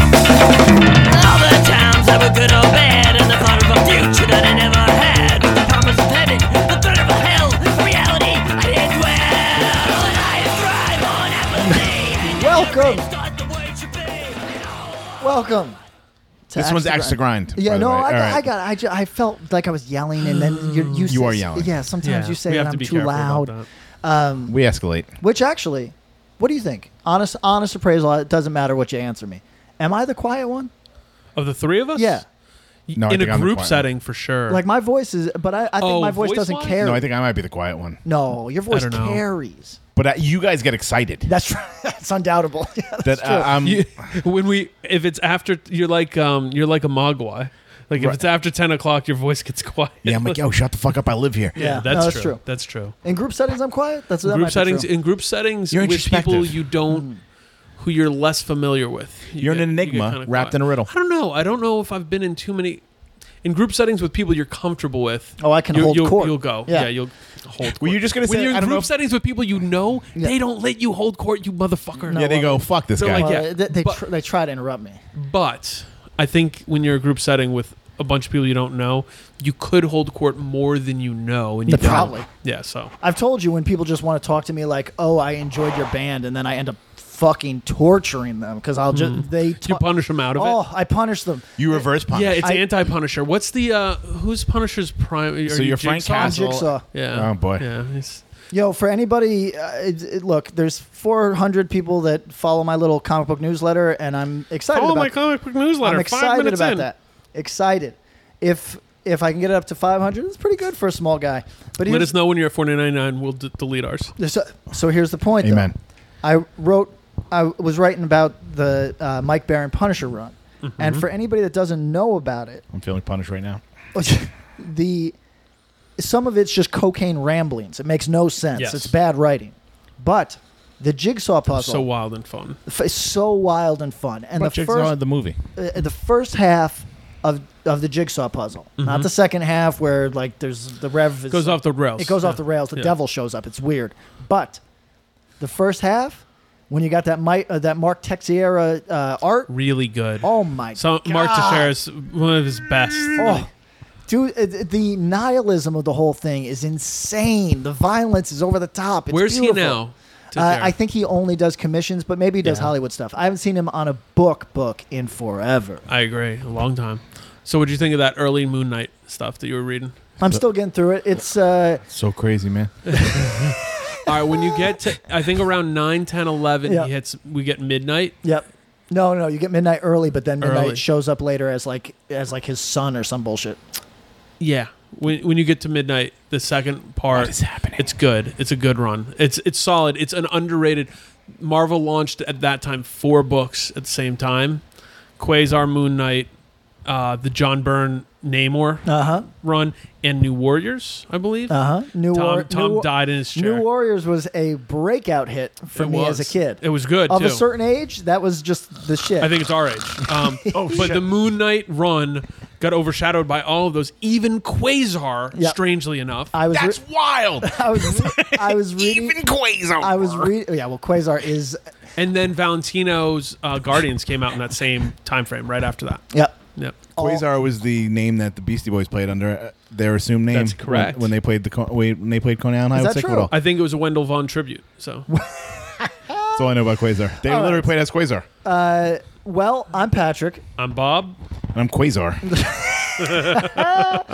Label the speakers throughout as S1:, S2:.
S1: All the times I were good or bad, and the thought of a future that I never had, with the promise of heaven, the threat of a hell, the reality I did well, and I thrive on apathy. I never
S2: Welcome.
S1: really thought the world should be.
S2: Welcome. to
S3: This one's Axe to Grind, by
S2: Yeah,
S3: the
S2: no,
S3: way.
S2: I,
S3: All
S2: got,
S3: right.
S2: I got. I, ju- I felt like I was yelling, and then you you,
S3: You are
S2: say-
S3: yelling.
S2: Yeah, sometimes
S4: Yeah,
S2: you say
S4: we
S2: that
S4: have to
S2: I'm
S4: be
S2: too
S4: careful about
S2: loud.
S4: that.
S3: We escalate.
S2: Which actually, what do you think? Honest, honest appraisal. It doesn't matter what you answer me. Am I the quiet one?
S4: Of the three of us?
S2: Yeah.
S4: Y-
S3: No, I
S4: in
S3: think
S4: a
S3: I'm the
S4: group
S3: quiet
S4: setting for sure.
S2: Like my voice is, but I, I think
S4: Oh,
S2: my voice,
S4: voice
S2: doesn't
S4: line?
S2: carry.
S3: No, I think I might be the quiet one.
S2: No, your voice
S4: don't know.
S2: carries.
S3: But uh, you guys get excited.
S2: That's right. That's undoubtable. Yeah, that's
S3: that
S2: true.
S3: uh, I'm.
S4: You- when we, if it's after, you're like, um, you're like a mogwai. Like if
S3: Right.
S4: it's after ten o'clock, your voice gets quiet.
S3: yeah, I'm like, "Oh, yo, shut the fuck up. I live here.
S4: Yeah,
S2: No,
S4: that's,
S2: that's
S4: true.
S2: true.
S4: That's true.
S2: in group settings, I'm quiet. That's that might
S4: group
S2: be
S4: settings
S2: true. Hmm.
S4: in group settings
S3: You're
S4: with people
S3: introspective.
S4: you don't, who you're less familiar with. You
S3: You're an
S4: get- you get
S3: enigma
S4: kinda
S3: wrapped
S4: quiet.
S3: in a riddle.
S4: I don't know. I don't know if I've been in too many. In group settings with people you're comfortable with,
S2: Oh, I can
S4: you'll,
S2: hold
S4: you'll,
S2: court.
S4: You'll go,
S2: Yeah.
S4: yeah, you'll hold. Court.
S3: Were you just gonna
S4: when
S3: say-
S4: you're
S3: I
S4: in
S3: don't know
S4: group
S3: if-
S4: settings with people you know,
S2: Yeah.
S4: they don't let you hold court, you motherfucker.
S3: Yeah, they go, fuck this
S4: They're
S3: guy.
S4: like,
S2: Well,
S4: yeah,
S2: they they,
S4: but-
S2: tr- they try to interrupt me.
S4: But I think when you're a group setting with a bunch of people you don't know, you could hold court more than you know, and you
S2: Yeah,
S4: don't.
S2: probably.
S4: yeah. So
S2: I've told you when people just want to talk to me like, "Oh, I enjoyed your band," and then I end up fucking torturing them because I'll just they
S4: Hmm. you punish them out of
S2: Oh,
S4: it.
S2: I punish them.
S3: you reverse punch.
S4: Yeah, it's
S2: I-
S4: anti Punisher. What's the uh who's Punisher's prime? Are
S3: so
S4: you
S3: you're Frank
S4: Jigsaw?
S3: Castle.
S2: Jigsaw.
S4: Yeah.
S3: Oh, boy.
S4: Yeah. he's-
S2: Yo, for anybody, uh, it, it- look, there's 400 people that follow my little comic book newsletter, and I'm excited.
S4: Follow
S2: about
S4: my comic book newsletter.
S2: I'm
S4: five
S2: excited
S4: minutes
S2: about
S4: in.
S2: that. Excited. If if I can get it up to 500, it's pretty good for a small guy. But
S4: Let
S2: here's-
S4: us know when you're at 499. We'll d- delete ours.
S2: So, so here's the point. though.
S3: Amen.
S2: I wrote, I was writing about the uh, Mike Barron Punisher run,
S4: Mm-hmm.
S2: and for anybody that doesn't know about it,
S3: I'm feeling punished right now.
S2: the some of it's just cocaine ramblings. It makes no sense.
S4: Yes.
S2: It's bad writing, but the jigsaw puzzle
S4: So wild and fun.
S2: f- is so wild and fun. And the first
S3: the movie.
S2: uh, the first half of of the jigsaw puzzle, not the second half where like there's the rev is,
S4: Mm-hmm. Goes off the rails.
S2: It goes
S4: Yeah.
S2: off the rails. The
S4: Yeah.
S2: devil shows up. It's weird, but the first half when you got that Mi- uh, that Mark Texiera uh, art,
S4: Really good.
S2: oh my
S4: So
S2: god,
S4: Mark Teixeira's one of his best.
S2: Oh. Dude, uh, th- the nihilism of the whole thing is insane. The violence is over the top. It's
S4: Where's
S2: beautiful.
S4: he now?
S2: Uh,
S4: Teixeira?
S2: I think he only does commissions, but maybe he does
S4: Yeah.
S2: Hollywood stuff. I haven't seen him on a book book in forever.
S4: I agree. A long time. So, what'd you think of that early Moon Knight stuff that you were reading?
S2: I'm still getting through it. It's uh,
S3: So crazy, man.
S4: All right, when you get to, I think around 9, 10, 11,
S2: Yeah.
S4: he hits, we get midnight.
S2: Yep. No, no, you get midnight early, but then midnight
S4: Early.
S2: shows up later as like as like his son or some bullshit.
S4: Yeah. When, when you get to midnight, the second part,
S3: What is happening?
S4: it's good. It's a good run. It's it's solid. It's an underrated. Marvel launched at that time four books at the same time: Quasar, Moon Knight, uh, the John Byrne Namor
S2: Uh huh.
S4: run, and New Warriors, I believe.
S2: Uh huh. New
S4: Tom,
S2: War-
S4: Tom
S2: New, War-
S4: died in his chair.
S2: New Warriors was a breakout hit for
S4: It
S2: me
S4: was.
S2: as a kid.
S4: It was good
S2: of a
S4: too.
S2: certain age. That was just the shit.
S4: I think it's our age. Um,
S2: Oh,
S4: but the Moon Knight run got overshadowed by all of those, even Quasar,
S2: Yep.
S4: strangely enough.
S2: I was. re-
S3: That's wild.
S2: I was. Re- I was reading.
S3: Even Quasar.
S2: I was reading. Yeah. Well, Quasar is.
S4: and then Valentino's uh, Guardians came out in that same time frame, right after that.
S2: Yep.
S4: Yep.
S3: Quasar was the name that the Beastie Boys played under uh, their assumed name.
S4: That's correct.
S3: When, when they played the Con- when they played Conan Island High
S2: that
S3: with
S2: true?
S3: Sequidol.
S4: I think it was a Wendell Vaughn tribute. So
S3: That's all I know about Quasar. They literally played as Quasar,
S2: Well, I'm Patrick.
S4: I'm Bob.
S3: and I'm Quasar.
S2: Um,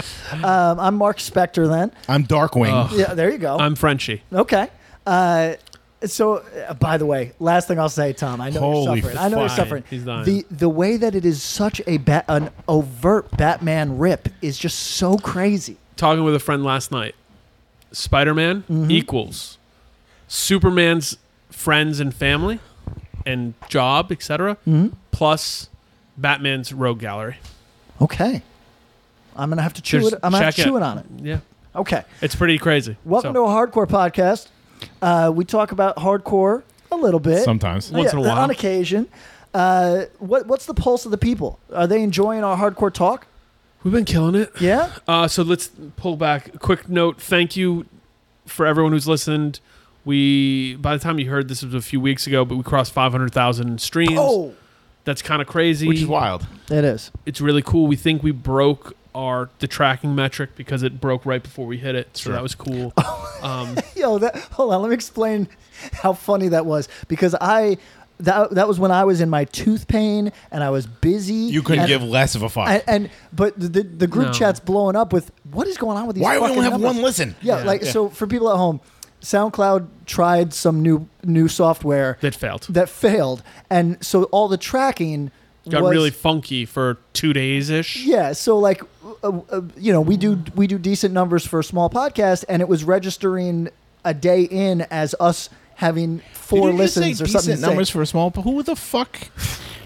S2: I'm Mark Spector. Then.
S3: I'm Darkwing.
S2: Yeah. There you go.
S4: I'm Frenchie.
S2: okay. Uh, so, uh, by the way, last thing I'll say, Tom. I know
S3: Holy
S2: you're suffering. I know you're
S4: fuck.
S2: suffering.
S4: He's dying.
S2: The the way that it is such a bat, an overt Batman rip is just so crazy.
S4: Talking with a friend last night.
S2: Mm-hmm.
S4: Spider Man equals Superman's friends and family and Job, etc.
S2: Mm-hmm.
S4: Plus Batman's Rogue Gallery.
S2: Okay. I'm gonna have to chew
S4: There's-
S2: it. I'm gonna have to
S4: check
S2: chew
S4: it.
S2: it on it.
S4: Yeah,
S2: Okay.
S4: it's pretty crazy.
S2: Welcome
S4: So-
S2: to a hardcore podcast. Uh, we talk about hardcore a little bit
S3: Sometimes.
S4: Once in a while.
S2: on occasion. Uh, what what's the pulse of the people? Are they enjoying our hardcore talk?
S4: we've been killing it.
S2: Yeah.
S4: Uh, so let's pull back. Quick note: Thank you for everyone who's listened. We, by the time you heard this, was a few weeks ago, but we crossed 500,000 streams.
S2: Oh,
S4: That's kind of crazy.
S3: Which is wild.
S2: it is.
S4: It's really cool. We think we broke our the tracking metric because it broke right before we hit it, so
S3: Sure.
S4: that was cool.
S2: Oh,
S4: um,
S2: Yo, that hold on. Let me explain how funny that was because I that that was when I was in my tooth pain and I was busy.
S3: You couldn't
S2: and-
S3: give less of a fuck.
S2: And, and but the the group
S4: No.
S2: chat's blowing up with what is going on with these?
S3: Why we
S2: fucking
S3: only have
S2: numbers?"
S3: one listen?
S2: Yeah,
S4: Yeah.
S2: like
S3: Yeah.
S2: so for people at home, SoundCloud tried some new new software
S4: that failed.
S2: that failed, and so all the tracking
S4: Got
S2: was,
S4: really funky for two days ish.
S2: yeah, so like, uh, uh, you know, we do we do decent numbers for a small podcast, and it was registering a day in as us having four
S3: Did you just say
S2: listens or
S3: decent
S2: something. insane.
S3: numbers for a small. But who the fuck? Uh,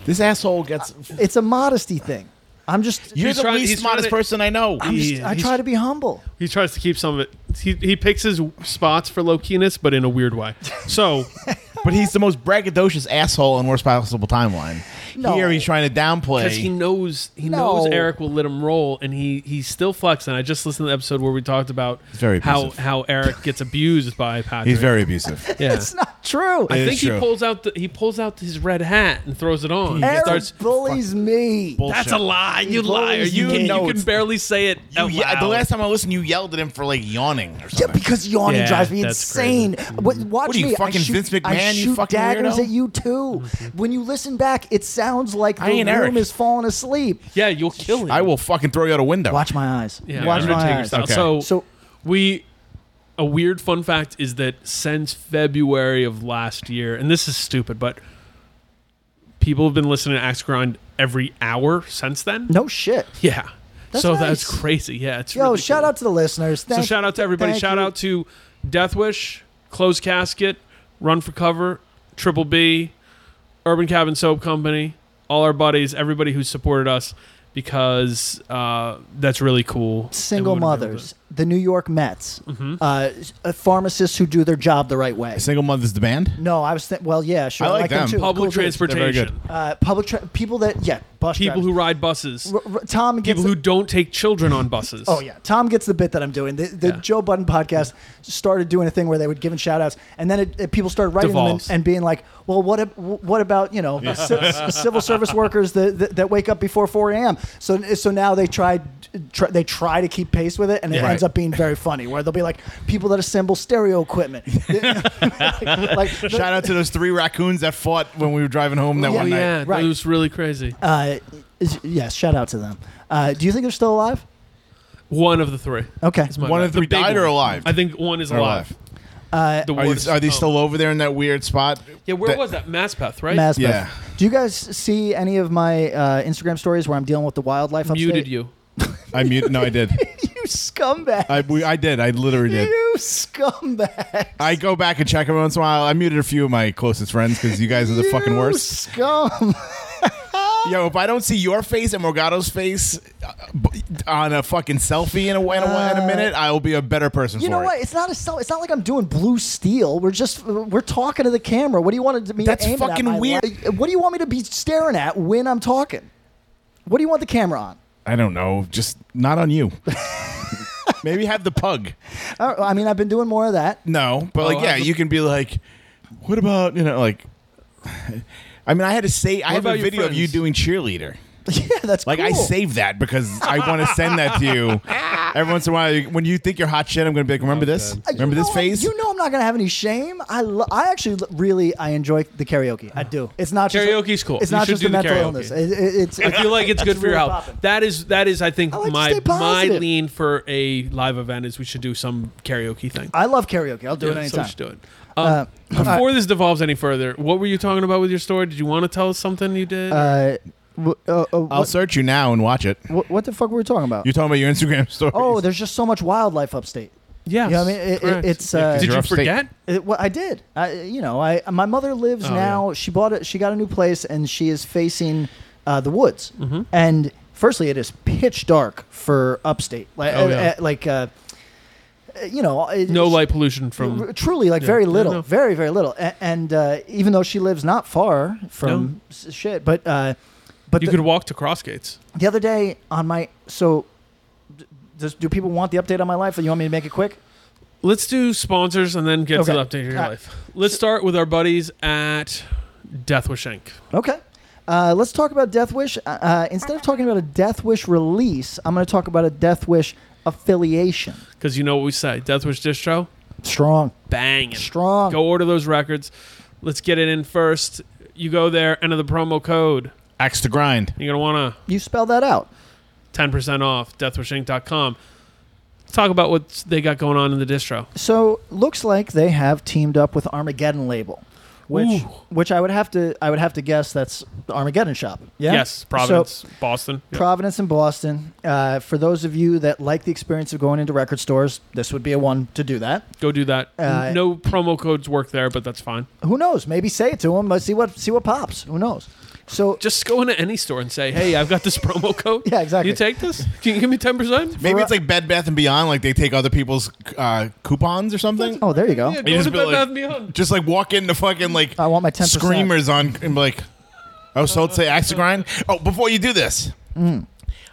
S3: This asshole gets.
S2: it's a modesty thing. I'm just,
S3: You're
S4: He's
S3: the
S4: trying- he's
S3: least
S4: trying
S3: modest
S4: to-
S3: person I know.
S2: I'm just
S4: Yeah,
S2: I
S4: he's-
S2: try to be humble.
S4: He tries to keep some of it. He, he picks his spots for low keyness, but in a weird way. So
S3: But he's the most braggadocious asshole on worst possible timeline.
S2: No.
S3: Here he's trying to downplay.
S4: because he knows he
S2: No.
S4: knows Eric will let him roll, and he he's still flexing. I just listened to the episode where we talked about
S3: very
S4: how
S3: abusive.
S4: how Eric gets abused by Patrick.
S3: he's very abusive.
S4: yeah.
S2: It's not true.
S4: I
S3: It is
S4: think he
S3: true.
S4: pulls out the, he pulls out his red hat and throws it on. He
S2: Eric
S4: starts-
S2: bullies me.
S4: That's a lie, you liar!
S2: bullies
S4: You
S3: me.
S4: can,
S3: No,
S4: you can
S3: it's-
S4: barely say it.
S3: You
S4: out
S3: ye-
S4: loud.
S3: the last time I listened, you yelled at him for like yawning or
S2: Yeah,
S3: something.
S2: because yawning
S4: Yeah,
S2: drives me
S4: that's
S2: insane.
S4: crazy.
S2: But watch
S3: What are you,
S2: me. I
S3: fucking
S2: shoot-
S3: Vince
S2: I
S3: McMahon, you
S2: shoot
S3: fucking
S2: daggers
S3: weirdo?
S2: at you too. When you listen back, it sounds like the
S3: I ain't
S2: room
S3: Eric.
S2: is falling asleep.
S4: yeah, you'll kill him.
S3: I will fucking throw you out a window.
S2: Watch my eyes.
S4: Yeah,
S2: Watch my
S4: Undertaker
S2: eyes.
S4: style.
S3: Okay.
S4: So,
S2: So-
S4: we a weird fun fact is that since February of last year, and this is stupid, but people have been listening to Axe Grind every hour since then.
S2: No shit.
S4: Yeah.
S2: That's
S4: so that's
S2: nice.
S4: crazy. Yeah, it's
S2: Yo,
S4: really
S2: shout
S4: cool.
S2: out to the listeners.
S4: So
S2: Thank-
S4: shout out to everybody.
S2: thank
S4: Shout
S2: you.
S4: out to Death Wish, Closed Casket, Run for Cover, Triple B, Urban Cabin Soap Company, all our buddies, everybody who supported us because uh, that's really cool. and we
S2: single
S4: wouldn't be able to-
S2: mothers, the New York Mets, uh, s- uh, pharmacists who do their job the right way.
S3: Single mother's demand.
S2: No, I was th- well, yeah, sure.
S3: I like
S2: them.
S3: them.
S2: too.
S4: public
S2: Cool dudes.
S3: very good.
S4: transportation,
S2: Uh, public tra- people that yeah, bus
S4: people who ride buses,
S2: who Tom gets
S4: people who don't take children on buses.
S2: Oh yeah, Tom gets the bit that I'm doing. The, the
S4: Yeah.
S2: Joe Budden podcast started doing a thing where they would give in shout outs, and then it, it- people started writing them and,
S4: Devolves.
S2: and being like, "Well, what ab- what about you know ci- c- civil service workers that, that, that wake up before 4 a.m.?" So so now they try, try they try to keep pace with it, and it
S4: Yeah.
S2: ends up being very funny. Where they'll be like, "People that assemble stereo equipment." like, the-
S3: Shout out to those three raccoons that fought when we were driving home that
S4: Oh,
S3: one night.
S4: yeah,
S2: Right.
S4: it was really crazy.
S2: uh, is- yes, shout out to them. Uh, do you think they're still alive?
S4: one of the three.
S2: Okay.
S4: Is my
S3: One
S4: bad.
S3: of the three
S4: big
S3: died or
S4: one.
S3: alive?
S4: I think one is
S3: Or
S4: alive.
S3: alive.
S4: The
S3: Are,
S4: worst.
S3: you, are they
S4: Oh.
S3: still over there in that weird spot?
S4: Yeah, where was that? Maspeth, right?
S2: Masbeth.
S3: Yeah.
S2: Do you guys see any of my uh, Instagram stories where I'm dealing with the wildlife? upstate?
S4: Muted you.
S3: I mute. No, I did.
S2: you scumbag.
S3: I we, I did. I literally did.
S2: you scumbag.
S3: I go back and check every once in a while. I muted a few of my closest friends because you guys are the fucking worst.
S2: Scum.
S3: Yo, if I don't see your face and Morgado's face uh, b- on a fucking selfie in a, in a, in
S4: Uh,
S3: a minute, I will be a better person
S2: You
S3: for
S2: know
S3: it.
S2: what? It's not a sell. It's not like I'm doing blue steel. We're just we're talking to the camera. What do you want to me?
S3: That's
S2: aiming at
S3: fucking
S2: my
S3: weird.
S2: li- what do you want me to be staring at when I'm talking? What do you want the camera on?
S3: I don't know. Just not on you. Maybe have the pug.
S2: Uh, I mean, I've been doing more of that.
S3: No, but like,
S4: Oh,
S3: yeah,
S4: I-
S3: you can be like, what about you know, like. I mean, I had to say I have
S4: about
S3: a
S4: your
S3: video of you
S4: friends?
S3: doing cheerleader.
S2: yeah, that's
S3: Like I
S2: cool.
S3: saved that because I want to send that to you every once in a while. When you think you're hot shit, I'm gonna be like,
S4: Oh,
S3: remember this?
S2: Uh, you
S3: Remember this
S2: know I'm-
S3: phase?
S2: You know I'm not gonna have any shame. I lo- I actually lo- really I enjoy the karaoke.
S3: Mm.
S2: I do. It's not just
S4: Karaoke's cool.
S2: It's
S4: You
S2: not
S4: should
S2: just
S4: do
S2: the
S4: the
S2: mental
S4: karaoke.
S2: illness. It- it- it's
S4: I feel like it's good for your
S2: really
S4: health.
S2: popping.
S4: That is that is I think
S2: I like to
S4: my
S2: stay
S4: my
S2: positive.
S4: lean for a live event is we should do some karaoke thing.
S2: I love karaoke. I'll do
S4: Yeah,
S2: it
S4: so
S2: anytime.
S4: we
S2: Uh,
S4: should do it. Um, before this devolves any further, what were you talking about with your story? Did you want to tell us something you did?
S2: Uh, w- uh, uh,
S3: I'll
S2: what,
S3: search you now and watch it.
S2: what, what the fuck were we talking about?
S3: You're talking about your Instagram stories.
S2: oh, there's just so much wildlife upstate.
S4: Yeah.
S2: You know what I mean? It- it- it's, uh,
S4: Did
S3: You're
S4: you
S3: upstate.
S4: forget?
S2: It, Uh, well, I did. I, you know, I my mother lives
S4: Oh,
S2: now. She bought it. She got a new place, and she is facing uh, the woods.
S4: Mm-hmm.
S2: And firstly, it is pitch dark for upstate. Like,
S4: Oh,
S2: uh,
S4: yeah.
S2: uh, like uh, uh, you know, it-
S4: No
S2: she-
S4: light pollution
S2: r-
S4: from.
S2: truly like
S4: Yeah.
S2: very
S4: Yeah,
S2: little,
S4: no.
S2: very very little. A- and uh, even though she lives not far from s- shit, but uh, but
S4: You
S2: the-
S4: could walk to Crossgates.
S2: the other day on my so. d- Does, do people want the update on my life? Or you want me to make it quick?
S4: Let's do sponsors and then get
S2: Okay.
S4: to the update of your
S2: Uh,
S4: life. Let's start with our buddies at Death Wish Inc.
S2: Okay. Uh, let's talk about Death Wish. Uh, Uh, instead of talking about a Death Wish release, I'm going to talk about a Death Wish affiliation.
S4: Because you know what we say Death Wish Distro,
S2: Strong.
S4: banging.
S2: Strong.
S4: Go order those records. Let's get it in first. You go there, enter the promo code.
S3: Axe to grind.
S4: You're going to want to
S2: You spell that out.
S4: 10% off deathwishinc.com. Let's talk about what they got going on in the distro.
S2: So looks like they have teamed up with Armageddon label, which
S4: Ooh.
S2: which I would have to I would have to guess that's the Armageddon shop. Yeah?
S4: Yes,
S2: So-
S4: Providence, Boston. Yeah.
S2: Providence and Boston. Uh, for those of you that like the experience of going into record stores, this would be a one to do that.
S4: Go do that.
S2: Uh,
S4: no promo codes work there, but that's fine.
S2: Who knows? Maybe say it to them. Let's see what see what pops. Who knows? So
S4: Just go into any store and say, "Hey, I've got this promo code.
S2: Yeah, exactly.
S4: You take this? Can you give me ten percent?"
S3: Maybe it's like Bed Bath and Beyond, like they take other people's uh, coupons or something.
S2: oh, there you go.
S4: Yeah,
S3: You
S4: go to
S3: be
S4: Bed
S3: like-
S4: Bath Beyond.
S3: Just like walk into fucking like
S2: I want my 10%.
S3: screamers on and be like, oh, so let's say axe to grind. Oh, before you do this,
S2: Mm.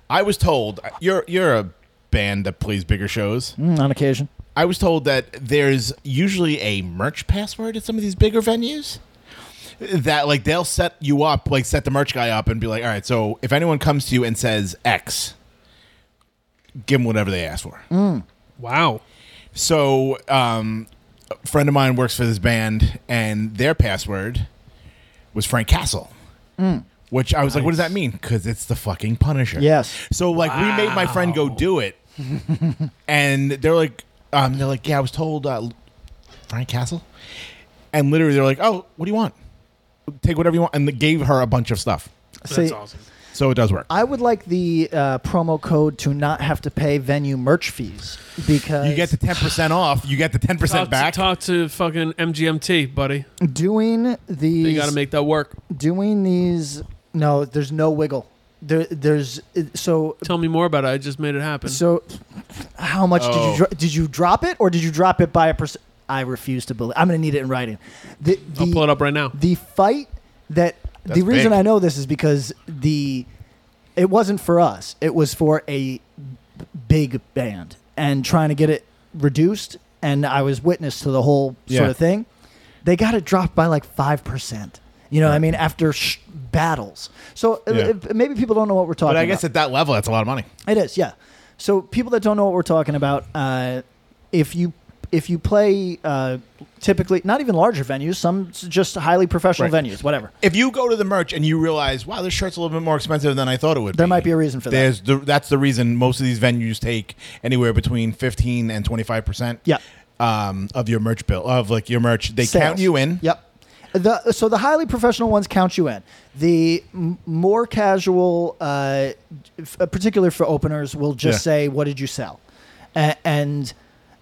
S3: I was told you're you're a band that plays bigger shows.
S2: Mm, on occasion.
S3: I was told that there's usually a merch password at some of these bigger venues that like they'll set you up, like set the merch guy up and be like, all right, so if anyone comes to you and says X, give them whatever they ask for.
S4: Wow.
S3: So, um, a friend of mine works for this band, and their password was Frank Castle. Which I was like, what does that mean? Because it's the fucking Punisher.
S2: Yes.
S3: So like, we made my friend go do it, and they're like, um, they're like, yeah, I was told uh, Frank Castle, and literally they're like, oh, what do you want? Take whatever you want, and they gave her a bunch of stuff.
S4: That's
S2: See,
S4: awesome.
S3: So it does work.
S2: I would like the uh, promo code to not have to pay venue merch fees because
S3: you get the ten percent off. You get the ten
S4: Talk
S3: percent
S4: to,
S3: back.
S4: talk to fucking MGMT, buddy.
S2: doing
S4: You
S2: these
S4: got to make that work.
S2: doing these. No, there's no wiggle. There, there's so
S4: Tell me more about it. I just made it happen.
S2: so. How much did
S3: Oh.
S2: you dro- did you drop it or did you drop it by a percent? I refuse to believe. I'm going to need it in writing. The, the,
S4: I'll pull it up right now.
S2: the fight that the
S3: That's
S2: reason
S3: big.
S2: I know this is because the it wasn't for us. It was for a b- big band and trying to get it reduced. And I was witness to the whole sort
S3: Yeah.
S2: of thing. They got it dropped by like five percent. You know, what I mean, after sh- battles. So uh,
S3: Yeah.
S2: uh, maybe people don't know what we're talking.
S3: But I guess
S2: about.
S3: at that level, that's a lot of money.
S2: it is. Yeah. So people that don't know what we're talking about, uh, if you if you play uh, typically not even larger venues, some s- just highly professional
S3: Right.
S2: venues, whatever.
S3: if you go to the merch and you realize, wow, this shirt's a little bit more expensive than I thought it would
S2: There
S3: be.
S2: might be a reason for that.
S3: There's the, that's the reason most of these venues take anywhere between 15 and 25 percent.
S2: Yeah.
S3: Um, of your merch bill of like your merch, they
S2: sales.
S3: count you in.
S2: Yep. The, so the highly professional ones count you in. The m- more casual, uh, f- particularly for openers, will just
S3: Yeah.
S2: say, "What did you sell?" A- and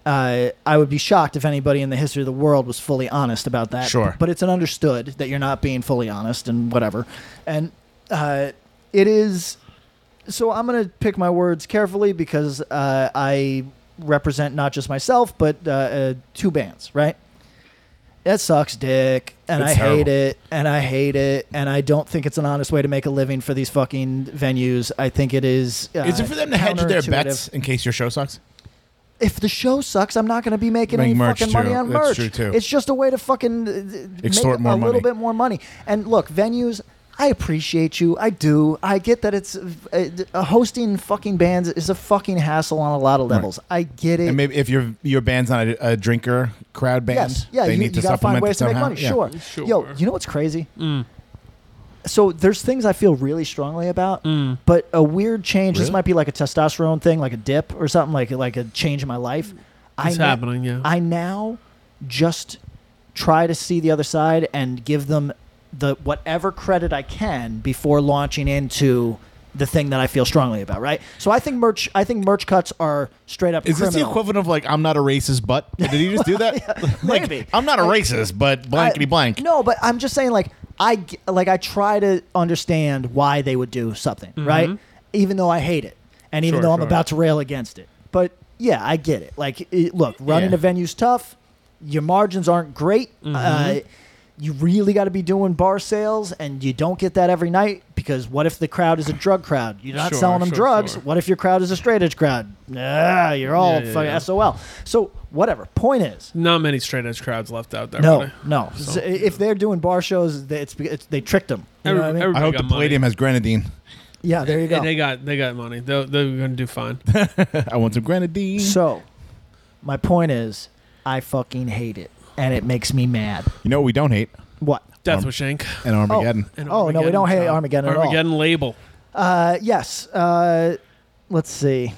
S2: uh, I would be shocked if anybody in the history of the world was fully honest about that.
S3: Sure.
S2: But it's an understood that you're not being fully honest and whatever. And uh, it is so I'm going to pick my words carefully because uh, I represent not just myself but uh, uh, two bands, right? That sucks, dick, and
S3: It's
S2: I hate
S3: terrible.
S2: it, and I hate it, and I don't think it's an honest way to make a living for these fucking venues. I think it is. Uh,
S3: Is it for them to hedge their
S2: counterintuitive.
S3: bets in case your show sucks?
S2: If the show sucks, I'm not going to be making
S3: Make
S2: any
S3: merch,
S2: fucking money
S3: too.
S2: on merch.
S3: That's true, too.
S2: It's just a way to fucking uh,
S3: Extort
S2: make
S3: more
S2: a
S3: money.
S2: little bit more money. And look, venues. I appreciate you. I do. I get that it's uh, uh, hosting fucking bands is a fucking hassle on a lot of levels. I get it.
S3: And maybe if your your band's not a, a drinker crowd band,
S2: Yes. Yeah.
S3: they
S2: you
S3: need to
S2: you gotta find
S3: supplement it
S2: ways to make
S3: somehow.
S2: money.
S3: Yeah.
S2: Sure.
S4: Sure. Mm.
S2: Yo, you know what's crazy? So there's things I feel really strongly about,
S4: Mm.
S2: but a weird change. This
S3: Really?
S2: might be like a testosterone thing, like a dip or something, like like a change in my life.
S4: It's
S2: na-
S4: happening, yeah.
S2: I now just try to see the other side and give them the whatever credit I can before launching into the thing that I feel strongly about, right? So I think merch I think merch cuts are straight up
S3: Is this the
S2: criminal.
S3: equivalent of like I'm not a racist, but did he just do that? like
S2: maybe.
S3: I'm not a racist, but blankety
S2: I-
S3: blank.
S2: No, but I'm just saying, like I g- like I try to understand why they would do something, right? Even though I hate it, and even
S4: Mm-hmm. Sure,
S2: though I'm
S4: sure.
S2: about to rail against it, but yeah, I get it. Like, it, look, running
S3: Yeah.
S2: a venue's tough. Your margins aren't great. Uh,
S4: Mm-hmm.
S2: you really got to be doing bar sales, and you don't get that every night because what if the crowd is a drug crowd? You're not
S4: Sure,
S2: selling them
S4: sure,
S2: drugs.
S4: sure.
S2: What if your crowd is a straight edge crowd? Ah, you're all
S4: Yeah, yeah,
S2: fucking
S4: yeah.
S2: SOL. So whatever. Point is,
S4: Not many straight edge crowds left out there. were
S2: no,
S4: there?
S2: no.
S4: Oh, So,
S2: S- if they're doing bar shows, they, it's, it's they tricked them. You know
S4: Every-
S2: what I mean?
S4: every-
S3: I hope
S4: got
S3: the
S4: money.
S3: Palladium has grenadine.
S2: yeah, there you
S4: They- They
S2: go.
S4: got they got money. They're, they're gonna do fine.
S3: I want some grenadine.
S2: So, my point is, I fucking hate it, and it makes me mad.
S3: you know what we don't hate?
S2: What?
S4: Death
S3: Um,
S4: with Shank.
S3: An Armageddon.
S4: And
S2: Oh, no, we don't hate
S4: Tom.
S2: Armageddon at all.
S4: Armageddon label.
S2: Uh, yes. Uh, let's see.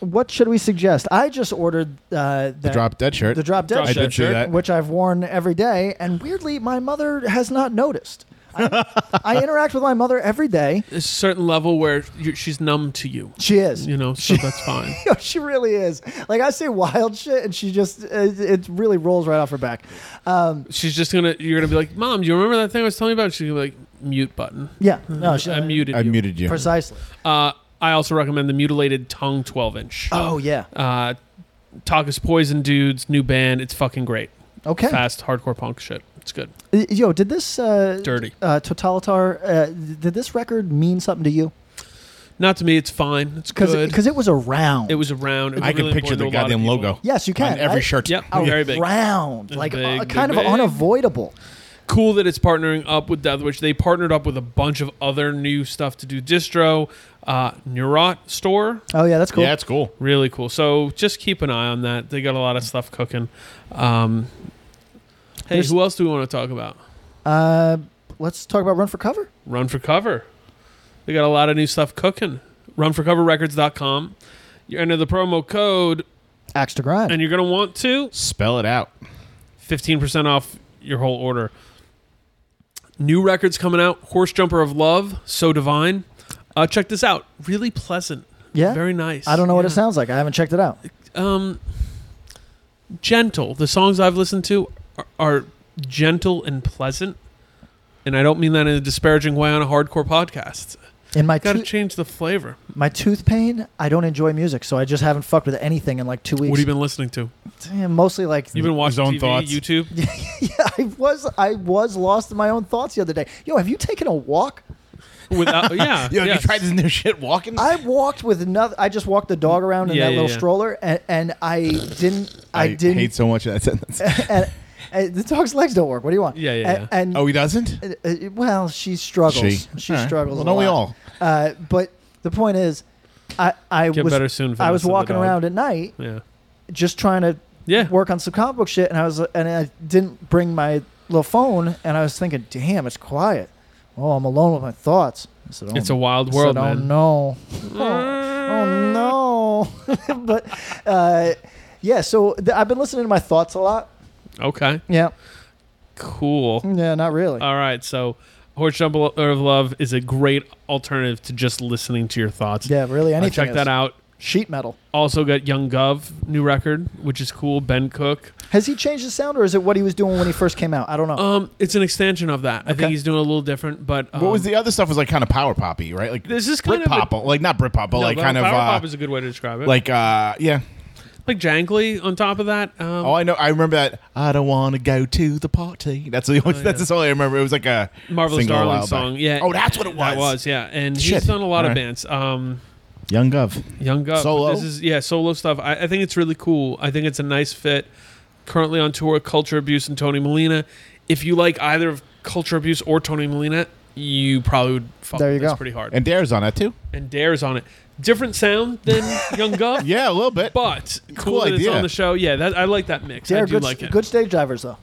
S2: What should we suggest? I just ordered uh, that,
S3: the drop dead shirt.
S2: the drop dead
S4: Drop
S3: I
S4: Dead
S3: did see
S4: shirt.
S3: that.
S2: which I've worn every day, and weirdly, my mother has not noticed. I, I interact with my mother every day.
S4: There's a certain level where you she's numb to you.
S2: She is.
S4: You know, so that's fine.
S2: Yo, she really is. Like I say wild shit, and she just it, it really rolls right off her back.
S4: She's just gonna. You're gonna be like, Mom, do you remember that thing I was telling you about? She's gonna be like, mute button.
S2: Yeah, Mm-hmm. no, she, uh,
S4: I muted.
S3: Mm-hmm. I
S4: you.
S3: muted you.
S2: precisely.
S4: Uh, I also recommend the Mutilated Tongue 12 inch.
S2: Oh yeah.
S4: Uh, Talk is Poison Dudes, new band. It's fucking great.
S2: Okay.
S4: Fast, hardcore punk shit. It's good.
S2: Y- Yo, did this uh,
S4: Dirty.
S2: uh, Totalitar? Uh, did this record mean something to you?
S4: Not to me, it's fine. It's
S2: Because
S4: good.
S2: it was around.
S4: it was around. It was
S3: I can
S4: really
S3: picture
S4: important to
S3: the
S4: a lot of
S3: goddamn
S4: people.
S3: logo.
S2: Yes, you can.
S3: on every
S2: right?
S3: shirt.
S4: Yep.
S2: Around,
S4: Very big.
S2: like
S4: Big,
S2: uh,
S4: big,
S2: kind of
S4: big.
S2: unavoidable.
S4: cool that it's partnering up with Death Witch. They partnered up with a bunch of other new stuff to do distro, uh, Neurot store.
S2: Oh yeah, that's cool.
S3: Yeah, it's cool.
S4: Really cool. So just keep an eye on that. They got a lot of stuff cooking. Um, hey,
S2: There's-
S4: who else do we want to talk about?
S2: Uh, let's talk about Run for Cover.
S4: Run for Cover. They got a lot of new stuff cooking. Runforcoverrecords.com. You enter the promo code,
S2: Axe to grind.
S4: and you're going to want to
S3: Spell it out.
S4: 15% off your whole order. New records coming out Horse Jumper of Love, So Divine. Uh, check this out. Really pleasant.
S2: yeah.
S4: Very nice.
S2: I don't know what it
S4: Yeah.
S2: sounds like. I haven't checked it out.
S4: Um, gentle. The songs I've listened to are, are gentle and pleasant. And I don't mean that in a disparaging way on a hardcore podcast.
S2: In my
S4: Got to
S2: tooth-
S4: change the flavor.
S2: my tooth pain, I don't enjoy music, so I just haven't fucked with anything in like two weeks.
S4: What have you been listening to?
S2: Yeah, mostly like
S4: You've been watching
S3: own
S4: TV,
S3: thoughts.
S4: YouTube.
S2: yeah, I was I was lost in my own thoughts the other day. Yo, have you taken a walk?
S4: Without, Oh, yeah,
S3: Yo,
S4: yes.
S3: you tried this new shit walking?
S2: I walked with another. I just walked the dog around in
S4: Yeah,
S2: that
S4: yeah,
S2: little
S4: yeah.
S2: stroller, and, and I didn't. I, didn't.
S3: hate so much of that sentence.
S2: and, and the dog's legs don't work. What do you want?
S4: Yeah, yeah,
S2: And,
S4: yeah.
S2: and-
S3: oh, he doesn't?
S2: uh, uh, well, she struggles.
S3: She.
S2: She,
S3: All right.
S2: struggles.
S3: Well,
S2: a
S3: don't we
S2: lot.
S3: all?
S2: Uh, but the point is, I I
S4: Get
S2: was
S4: better soon,
S2: I was
S4: Vanessa the
S2: walking
S4: dog.
S2: around at night,
S4: Yeah,
S2: just trying to
S4: yeah.
S2: work on some comic book shit, and I was and I didn't bring my little phone, and I was thinking, damn, it's quiet. Oh, I'm alone with my thoughts. I said, oh,
S4: It's a
S2: I
S4: wild
S2: said,
S4: world,
S2: oh,
S4: man.
S2: no. Oh, oh, no. but uh, yeah, so th- I've been listening to my thoughts a lot.
S4: Okay,
S2: Yeah,
S4: cool.
S2: yeah, not really.
S4: All right, so Horse Jumble of Love is a great alternative to just listening to your thoughts.
S2: yeah, really.
S4: Uh,
S2: Anything.
S4: check that
S2: is.
S4: out.
S2: Sheet metal.
S4: Also got Young Gov new record, which is cool. Ben Cook.
S2: Has he changed the sound, or is it what he was doing when he first came out? I don't know.
S4: Um, it's an extension of that. I
S2: Okay.
S4: think he's doing a little different, but um,
S3: What was the other stuff? Was like kind of power poppy, right? Like
S4: This is kind
S3: Brit
S4: of a-
S3: pop, like not Brit pop, but
S4: No,
S3: like
S4: but
S3: kind of
S4: power
S3: uh,
S4: pop is a good way to describe it.
S3: like uh, yeah.
S4: like jangly. On top of that, um,
S3: All I know, I remember that. I don't want to go to the party. That's the only, that's all I remember. It was like a
S4: Oh, Marvelous
S3: single a while
S4: Darling
S3: back.
S4: song. Yeah.
S3: Oh, that's what it was.
S4: That was yeah, and
S3: Shit.
S4: he's done a lot
S3: All
S4: of
S3: right.
S4: bands. Um,
S3: Young Gov.
S4: Young Gov. but
S3: Solo?
S4: This is yeah, solo stuff. I, I think it's really cool. I think it's a nice fit. Currently on tour, with Culture Abuse and Tony Molina. If you like either of Culture Abuse or Tony Molina, you probably would fuck
S2: There
S4: with
S2: you
S4: this
S2: go.
S4: pretty hard.
S3: And Dare's on that too.
S4: and Dare's on it. Different sound than Young Gov.
S3: Yeah, a little bit.
S4: But cool,
S3: Cool
S4: that it's
S3: idea.
S4: on the show. Yeah, that, I like that mix.
S2: They're
S4: I do
S2: good,
S4: like it.
S2: good stage divers, though.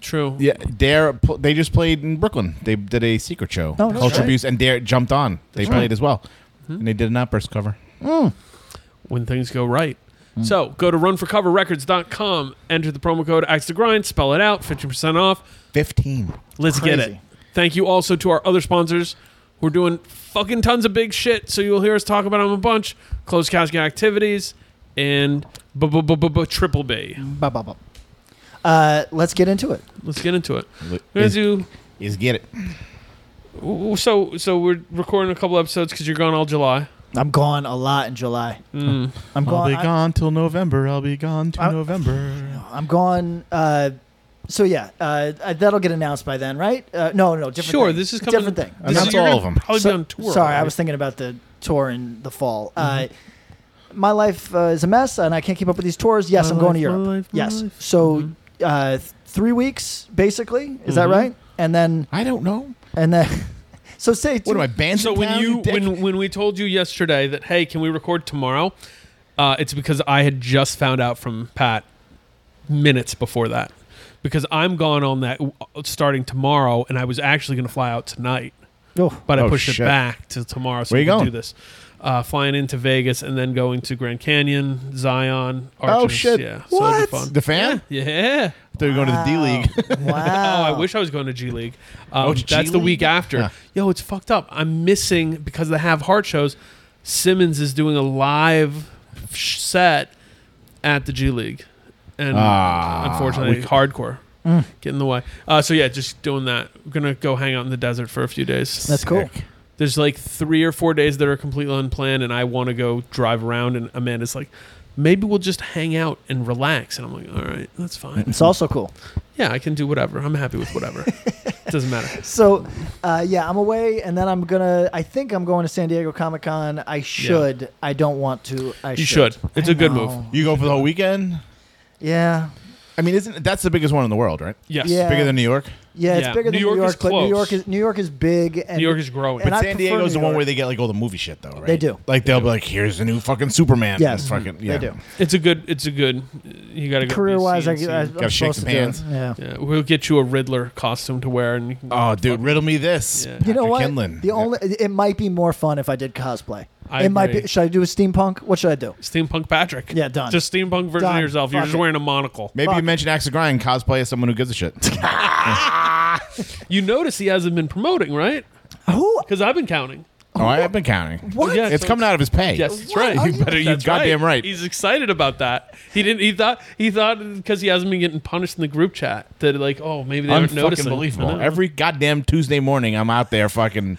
S4: True.
S3: yeah, Dare. pl- They just played in Brooklyn. They did a secret show.
S2: Oh, that's
S3: Culture
S2: right.
S3: Abuse and Dare jumped on. They
S4: That's
S3: played
S4: right. Hmm?
S3: as well, and they did an outburst cover.
S4: When things go right.
S2: Hmm.
S4: So go to runforcoverrecords.com, enter the promo code Axe to Grind, spell it out, 15% off.
S3: Fifteen.
S4: Let's get
S2: Crazy.
S4: it. Thank you also to our other sponsors, We're doing fucking tons of big shit, so you'll hear us talk about them a bunch. Closed casket activities and bu- bu- bu- bu- bu- triple B.
S2: Ba, ba, ba. Uh, let's get into it.
S4: Let's get into it.
S3: Look,
S4: We're gonna
S3: is-
S4: do
S3: is get it.
S4: w- w- so so. We're recording a couple episodes because you're gone all July. Hmm.
S2: I'm gone a lot in July. I'm
S3: I'll
S2: gone.
S3: be
S2: I-
S3: gone till November. I'll be gone till
S2: I'm-
S3: November.
S2: I'm gone. Uh, so yeah, uh, uh, that'll get announced by then, right? Uh, no, no, different.
S4: sure,
S2: thing.
S4: this is coming.
S2: Different thing.
S4: this is-
S3: Announce
S4: you're
S3: all
S4: gonna
S3: of 'em.
S4: Probably
S2: So-
S4: be on tour.
S2: Sorry, I
S4: right? Mm-hmm.
S2: was thinking about the tour in the fall. Uh, my life uh, is a mess, and I can't keep up with these tours. Yes,
S4: My
S2: I'm going to
S4: life, my
S2: Europe.
S4: life, my
S2: yes,
S4: life. Mm-hmm.
S2: so uh, th- three weeks basically. Is that
S4: Mhm.
S2: right? And then
S3: I don't know.
S2: and then. So say
S3: What
S2: two-
S3: am I bands?
S4: So
S3: in
S4: when
S3: town,
S4: you
S3: dick?
S4: when when we told you yesterday that hey, can we record tomorrow? Uh, it's because I had just found out from Pat minutes before that because I'm gone on that w- starting tomorrow, and I was actually going to fly out tonight,
S2: Oh,
S4: but I
S3: Oh,
S4: pushed
S3: shit.
S4: it back to tomorrow. So
S3: Where
S4: we
S3: you
S4: can do
S3: going?
S4: this. Uh, flying into Vegas and then going to Grand Canyon, Zion, Arches.
S3: oh shit!
S4: Yeah, so
S3: what?
S4: it'll be fun.
S3: The fan?
S4: Yeah.
S3: They're going to the D League.
S2: wow.
S4: Oh, I wish I was going to G League. Um,
S3: Oh, G
S4: that's the week
S3: League?
S4: after.
S3: Huh.
S4: Yo, it's fucked up. I'm missing because they have heart shows. Simmons is doing a live sh- set at the G League, and
S3: Ah,
S4: unfortunately,
S3: we- Mm.
S4: hardcore get in the way. Uh, so yeah, just doing that. We're gonna go hang out in the desert for a few days.
S2: That's cool.
S3: Sick.
S4: There's like three or four days that are completely unplanned, and I want to go drive around. And Amanda's like, maybe we'll just hang out and relax. And I'm like, all right, that's fine.
S2: It's also cool.
S4: Yeah, I can do whatever. I'm happy with whatever. it doesn't matter.
S2: So, uh, yeah, I'm away, and then I'm gonna. I think I'm going to San Diego Comic Con. I should. I don't want to. I
S4: You should. It's
S2: I
S4: a good
S2: know.
S4: move.
S3: You go for the whole weekend?
S2: Yeah,
S3: I mean, isn't that's the biggest one in the world, right?
S4: Yes.
S2: Yeah.
S3: Bigger than New York.
S2: yeah. It's
S4: Yeah.
S2: bigger
S4: New
S2: than
S4: York
S2: New
S4: is
S2: York, but New
S4: close.
S2: York is New York is big. And
S4: New York is growing.
S2: And
S3: But
S2: I
S3: San
S2: prefer
S3: Diego's the
S2: New
S3: one
S2: York.
S3: where they get like all the movie shit, though. Right?
S2: They do.
S3: Like they'll be like, "Here's the new fucking Superman."
S2: Yes.
S3: It's fucking, yeah.
S2: They do.
S4: It's a good. It's a good. You got to go
S2: Career wise, I, I
S4: see
S2: I'm
S4: and see.
S3: Gotta shake
S2: supposed
S3: some
S2: to do it.
S3: hands.
S2: Yeah.
S4: yeah, we'll get you a Riddler costume to wear, and you can,
S3: Oh, dude, riddle me this.
S4: Yeah.
S2: You know
S3: Patrick
S2: what?
S3: Kinlan.
S2: The only it might be more fun if I did cosplay.
S4: I
S2: it might be.
S4: agree.
S2: Should I do a steampunk? What should I do?
S4: steampunk Patrick.
S2: Yeah, done.
S4: Just steampunk version
S2: Done.
S4: of yourself. You're
S2: Fuck
S4: just
S2: it.
S4: wearing a monocle.
S3: Maybe you
S2: Fuck.
S3: mentioned Axe Grind cosplay as someone who gives a shit.
S4: You notice he hasn't been promoting, right?
S2: Who?
S4: Because I've been counting.
S3: oh, I have been counting.
S2: What?
S4: Yeah,
S3: It's
S4: so
S3: coming out of his pay.
S4: Yes, that's
S2: What
S4: right.
S2: are you-
S3: Better- you
S4: That's
S3: goddamn right.
S4: He's excited about that. He didn't. He thought. He thought because he hasn't been getting punished in the group chat that like, oh, maybe they aren't
S3: Unfucking
S4: noticing. I
S3: believable.
S4: know.
S3: Every goddamn Tuesday morning, I'm out there fucking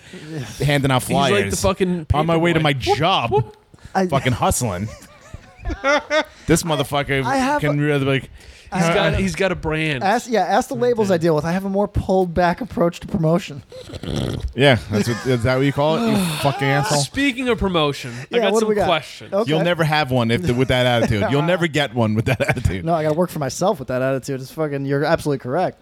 S3: handing out
S4: like
S3: flyers.
S4: the fucking
S3: on my way to
S4: paperboy.
S3: my job,
S2: I,
S3: fucking hustling. this motherfucker
S2: I have-
S3: can really like.
S4: he's got. He's got a brand.
S2: ask, yeah, ask the labels I deal with. I have a more pulled back approach to promotion.
S3: Yeah, that's what, is that what you call it? You fucking asshole.
S4: Speaking of promotion,
S2: Yeah,
S4: I got
S2: what do
S4: some
S2: we got?
S4: questions.
S2: Okay.
S3: You'll never have one if with that attitude. You'll never get one with that attitude.
S2: No, I got to work for myself with that attitude. It's fucking. You're absolutely correct.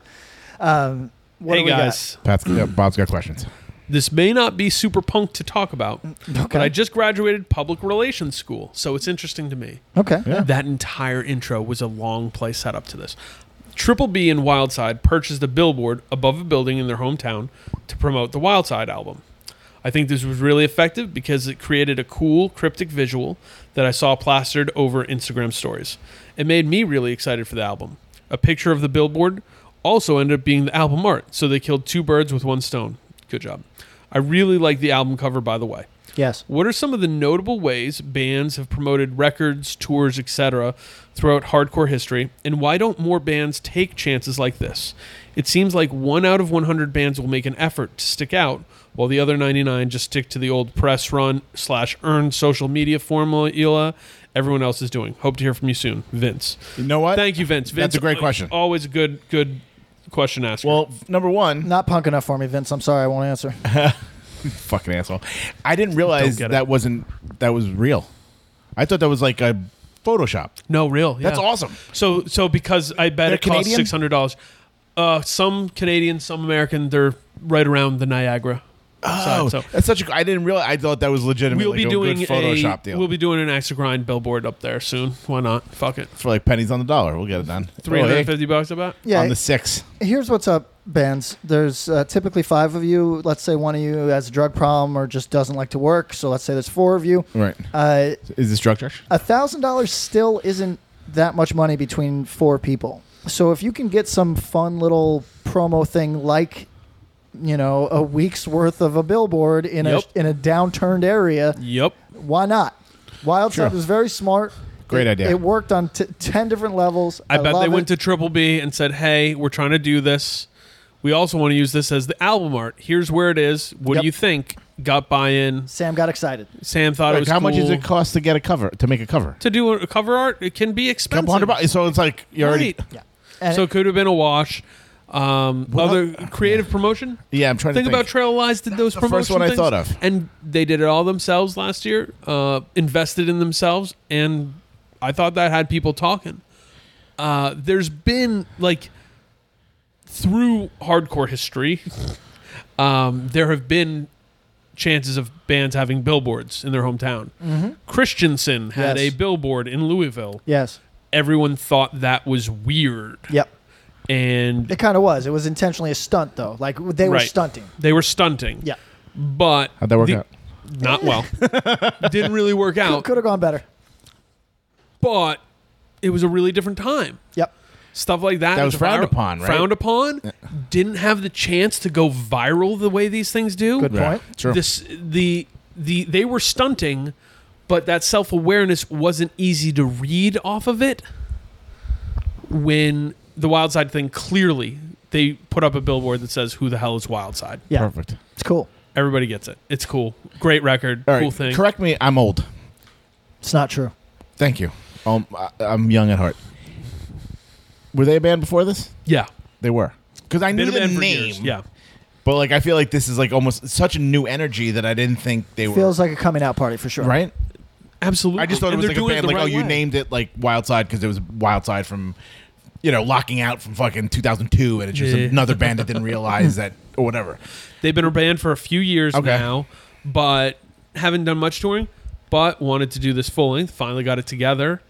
S2: Um, what
S4: Hey
S2: do we got?
S4: guys,
S3: Pat's, yeah, Bob's got questions.
S4: this may not be super punk to talk about,
S2: Okay.
S4: but I just graduated public relations school, so it's interesting to me.
S2: Okay.
S4: That entire intro was a long play setup to this. Triple B and Wildside purchased a billboard above a building in their hometown to promote the Wildside album. I think this was really effective because it created a cool cryptic visual that I saw plastered over Instagram stories. It made me really excited for the album. A picture of the billboard also ended up being the album art, so they killed two birds with one stone. Good job. I really like the album cover, by the way.
S2: Yes.
S4: What are some of the notable ways bands have promoted records, tours, etc. throughout hardcore history, and why don't more bands take chances like this? It seems like one out of 100 bands will make an effort to stick out, while the other 99 just stick to the old press run slash earn social media formula everyone else is doing. Hope to hear from you soon, Vince.
S3: You know what?
S4: Thank you, Vince. Vince uh,
S3: That's a great question.
S4: Always a good, good question asker.
S3: Well, f- number one,
S2: Not punk enough for me, Vince. I'm sorry, I won't answer.
S3: fucking asshole. I didn't realize
S4: get it.
S3: that wasn't that was real. I thought that was like a Photoshop.
S4: No, real.
S3: That's
S4: yeah.
S3: awesome.
S4: So so because I bet
S3: They're
S4: it costs
S3: Canadian?
S4: six hundred dollars. Uh, some Canadian, some American. They're right around the Niagara.
S3: Oh,
S4: side, so
S3: that's such a. I didn't realize. I thought that was legitimately
S4: we'll be
S3: like a
S4: doing
S3: good Photoshop
S4: a
S3: deal.
S4: we'll be doing an axe grind billboard up there soon. Why not? Fuck it.
S3: for like pennies on the dollar. We'll get it done.
S4: Three hundred and
S3: Oh,
S4: fifty bucks. I bet.
S3: yeah.
S2: Yeah.
S3: on the six.
S2: Here's what's up, bands. There's uh, typically five of you. Let's say one of you has a drug problem or just doesn't like to work. So let's say there's four of you.
S3: Right.
S2: Uh,
S3: Is this drug trash?
S2: A thousand dollars still isn't that much money between four people. So if you can get some fun little promo thing like you know a week's worth of a billboard in
S4: Yep.
S2: a in a downturned area.
S4: Yep.
S2: Why not? Wild
S3: Sure.
S2: Side was very smart.
S3: Great
S2: It-
S3: idea.
S2: It worked on t- ten different levels.
S4: I, bet
S2: love
S4: they went
S2: it.
S4: to Triple B and said, "Hey, we're trying to do this. We also want to use this as the album art. Here's where it is. What
S2: Yep.
S4: do you think?" Got buy-in.
S2: Sam got excited.
S4: Sam thought it
S3: Like,
S4: was
S3: how much
S4: cool.
S3: does it cost to get a cover to make a cover?
S4: to do a cover art? It can be
S3: A
S4: expensive.
S3: couple hundred bucks. So it's like you already.
S4: Right.
S2: Yeah. And
S4: So it could have been a wash. Um, other creative promotion.
S3: Yeah, I'm trying
S4: Think,
S3: to
S4: about Trail of Lies did those
S3: the first
S4: promotion
S3: one I
S4: things,
S3: thought of.
S4: and they did it all themselves last year. Uh, invested in themselves, and I thought that had people talking. Uh, there's been like through hardcore history, um, there have been chances of bands having billboards in their hometown.
S3: Mm-hmm.
S4: Christensen had
S2: Yes.
S4: a billboard in Louisville.
S2: yes.
S4: Everyone thought that was weird,
S2: Yep.
S4: and
S2: It kind of was. It was intentionally a stunt, though. Like they were
S4: Right.
S2: stunting.
S4: They were stunting.
S2: Yeah.
S4: But
S3: How'd that work
S4: the-
S3: out?
S4: Not well. Didn't really work out.
S2: Could have gone better.
S4: But it was a really different time.
S2: Yep.
S4: Stuff like that,
S3: That
S4: was
S3: was frowned
S4: vir-
S3: upon, right?
S4: Frowned upon. Didn't have the chance to go viral the way these things do.
S2: Good
S3: Yeah,
S2: point.
S3: True.
S4: This the the they were stunting, but that self awareness wasn't easy to read off of it. When the Wild Side thing clearly they put up a billboard that says "Who the hell is Wild Side?"
S2: Yeah.
S3: Perfect.
S2: It's cool.
S4: Everybody gets it. It's cool. Great record.
S3: All right.
S4: cool thing.
S3: Correct me. I'm old.
S2: It's not true.
S3: Thank you. Um, I, I'm young at heart. Were they a band before this?
S4: Yeah.
S3: They were. Because I
S4: Been
S3: knew
S4: a
S3: the
S4: band for
S3: name.
S4: years. Yeah.
S3: But like, I feel like this is like almost such a new energy that I didn't think they were.
S2: Feels like a coming out party for sure.
S3: right.
S4: Absolutely.
S3: I just thought
S4: And
S3: it
S4: they're
S3: was like a band.
S4: doing
S3: like,
S4: the
S3: oh,
S4: right
S3: you
S4: way.
S3: named it like Wildside because it was Wildside from, you know, locking out from fucking 2002, and it's just
S4: Yeah.
S3: another band that didn't realize that or whatever.
S4: They've been a band for a few years
S3: Okay.
S4: now, but haven't done much touring, but wanted to do this full length. Finally got it together.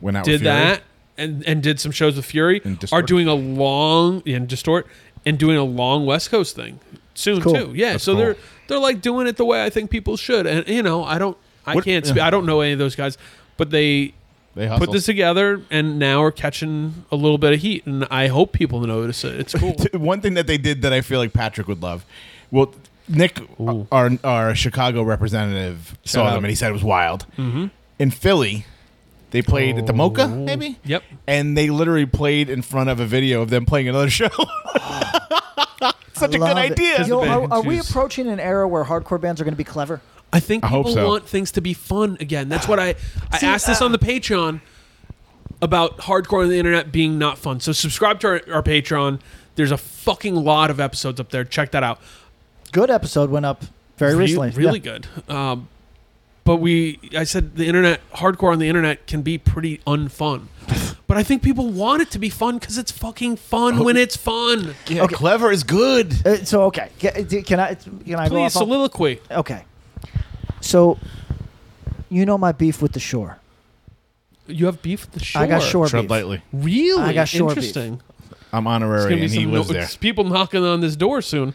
S3: Went out.
S4: Did
S3: with Oh, Fury.
S4: that and, and did some shows with Fury.
S3: And Distort.
S4: Are doing a long and distort and doing a long West Coast thing soon
S2: Cool.
S4: too. Yeah.
S3: That's
S4: so they're
S3: cool.
S4: they're like doing it the way I think people should. And you know, I don't I
S3: What-
S4: can't spe- I don't know any of those guys, but they
S3: They
S4: put this together and now are catching a little bit of heat and I hope people notice it. It's cool.
S3: one thing that they did that I feel like Patrick would love. Well, Nick, our our Chicago representative, saw
S4: out.
S3: them and he said it was wild. Mm-hmm. In Philly, they played at the Mocha,
S2: Oh.
S3: maybe.
S4: Yep.
S3: And they literally played in front of a video of them playing another show. Such a good
S2: Love it.
S3: idea.
S2: You know,
S4: That's a bad
S2: are, are we
S4: juice.
S2: approaching an era where hardcore bands are going to be clever?
S4: I think
S3: I
S4: people
S3: hope so.
S4: want things to be fun again. That's what I I asked
S2: uh,
S4: this on the Patreon about hardcore on the internet being not fun. So subscribe to our, our Patreon. There's a fucking lot of episodes up there. Check that out.
S2: Good episode went up very
S4: Re-
S2: recently.
S4: really
S2: Yeah.
S4: good. Um, but we, I said the internet hardcore on the internet can be pretty unfun. But I think people want it to be fun because it's fucking fun when it's fun.
S3: Yeah, Clever is good.
S2: Uh, so okay, Ca- d- can I can I go
S4: Please
S2: off on-
S4: soliloquy.
S2: okay. So, you know my beef with the shore.
S4: You have beef with the shore.
S2: I got shore
S3: Tread
S2: beef.
S3: lightly.
S4: Really
S2: I got shore beef.
S4: interesting.
S3: I'm
S4: There's gonna
S3: honorary,
S4: be
S3: and he
S4: some
S3: lives
S4: no-
S3: there.
S4: people knocking on this door soon.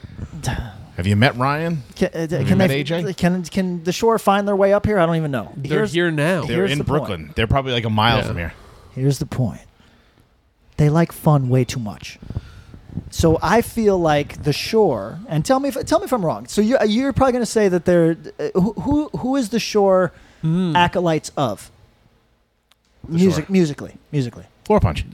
S3: Have you met Ryan?
S2: Can, uh, d-
S3: you
S2: can,
S3: met
S2: they,
S3: AJ?
S2: can can the shore find their way up here? I don't even know.
S4: They're here now.
S3: They're
S2: Here's
S3: in
S2: the point.
S3: Brooklyn. They're probably like a mile
S4: Yeah.
S3: from here.
S2: Here's the point. They like fun way too much. So I feel like the shore, and tell me if tell me if I'm wrong. So you're you're probably going to say that they're uh, who who- who is the shore acolytes of music
S3: Shore.
S2: musically musically
S3: Floor punch.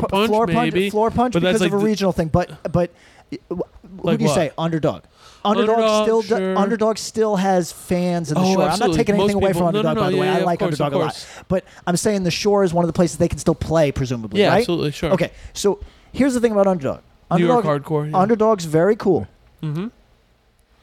S2: floor pu-
S4: Punch,
S2: floor punch
S4: maybe.
S2: floor punch
S4: But that's
S2: because
S4: like
S2: of a
S4: the-
S2: regional thing. But but uh, wh- who
S4: Like
S2: do you
S4: what?
S2: say underdog? Underdog,
S4: Underdog,
S2: still do-
S4: sure.
S2: underdog still has fans in the
S4: Oh,
S2: shore. I'm not
S4: absolutely.
S2: taking
S4: Most
S2: anything away
S4: people-
S2: from
S4: no, no,
S2: underdog. by
S4: no,
S2: the way,
S4: yeah,
S2: I
S4: yeah, of
S2: like
S4: course, of
S2: underdog a lot.
S4: course.
S2: But I'm saying the shore is one of the places they can still play, presumably.
S4: Yeah,
S2: right?
S4: absolutely, sure.
S2: Okay, so here's the thing about underdog.
S4: New York
S2: underdog
S4: hardcore, yeah.
S2: Underdog's very cool. Mm-hmm.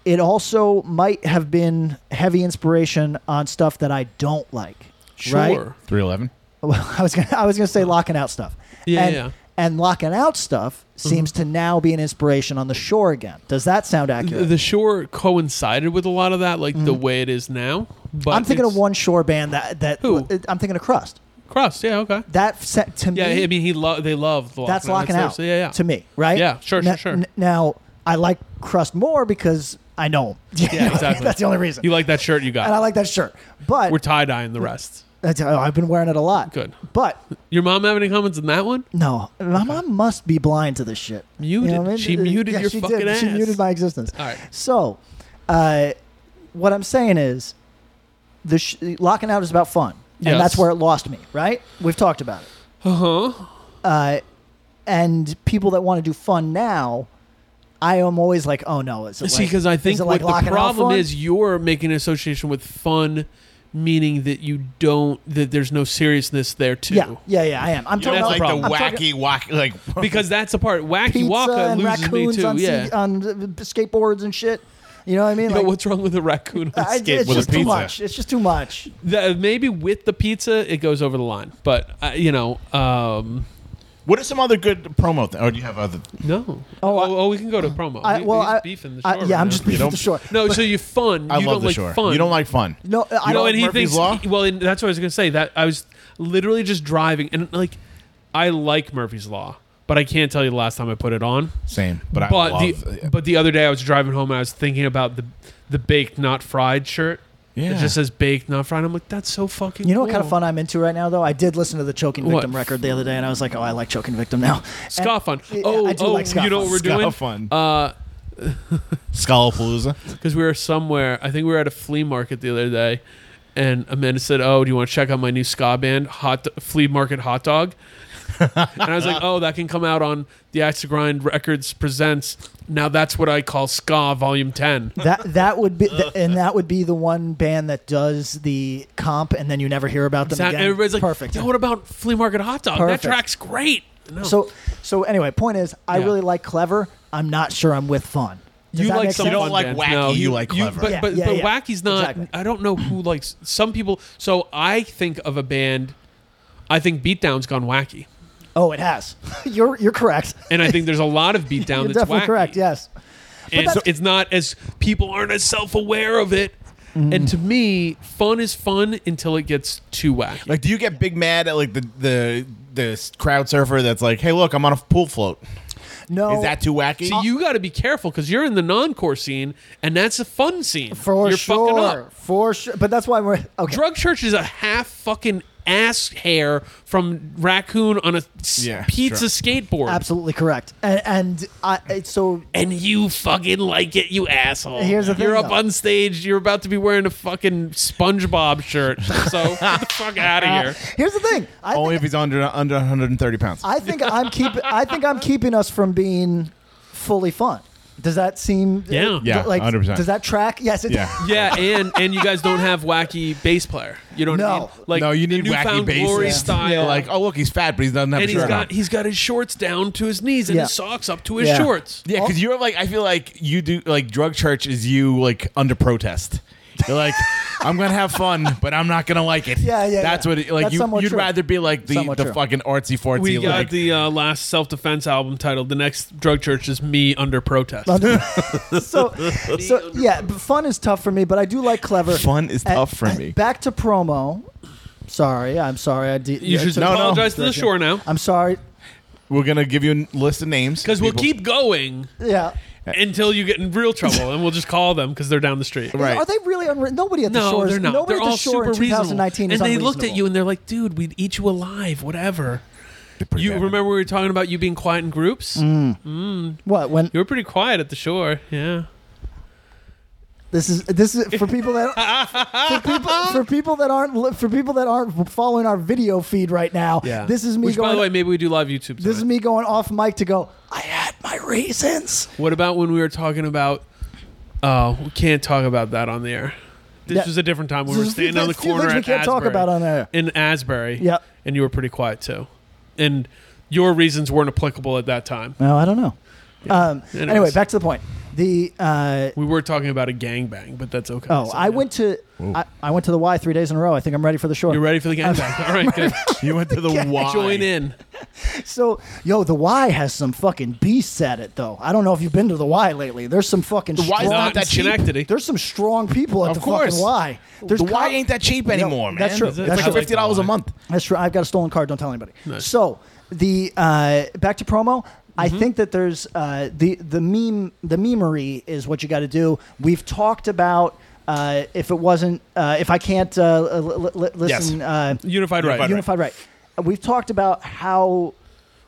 S2: It also might have been heavy inspiration on stuff that I don't like.
S4: Sure.
S2: Right?
S3: 311.
S2: Well, I was gonna I was gonna say locking out stuff.
S4: Yeah,
S2: and,
S4: yeah. Mm-hmm.
S2: And locking out stuff seems to now be an inspiration on the shore again. Does that sound accurate?
S4: The shore coincided with a lot of that, like the way it is now. But
S2: Mm. I'm thinking of
S4: it's-
S2: one shore band that that
S4: Who?
S2: I'm thinking of Crust.
S4: crust. Yeah, okay.
S2: That set to
S4: Yeah,
S2: me.
S4: I mean, he lo- they love the
S2: that's locking
S4: their-
S2: out.
S4: so yeah, yeah.
S2: To me, right?
S4: Yeah, sure,
S2: Now-
S4: sure, sure.
S2: n- now I like Crust more because I know him.
S4: Yeah, exactly.
S2: that's the only reason.
S4: You like that shirt you
S2: and I
S4: got?
S2: like that shirt, but
S4: We're tie dyeing the rest.
S2: That's, oh, I've been wearing it a lot.
S4: Good.
S2: But
S4: Your mom have any comments on that one?
S2: no, my mom must be blind to this shit.
S4: Muted. She muted your
S2: she
S4: fucking
S2: did. She
S4: ass.
S2: muted my existence.
S4: All right.
S2: So, uh, what I'm saying is, the sh- locking out is about fun, and
S4: Yes.
S2: that's where it lost me. Right? We've talked about it.
S4: Uh huh.
S2: Uh, and people that want to do fun now, I am always like, oh no, is it
S4: See,
S2: like-
S4: because I think
S2: is it like
S4: what the
S2: locking out
S4: problem
S2: fun?
S4: is, you're making an association with fun, meaning that you don't that there's no seriousness there too.
S2: Yeah, yeah, yeah. I am. I'm
S3: That's
S2: talking
S3: like
S2: about
S3: the
S4: problem.
S2: I'm talking-
S3: wacky, wacky, like
S4: Because that's the part. Wacky
S2: pizza
S4: Waka
S2: and
S4: loses me
S2: raccoons
S4: too.
S2: on,
S4: yeah.
S2: C- on uh, skateboards and shit. You know what I mean?
S4: you
S2: like,
S4: know what's wrong with a raccoon on
S2: I,
S4: skateboard?
S2: it's
S3: with a
S2: just too
S3: pizza?
S2: much. It's just too much.
S4: That- maybe with the pizza, it goes over the line. But uh, you know, um,
S3: what are some other good promo? Th- or do you have other?
S4: no.
S2: Oh,
S4: Oh,
S2: I-
S4: oh, we can go to promo.
S2: I,
S4: we,
S2: well,
S4: he's
S2: I,
S4: beefing the
S2: I-
S4: shore. right
S2: yeah, I'm
S4: now.
S2: just beefing
S3: don't-
S2: the shore.
S4: No, so you fun.
S3: I
S4: you
S3: love
S4: don't
S3: the
S4: like
S3: shore.
S4: fun.
S3: You don't like fun.
S2: No, I
S4: you know,
S2: don't.
S4: and he
S3: Murphy's
S4: thinks.
S3: Law?
S4: Well, and that's what I was gonna say. That I was literally just driving, and like, I like Murphy's Law, but I can't tell you the last time I put it on.
S3: Same, but, I
S4: But
S3: love.
S4: the but the other day I was driving home, and I was thinking about the the baked not fried shirt.
S3: Yeah.
S4: It just says baked not fried. I'm like, that's so fucking.
S2: You know what kind of
S4: cool.
S2: fun I'm into right now, though? I did listen to the Choking
S4: What?
S2: Victim record the other day, and I was like, oh, I like Choking Victim now.
S4: Ska fun.
S2: Yeah,
S4: Oh,
S2: I do
S4: oh,
S2: like ska
S4: you know
S2: fun.
S4: what we're
S3: Ska
S4: doing?
S3: fun.
S4: Uh,
S3: Scalapalooza.
S4: because we were somewhere. I think we were at a flea market the other day, and Amanda said, "Oh, do you want to check out my new ska band, Hot Flea Market Hot Dog?" and I was like, "Oh, that can come out on the Axe to Grind Records presents." Now that's what I call ska, Volume Ten.
S2: that that would be, th- and that would be the one band that does the comp, and then you never hear about them
S4: Exactly.
S2: again.
S4: Everybody's like,
S2: perfect.
S4: "Yo, what about Flea Market Hot Dog?
S2: Perfect.
S4: That track's great." No.
S2: So, so anyway, point is, I
S4: Yeah.
S2: really like Clever. I'm not sure I'm with Fun. Does
S4: you
S2: that
S4: like
S2: make
S4: some
S2: sense?
S3: You don't
S4: fun
S3: like
S4: bands.
S3: wacky,
S4: No,
S3: you like clever.
S4: but
S2: Yeah,
S4: but,
S2: yeah,
S4: but
S2: yeah.
S4: wacky's not.
S2: Exactly.
S4: I don't know who likes. Some people. So I think of a band. I think Beatdown's gone wacky,
S2: Oh, it has. you're you're correct.
S4: and I think there's a lot of Beatdown
S2: You're
S4: that's
S2: definitely
S4: wacky.
S2: correct. Yes.
S4: And
S2: that's-
S4: it's not as people aren't as self aware of it.
S2: Mm-hmm.
S4: And to me, fun is fun until it gets too wacky.
S3: Like, do you get big mad at like the the the crowd surfer that's like, "Hey, look, I'm on a pool float."
S2: No.
S3: Is that too wacky?
S4: so you got to be careful because you're in the non-core scene, and that's a fun scene.
S2: for
S4: you're fucking
S2: sure?
S4: up.
S2: For sure. But that's why we're okay.
S4: Drug Church is a half fucking ass hair from raccoon on a s-
S3: Yeah, sure.
S4: pizza skateboard.
S2: Absolutely correct. And, and I it's so
S4: And you fucking like it, you asshole.
S2: Here's the thing,
S4: you're up
S2: though.
S4: on stage. You're about to be wearing a fucking SpongeBob shirt. So get the fuck out of here.
S2: here's the thing. I
S3: Only
S2: think,
S3: if he's under under 130 pounds.
S2: I think I'm keep I think I'm keeping us from being fully fun. Does that seem uh,
S4: Yeah.
S3: Yeah,
S2: like
S3: 100%.
S2: does that track? Yes, it
S3: yeah.
S4: Yeah, and and you guys don't have wacky bass player. You don't
S2: No.
S4: need like
S3: no, you
S4: the
S3: need wacky
S4: newfound glory
S3: bass.
S4: style.
S3: Like, oh look, he's fat, but he doesn't have
S4: and
S3: a
S4: he's
S3: shirt
S4: got
S3: on.
S4: he's got his shorts down to his knees and
S2: Yeah.
S4: his socks up to his
S2: Yeah.
S4: shorts.
S3: Yeah, because you're like, I feel like you do like drug church is you like under protest. You're like, I'm gonna have fun, but I'm not gonna like it.
S2: Yeah, yeah,
S3: That's
S2: yeah.
S3: what it, like
S2: That's
S3: you.
S2: somewhat
S3: You'd
S2: true.
S3: rather be like the,
S2: Somewhat
S3: the
S2: true.
S3: fucking artsy fartsy.
S4: We got
S3: like,
S4: the uh, last self defense album titled "The Next Drug Church Is Me Under Protest."
S2: so so yeah, but fun is tough for me, but I do like clever.
S3: Fun is
S2: Uh,
S3: tough for me.
S2: Back to promo. Sorry, I'm sorry. I de-
S4: You
S2: I
S4: should
S2: took-
S3: no.
S4: apologize to the shore now
S2: I'm sorry.
S3: we're gonna give you a list of names
S4: because we'll
S3: people-
S4: keep going
S2: Yeah.
S4: until you get in real trouble, and we'll just call them because they're down the street.
S3: Right.
S2: Are they really unre- nobody at the
S4: No,
S2: shores?
S4: they're not.
S2: Nobody
S4: they're
S2: at the
S4: all
S2: shore
S4: super
S2: in 2019
S4: reasonable.
S2: is
S4: and they looked at
S2: unreasonable.
S4: you and they're like, "Dude, we'd eat you alive, whatever." You remember we were talking about you being quiet in groups?
S2: Mm. What when
S4: You were pretty quiet at the shore. Yeah.
S2: this is this is for people that for people for people that aren't li- for people that aren't following our video feed right now.
S4: Yeah.
S2: This is me
S4: Which,
S2: going.
S4: by the way, maybe we do live YouTube.
S2: this is
S4: tonight.
S2: me going off mic to go. I had my reasons.
S4: What about when we were talking about? Oh, we can't talk about that on the air. This
S2: Yeah.
S4: was a different time. We
S2: There's
S4: were
S2: a few
S4: standing on the
S2: things- few
S4: corner
S2: things we
S4: at
S2: can't talk
S4: Asbury-
S2: about on air.
S4: in Asbury.
S2: Yeah.
S4: and you were pretty quiet too, and your reasons weren't applicable at that time.
S2: No, I don't know. Um,
S4: Anyways.
S2: anyway, back to the point. The uh,
S4: We were talking about a gangbang, but that's okay.
S2: oh,
S4: So,
S2: I
S4: yeah.
S2: went to I, I went to the Y three days in a row. I think I'm ready for the shore.
S4: You're ready for the gangbang. All right, good.
S3: You went to the Y.
S4: Join in.
S2: So, yo, the Y has some fucking beasts at it though. I don't know if you've been to the Y lately. There's some fucking
S3: The Y's
S2: strong,
S3: not
S4: Not
S3: that
S4: that
S3: cheap.
S4: Schenectady.
S2: There's some strong people at
S3: Of
S2: the
S3: course.
S2: fucking Y. There's
S3: the Y
S2: cop-
S3: ain't that cheap anymore, man.
S2: that's true.
S3: It's
S2: That's
S3: like
S2: true.
S3: fifty dollars a
S4: Like-
S3: month.
S2: That's true. I've got a stolen card. Don't tell anybody. So the uh, back to promo. I
S3: Mm-hmm.
S2: think that there's uh, the the meme the memery is what you got to do. We've talked about Uh, if it wasn't, uh, if I can't uh, l- l- l- listen, uh,
S4: Unified, right.
S3: Unified Right.
S2: Unified Right. We've talked about how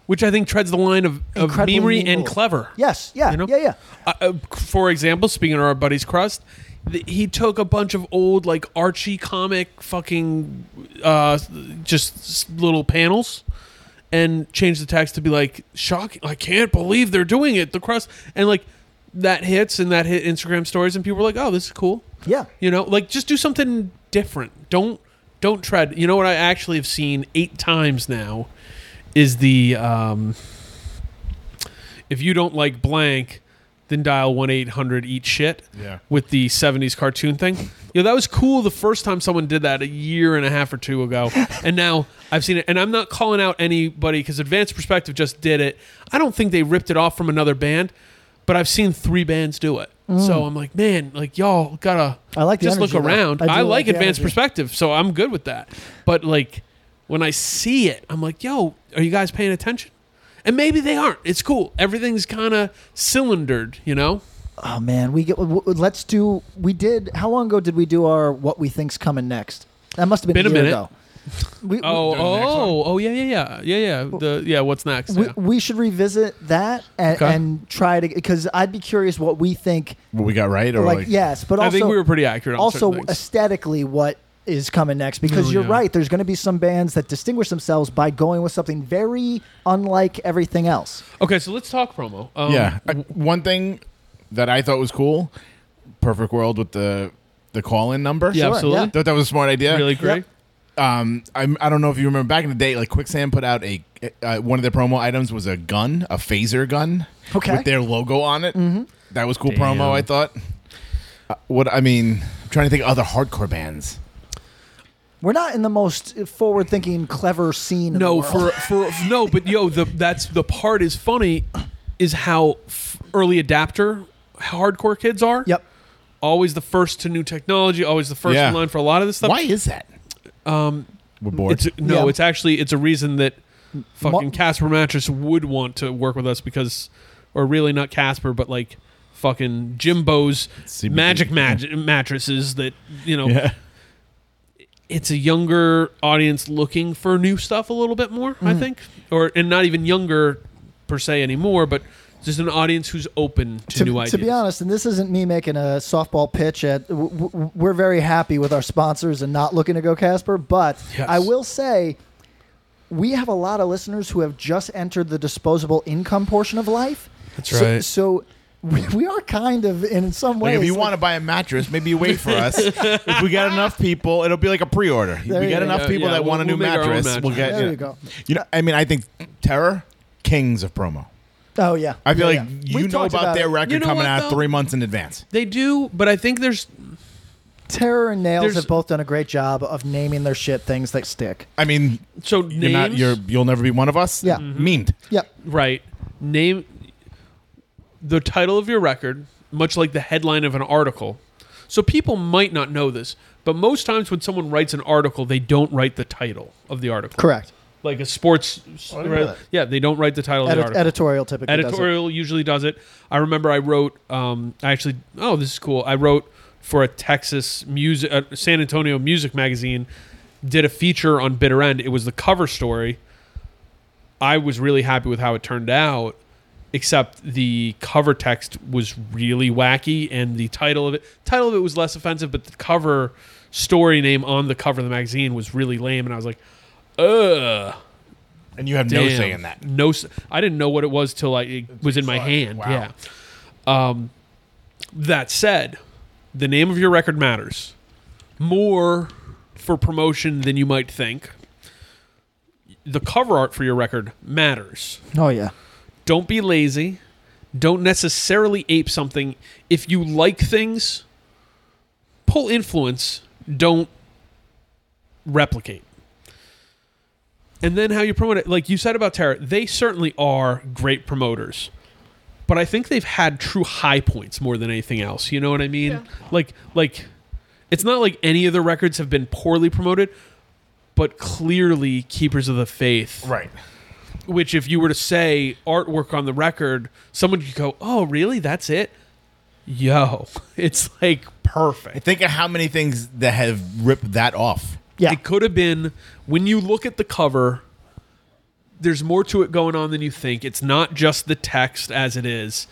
S4: Which I think treads the line of, of
S2: Incredibly
S4: memory and
S2: meaningful.
S4: clever.
S2: yes, yeah,
S4: You know?
S2: yeah, yeah.
S4: Uh, uh, for example, speaking of our buddies Crust, th- he took a bunch of old like Archie comic fucking uh, just s- little panels and changed the text to be like shocking. I can't believe they're doing it. The Crust and like that hits and that hit Instagram stories and people were like, oh, this is cool.
S2: Yeah.
S4: You know, like just do something different. Don't don't tread. You know what I actually have seen eight times now is the um if you don't like blank, then dial one eight hundred eat shit.
S3: Yeah.
S4: With the seventies cartoon thing. You know, that was cool the first time someone did that a year and a half or two ago. and now I've seen it and I'm not calling out anybody because Advanced Perspective just did it. I don't think they ripped it off from another band, but I've seen three bands do it. So I'm like, man, like y'all gotta
S2: I like the
S4: just
S2: energy,
S4: look
S2: though.
S4: around.
S2: I do
S4: I,
S2: like
S4: like
S2: the
S4: advanced
S2: energy.
S4: perspective, so I'm good with that. But like when I see it, I'm like, yo, are you guys paying attention? And maybe they aren't. It's cool. Everything's kind of cylindered, you know.
S2: Oh man, we get. W- w- let's do. We did. How long ago did we do our what we think's coming next? That must have been,
S4: Been a
S2: year
S4: minute.
S2: ago. We,
S4: Oh,
S3: Doing the next
S4: oh, oh, yeah, yeah, yeah, yeah, yeah. The yeah, what's next?
S2: we,
S4: yeah.
S2: we should revisit that and,
S4: Okay.
S2: and try to because I'd be curious what we think.
S3: What we got right, or
S2: Like,
S3: like,
S2: yes, but also
S4: I think we were pretty accurate. On
S2: also
S4: certain things.
S2: aesthetically what is coming next because
S4: Oh,
S2: you're
S4: yeah.
S2: right there's going to be some bands that distinguish themselves by going with something very unlike everything else
S4: okay, so let's talk promo. Um,
S3: yeah. I- one thing that I thought was cool, Perfect World with the the call in number.
S4: yeah, absolutely.
S2: yeah.
S3: Thought that was a smart idea.
S4: Really great.
S3: Um, I'm, I don't know if you remember back in the day, like Quicksand put out a uh, one of their promo items was a gun, a phaser gun,
S2: Okay. Mm-hmm.
S3: with their logo on it. That was cool
S4: Damn.
S3: promo. I thought. Uh, what I mean, I'm trying to think of other hardcore bands.
S2: we're not in the most forward thinking clever scene in
S4: No,
S2: the world.
S4: for for no, but yo, the that's the part is funny, is how f- early adapter hardcore kids are.
S2: yep
S4: always the first to new technology, always the first
S3: Yeah.
S4: in line for a lot of this stuff.
S3: Why is that? Um, We're bored.
S4: It's no,
S2: Yeah.
S4: it's actually it's a reason that fucking
S2: Mo-
S4: Casper Mattress would want to work with us because, or really not Casper, but like fucking Jimbo's
S3: CBD.
S4: magic mag- mattresses that you know.
S3: yeah.
S4: It's a younger audience looking for new stuff a little bit more,
S2: Mm.
S4: I think, or and not even younger per se anymore, but just an audience who's open to, new
S2: to,
S4: ideas.
S2: to be honest and this isn't me making a softball pitch at w- w- we're very happy with our sponsors and not looking to go casper but
S4: Yes.
S2: i will say we have a lot of listeners who have just entered the disposable income portion of life
S4: That's
S2: So-
S4: right.
S2: so, we, we are kind of in some ways
S3: Like if you
S2: like-
S3: want to buy a mattress, maybe you wait for us. if we got enough people, it'll be like a pre-order. If
S2: There
S3: we
S2: you
S3: got
S2: go.
S3: enough
S4: Yeah,
S3: people
S4: yeah,
S3: that
S4: we'll-
S3: want a new
S4: we'll make our own
S3: mattress, we'll
S4: mattress.
S3: get.
S2: There
S3: you,
S2: you
S3: know.
S2: go.
S3: You know, I mean, I think Terror kings of promo.
S2: Oh yeah,
S3: I feel
S2: Yeah,
S3: like
S2: yeah.
S3: you
S2: We've
S3: know
S2: talked
S3: about, their
S2: it.
S3: record
S4: You know
S3: coming
S4: what,
S3: out
S4: though?
S3: three months in advance.
S4: They do, but I think there's
S2: Terror and Nails
S4: There's-
S2: have both done a great job of naming their shit things that stick.
S3: I mean,
S4: so
S3: you're not
S4: names-
S3: you're you'll never be one of us.
S2: Yeah.
S4: Mm-hmm.
S3: mean.
S2: Yep.
S4: Right. Name the title of your record, much like the headline of an article. So people might not know this, but most times when someone writes an article, they don't write the title of the article.
S2: Correct.
S4: Like a sports.
S3: Oh, know that.
S4: yeah, they don't write the title of the
S2: Edi-
S4: article
S2: editorial typically. Does it.
S4: editorial usually does it. I remember I wrote. Um, I actually. Oh, this is cool. I wrote for a Texas music, uh, San Antonio music magazine. Did a feature on Bitter End. It was the cover story. I was really happy with how it turned out, except the cover text was really wacky, and the title of it title of it was less offensive, but the cover story name on the cover of the magazine was really lame, and I was like, ugh.
S3: And you have no
S4: Damn.
S3: say in that.
S4: No, s- I didn't know what it was till I, it was in my
S3: saw it.
S4: hand.
S3: Wow.
S4: Yeah. Um, that said, the name of your record matters more for promotion than you might think. The cover art for your record matters.
S2: Oh yeah.
S4: Don't be lazy. Don't necessarily ape something. If you like things, pull influence. Don't replicate. And then how you promote it, like you said about Tara, they certainly are great promoters. But I think they've had true high points more than anything else. You know what I mean? Like, like, it's not like any of the records have been poorly promoted, but clearly, Keepers of the Faith,
S3: Right.
S4: which if you were to say artwork on the record, someone could go, "Oh, really? That's it?" yo, it's like perfect.
S3: Think of how many things that have ripped that off.
S2: Yeah.
S4: It could have been when you look at the cover, there's more to it going on than you think. It's not just the text as it is.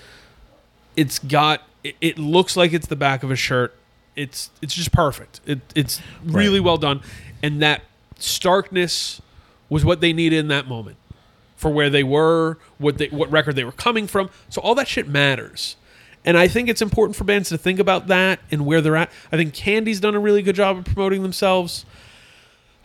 S4: It's got it, it looks like it's the back of a shirt. It's it's just perfect. It, it's really well done. And that starkness was what they needed in that moment. For where they were, what they what record they were coming from. So all that shit matters. And I think it's important for bands to think about that and where they're at. I think Candy's done a really good job of promoting themselves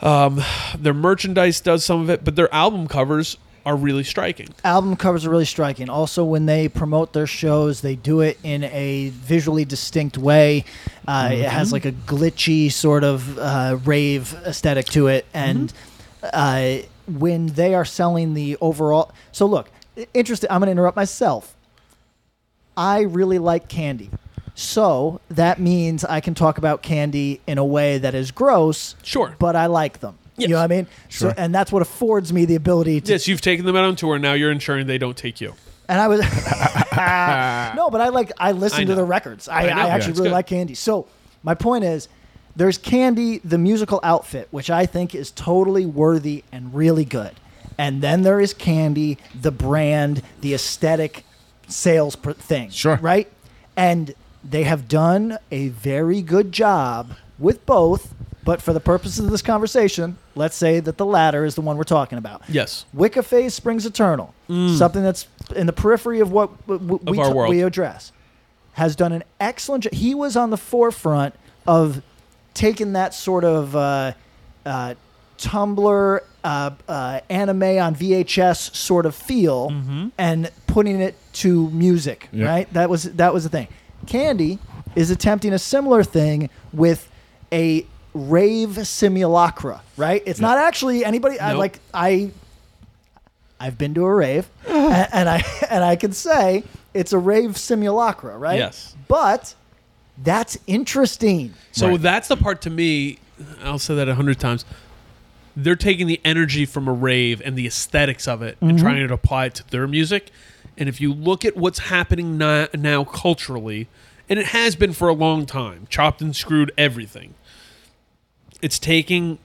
S4: Um, their merchandise does some of it, but their album covers are really striking.
S2: album covers are really striking. Also, when they promote their shows, they do it in a visually distinct way. Uh, It has like a glitchy sort of uh, rave aesthetic to it, and uh, when they are selling the overall, so look, i- interesting. I'm going to interrupt myself. I really like candy. So that means I can talk about candy in a way that is gross.
S4: Sure.
S2: But I like them. You know what I mean? So, and that's what affords me the ability to
S4: Yes, you've taken them out on tour. Now you're ensuring they don't take you.
S2: and I was no, but I like I listen
S4: I
S2: to
S4: know.
S2: the records. I,
S4: I
S2: I,
S4: know. Yeah,
S2: actually
S4: it's
S2: really
S4: good.
S2: like Candy. So my point is, there's Candy, the musical outfit, which I think is totally worthy and really good, and then there is Candy, the brand, the aesthetic, sales pr- thing.
S3: Sure.
S2: right? And they have done a very good job with both. But for the purposes of this conversation, let's say that the latter is the one we're talking about.
S4: Yes. Mm.
S2: Wicca phase springs eternal, something that's in the periphery of what w- w- we,
S4: our
S2: t-
S4: world.
S2: we address, has done an excellent job. He was on the forefront of taking that sort of uh, uh, Tumblr uh, uh, anime on VHS sort of feel
S4: Mm-hmm.
S2: and putting it to music. Right, that was that was the thing. Candy is attempting a similar thing with a rave simulacra. Right, it's not actually anybody. I
S4: Nope.
S2: like I I've been to a rave, a- and, I and I can say it's a rave simulacra, right?
S4: Yes.
S2: But that's interesting.
S4: So
S3: Right.
S4: that's the part to me. I'll say that a hundred times. They're taking the energy from a rave and the aesthetics of it and trying to apply it to their music. And if you look at what's happening now, now culturally, and it has been for a long time, chopped and screwed everything. It's taking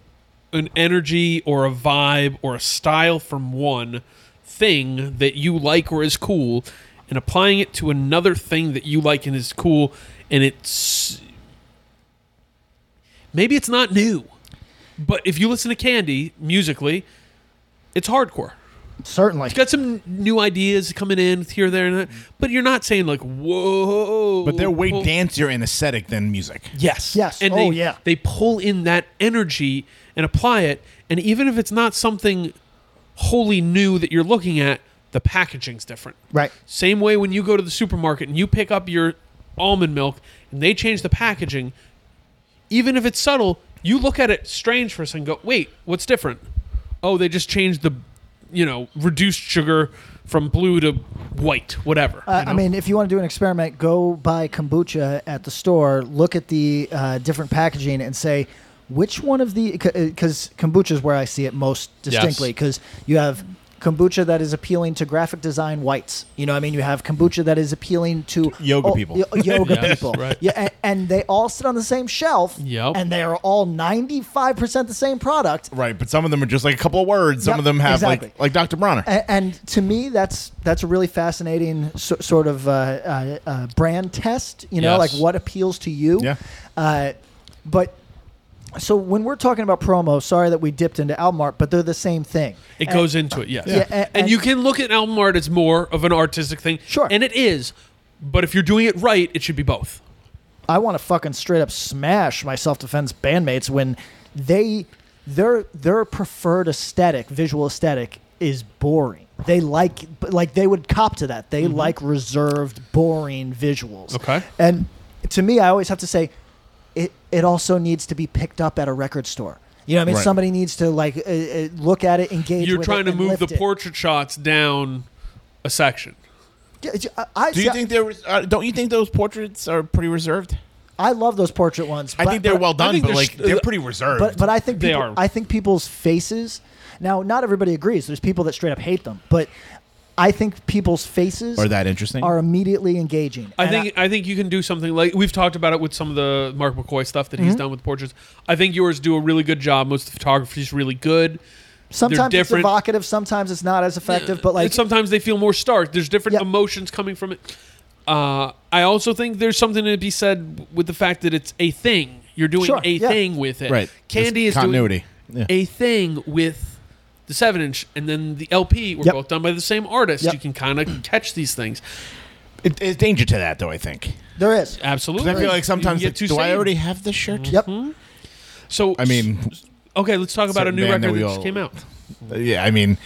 S4: an energy or a vibe or a style from one thing that you like or is cool and applying it to another thing that you like and is cool and it's maybe it's not new but if you listen to candy musically it's hardcore
S2: Certainly.
S4: got some new ideas coming in here there and that but you're not saying like whoa
S3: But they're way
S4: whoa.
S3: dancier and aesthetic than music.
S4: Yes.
S2: Yes.
S4: And
S2: Oh,
S4: they,
S2: yeah.
S4: They pull in that energy and apply it. And even if it's not something wholly new that you're looking at, the packaging's different.
S2: Right.
S4: Same way when you go to the supermarket and you pick up your almond milk and they change the packaging, even if it's subtle, you look at it strange for a second and go, wait, what's different? Oh, they just changed the, you know, reduced sugar from blue to white, whatever.
S2: Uh,
S4: you
S2: I
S4: know?
S2: mean, if you want to do an experiment, go buy kombucha at the store, look at the uh, different packaging, and say which one of the because kombucha is where I see it most distinctly because you have kombucha that is appealing to graphic design whites. You know, what I mean, you have kombucha that is appealing to
S3: Yoga people.
S2: y- uh, yoga
S4: Yes,
S2: people,
S4: right.
S2: Yeah, and, and they all sit on the same shelf.
S4: Yep.
S2: and they are all ninety five percent the same product.
S3: Right, but some of them are just like a couple of words. Some
S2: Yep,
S3: of them have
S2: exactly.
S3: like like Dr. Bronner.
S2: A- and to me, that's that's a really fascinating so, sort of uh, uh, uh, brand test. You know,
S4: Yes.
S2: like what appeals to you.
S3: Yeah.
S2: Uh, but so when we're talking about promo, sorry that we dipped into album art, but they're the same thing.
S4: It goes into it, yes.
S2: uh, Yeah, a-
S4: and,
S2: and-
S4: you can look at album art as more of an artistic thing.
S2: Sure.
S4: And it is. But if you're doing it right, it should be both.
S2: I want to fucking straight up smash my self defense bandmates when they their their preferred aesthetic, visual aesthetic, is boring. They like like they would cop to that.
S3: Mm-hmm.
S2: They like reserved, boring visuals.
S4: Okay.
S2: And to me, I always have to say, it it also needs to be picked up at a record store. You know what I mean?
S3: Right.
S2: Somebody needs to like uh, uh, look at it, engage.
S4: You're
S2: with
S4: trying
S2: it,
S4: to
S2: and
S4: move
S2: lift
S4: the
S2: it.
S4: portrait shots down a section.
S2: I, I,
S3: Do you think there was? Uh, don't you think those portraits are pretty reserved?
S2: I love those portrait ones?
S3: I
S2: but-
S3: think they're
S2: but-
S3: well done,
S4: think
S3: but
S4: they're
S3: like
S4: st-
S3: they're pretty reserved.
S2: uh, But but I think
S4: They
S2: people,
S4: are.
S2: I think people's faces. Now, not everybody agrees. There's people that straight up hate them, but I think people's faces
S3: Are that interesting?
S2: are immediately engaging.
S4: I
S2: And
S4: think I, think you can do something like we've talked about it with some of the Mark McCoy stuff that
S2: Mm-hmm.
S4: he's done with portraits. I think yours do a really good job. Most of the photography's really good.
S2: sometimes it's
S4: different.
S2: evocative, sometimes it's not as effective, but like
S4: And sometimes they feel more stark. There's different
S2: Yeah.
S4: emotions coming from it. Uh, I also think there's something to be said with the fact that it's a thing. You're doing
S2: Sure,
S4: a
S2: yeah.
S4: thing with it.
S3: Right.
S4: Candy
S3: There's
S4: is
S3: continuity. Yeah.
S4: doing a thing with the seven inch, and then the LP were
S2: Yep.
S4: both done by the same artist.
S2: Yep.
S4: You can kind of catch these things.
S3: It, there's danger to that, though. I think.
S2: there is.
S4: Absolutely.
S3: 'Cause I feel like sometimes
S4: You
S3: like,
S4: get too Mm-hmm.
S3: do I
S4: saved.
S3: already have this shirt?
S2: Yep.
S4: Mm-hmm. So
S3: I mean,
S4: okay, let's talk about
S3: certain
S4: a new
S3: band
S4: record
S3: that
S4: that,
S3: we
S4: just
S3: all-
S4: came out.
S3: yeah. I mean,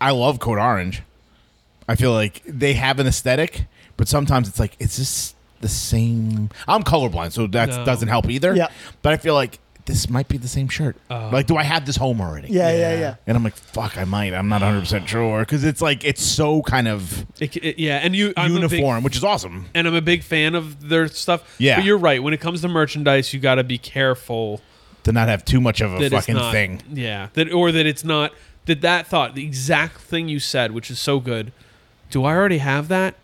S3: I love Code Orange. I feel like they have an aesthetic, but sometimes it's like it's just the same. I'm colorblind, so that
S4: No.
S3: doesn't help either.
S2: Yeah.
S3: But I feel like this might be the same shirt.
S4: Oh.
S3: like, do I have this home already?
S2: Yeah, yeah, yeah.
S3: And I'm like, fuck, I might. I'm not 100 percent sure because it's like it's so kind of
S4: It, it- yeah, and you I'm a big-
S3: uniform, which is awesome.
S4: and I'm a big fan of their stuff.
S3: Yeah.
S4: but you're right. When it comes to merchandise, you got to be careful
S3: To not have too much of a
S4: that it's
S3: fucking
S4: not
S3: thing.
S4: Yeah, that or that it's not that that thought the exact thing you said, which is so good. Do I already have that?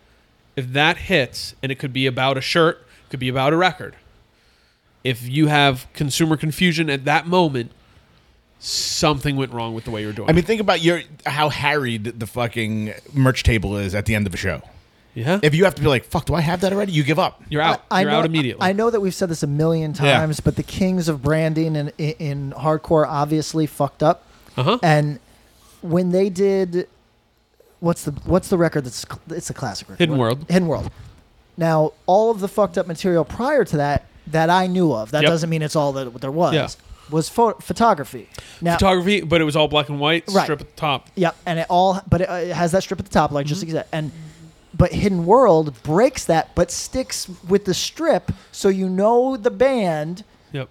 S4: If that hits, and it could be about a shirt, could be about a record. If you have consumer confusion at that moment, something went wrong with the way you're doing.
S3: I mean, think about your how harried the fucking merch table is at the end of a show.
S4: it. yeah,
S3: If you have to be like, "Fuck, do I have that already?" You give up.
S4: you're out,
S2: I, I
S4: you're
S2: know,
S4: out immediately.
S2: I know that we've said this a million
S3: Yeah.
S2: times, but the kings of branding in, in, in hardcore obviously fucked up.
S4: Uh-huh.
S2: And when they did, what's the what's the record that's cl- it's a classic record?
S4: Hidden
S2: What-
S4: World.
S2: Hidden World. Now all of the fucked up material prior to that that I knew of. That
S4: Yep.
S2: doesn't mean it's all that there was.
S4: Yeah.
S2: Was pho- photography. Now,
S4: photography, but it was all black and white,
S2: Right.
S4: strip at the top.
S2: Yeah, and it all, but it, uh, it has that strip at the top, like just like that. And but Hidden World breaks that, but sticks with the strip, so you know the band.
S4: Yep.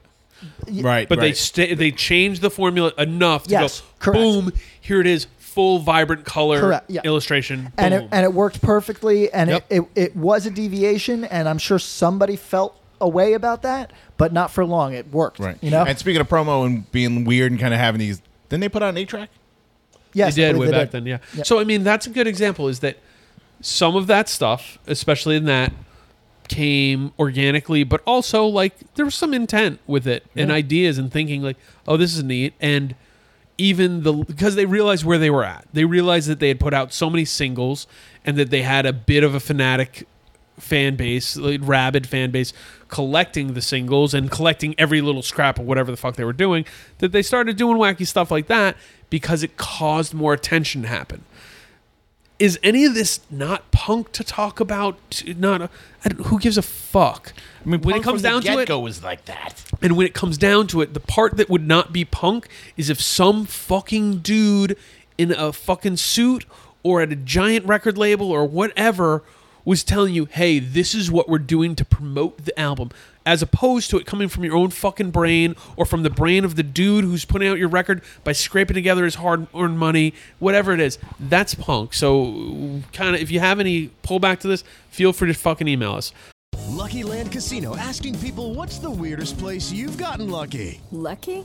S3: Right,
S4: But they
S3: right.
S4: sta they changed the formula enough to
S2: Yes,
S4: go
S2: correct.
S4: boom, here it is, full vibrant color
S2: Correct, yeah.
S4: illustration.
S2: And
S4: boom.
S2: it, and it worked perfectly, and
S3: Yep.
S2: it, it, it was a deviation, and I'm sure somebody felt a way about that, but not for long. It worked,
S3: Right.
S2: You know,
S3: And speaking of promo and being weird and kind of having these, then they put on a track.
S2: yes,
S4: they
S2: I
S4: did way
S2: believe they
S4: back then, yeah. So I mean, that's a good example. Is that some of that stuff, especially in that, came organically, but also like there was some intent with it and ideas and thinking like, oh, this is neat, and even the because they realized where they were at. They realized that they had put out so many singles and that they had a bit of a fanatic fan base, like rabid fan base, collecting the singles and collecting every little scrap of whatever the fuck they were doing, that they started doing wacky stuff like that because it caused more attention to happen. Is any of this not punk to talk about? Not I don't, who gives a fuck. I mean, when it comes down to it,
S3: go was like that.
S4: and when it comes down to it, the part that would not be punk is if some fucking dude in a fucking suit or at a giant record label or whatever was telling you, hey, this is what we're doing to promote the album, as opposed to it coming from your own fucking brain or from the brain of the dude who's putting out your record by scraping together his hard earned money, whatever it is. That's punk. So, kind of, if you have any pullback to this, feel free to fucking email us.
S5: Lucky Land Casino asking people what's the weirdest place you've gotten lucky?
S6: Lucky?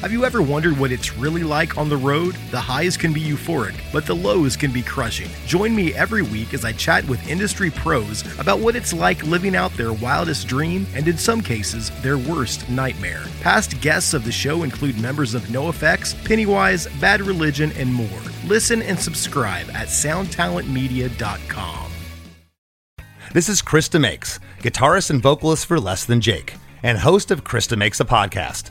S7: Have you ever wondered what it's really like on the road? The highs can be euphoric, but the lows can be crushing. Join me every week as I chat with industry pros about what it's like living out their wildest dream and, in some cases, their worst nightmare. Past guests of the show include members of NoFX, Pennywise, Bad Religion, and more. Listen and subscribe at soundtalentmedia.com.
S8: This is Krista Makes, guitarist and vocalist for Less Than Jake, and host of Krista Makes a Podcast,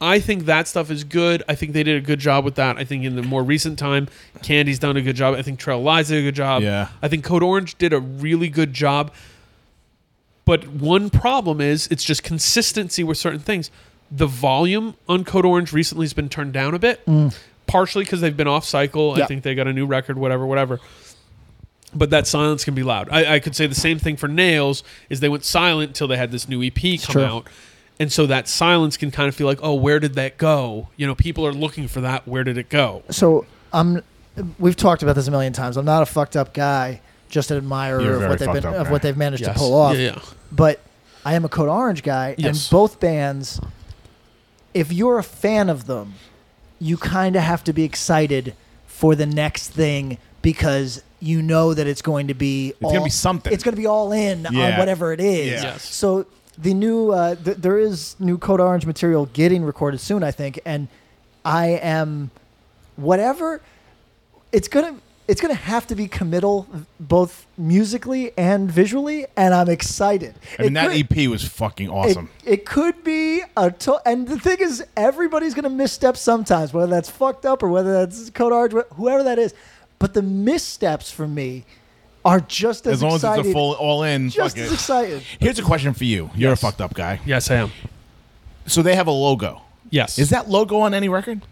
S4: I think that stuff is good. I think they did a good job with that. I think in the more recent time, Candy's done a good job. I think Trail Lies did a good job.
S3: Yeah.
S4: I think Code Orange did a really good job. But one problem is it's just consistency with certain things. The volume on Code Orange recently has been turned down a bit, partially because they've been off cycle. I
S9: Yeah.
S4: think they got a new record, whatever, whatever. But that silence can be loud. I, I could say the same thing for Nails. Is they went silent till they had this new EP come
S2: true.
S4: out, and so that silence can kind of feel like, oh, where did that go? You know, people are looking for that. Where did it go?
S2: So I'm. We've talked about this a million times. I'm not a fucked up guy, just an admirer
S4: You're a
S2: of what they've
S4: very
S2: been,
S4: fucked up
S2: of
S4: guy.
S2: what they've managed
S4: Yes.
S2: to pull off.
S4: Yeah, yeah.
S2: But I am a Code Orange guy,
S4: Yes.
S2: and both bands. If you're a fan of them, you kind of have to be excited for the next thing because you know that it's going to be it's
S3: gonna be
S2: something. It's going to be all in on
S3: Yeah.
S2: whatever it is.
S3: Yeah. Yes.
S2: So the new uh, th- there is new Code Orange material getting recorded soon, I think, and I am whatever it's gonna it's gonna have to be committal both musically and visually, and I'm excited.
S3: I mean,
S2: It
S3: that
S2: could-
S3: EP was fucking awesome.
S2: It, it could be a to- and the thing is, everybody's gonna misstep sometimes, whether that's fucked up or whether that's code orange, wh- whoever that is. But the missteps for me are just as,
S3: as long
S2: excited.
S3: as it's a full all in.
S2: just
S3: fuck
S2: as
S3: it.
S2: excited.
S3: Here's a question for you. You're a fucked up guy.
S4: Yes, I am.
S3: So they have a logo.
S4: Yes.
S3: Is that logo on any record?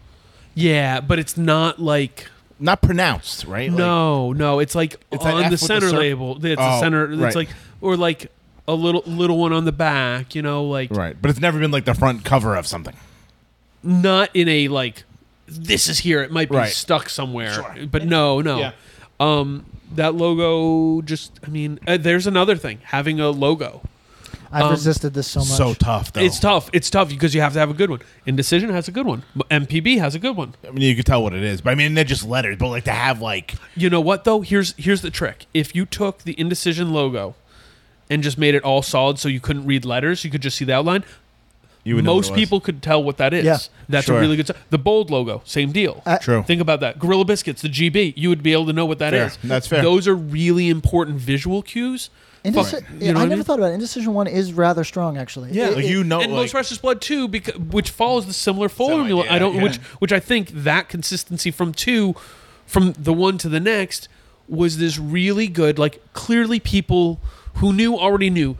S4: Yeah, but it's not like
S3: not pronounced, right? Like-
S4: No, no, it's like
S3: It's that
S4: on
S3: F
S4: the
S3: with the
S4: center
S3: cir-
S4: label. It's the
S3: Oh,
S4: center. It's
S3: right.
S4: like or like a little little one on the back. You know, like
S3: Right, but it's never been like the front cover of something.
S4: not in a like this is here it might be
S3: Right.
S4: stuck somewhere but no no
S3: Yeah.
S4: um that logo just i mean uh, there's another thing having a logo
S2: I've
S4: Um,
S2: resisted this so much.
S3: Oh.
S4: it's tough it's tough because you have to have a good one indecision has a good one mpb has a good one
S3: I mean, you can tell what it is, but I mean, they're just letters. But like to have like
S4: you know what though here's here's the trick if you took the indecision logo and just made it all solid so you couldn't read letters you could just see the outline
S3: You would know what
S4: most
S3: it was.
S4: people could tell what that is
S3: Yeah.
S4: that's a
S3: Sure.
S4: really good s- the bold logo same deal
S3: Uh, True.
S4: think about that gorilla biscuits the gb you would be able to know what that
S3: Fair.
S4: is.
S3: That's fair.
S4: those are really important visual cues
S2: Indeci-
S4: Fuck,
S2: I
S4: you know what
S2: never
S4: mean?
S2: thought about it. Indecision one is rather strong, actually.
S4: Yeah,
S2: It- it-
S4: and most Precious Blood too, because which follows the similar formula.
S3: idea,
S4: I don't,
S3: yeah.
S4: which which I think that consistency from two, from the one to the next, was this really good. Like clearly, people who knew already knew,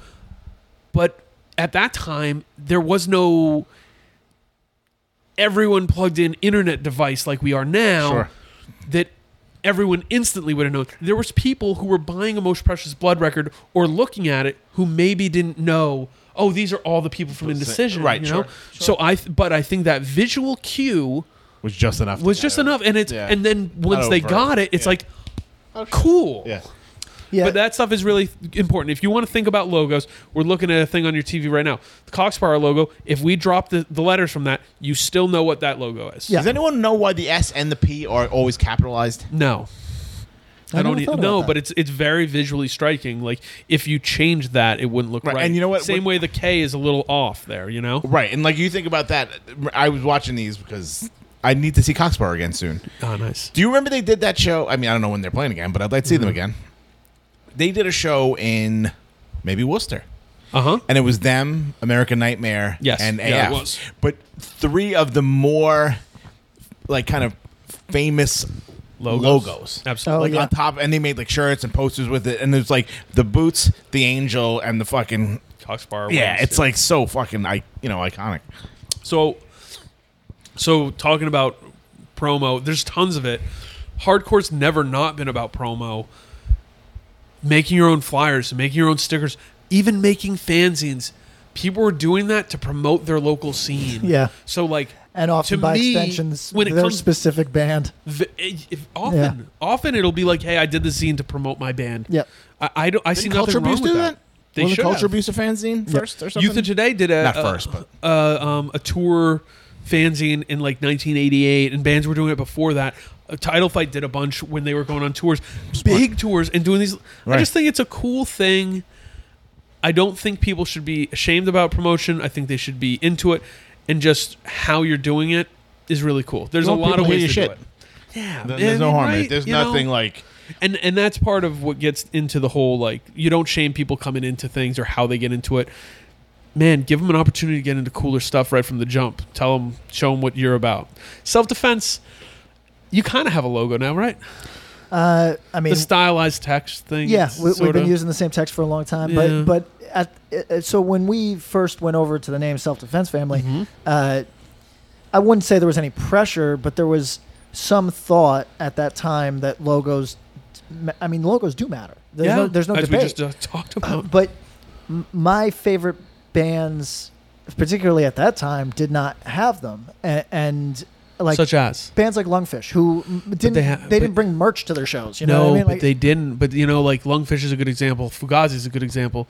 S4: but at that time there was no everyone plugged in internet device like we are now.
S3: Sure.
S4: That everyone instantly would have known. There was people who were buying a Most Precious Blood record or looking at it who maybe didn't know. Oh, these are all the people from Indecision,
S3: Right,
S4: You know?
S3: sure,
S4: So I, th- but I think that visual cue
S3: was just enough.
S4: was just enough, and it's
S3: Yeah.
S4: and then
S3: Not
S4: once they
S3: overt.
S4: got it, it's like cool. Yeah.
S2: Yeah.
S4: But that stuff is really important. If you want to think about logos, we're looking at a thing on your TV right now. The Coxpower logo, if we drop the, the letters from that, you still know what that logo is.
S3: Does anyone know why the S and the P are always capitalized?
S4: No. I, don't
S3: never
S4: e-
S3: thought about
S4: no,
S3: that.
S4: but it's it's very visually striking. Like if you change that, it wouldn't look right.
S3: Right, and you know what?
S4: Same way the K is a little off there. You know.
S3: Right, and like you think about that, I was watching these because I need to see Coxbar again soon.
S4: Oh, nice.
S3: Do you remember they did that show? I mean, I don't know when they're playing again, but I'd like to see them
S4: Mm-hmm.
S3: again. They did a show in maybe Worcester.
S4: Uh huh.
S3: And it was them, American Nightmare,
S4: Yes.
S3: and AF.
S4: Yeah, it was.
S3: But three of the more like kind of famous
S4: Logos.
S3: logos,
S4: Absolutely.
S3: like
S4: Oh, yeah.
S3: on top, and they made like shirts and posters with it. And there's like the boots, the angel, and the fucking
S4: Coxbar.
S3: Yeah,
S4: wings,
S3: it's
S4: yeah.
S3: like so fucking I you know iconic.
S4: So, so talking about promo, there's tons of it. Hardcore's never not been about promo. Making your own flyers, making your own stickers, even making fanzines. People were doing that to promote their local scene.
S2: Yeah.
S4: So like
S2: and often
S4: To
S2: by
S4: me,
S2: extensions
S4: when it
S2: their
S4: comes-
S2: specific band.
S4: V- if- if- often, often it'll be like, "Hey, I did this scene to promote my band."
S2: Yeah,
S4: I, I don't. I
S3: Didn't
S4: see nothing
S3: Culture
S4: wrong
S3: Abuse
S4: with
S3: do
S4: that.
S3: that?
S4: They
S3: Wasn't
S4: should
S3: Culture
S4: have.
S3: Abuse a fanzine
S4: Yeah.
S3: first or something?
S4: Youth of Today did a
S3: Not
S4: a-
S3: first, but-
S4: uh, um, a tour fanzine in like 1988, and bands were doing it before that. Uh, Title Fight did a bunch when they were going on tours, big tours, and doing these.
S3: Right.
S4: I just think it's a cool thing. I don't think people should be ashamed about promotion. I think they should be into it, and just how you're doing it is really cool. There's
S3: Well,
S4: a lot
S3: people
S4: of
S3: hear
S4: ways
S3: your
S4: to
S3: shit.
S4: do it. Yeah,
S3: Th- there's no
S4: I mean,
S3: harm in it.
S4: right,
S3: There's
S4: you know?
S3: nothing like-
S4: and and that's part of what gets into the whole like you don't shame people coming into things or how they get into it. Man, give them an opportunity to get into cooler stuff right from the jump. Tell them, show them what you're about. Self defense. You kind of have a logo now, right?
S2: Uh, I mean,
S4: the stylized text thing.
S2: Yeah,
S4: it's
S2: we, we've
S4: sorta-
S2: been using the same text for a long time,
S4: Yeah.
S2: but but at, uh, uh, so when we first went over to the name Self Defense Family,
S4: Mm-hmm.
S2: uh, I wouldn't say there was any pressure, but there was some thought at that time that logos, ma- I mean, logos do matter. There's
S4: yeah,
S2: no, there's no
S4: as
S2: debate.
S4: we just uh, talked about.
S2: but m- my favorite bands, particularly at that time, did not have them, and, and like
S4: Such as?
S2: bands like Lungfish, who m- didn't they,
S4: they ha- but-
S2: didn't bring merch to their shows. You
S4: no,
S2: know what I mean?
S4: but
S2: Like-
S4: they didn't. But you know, like Lungfish is a good example. Fugazi is a good example.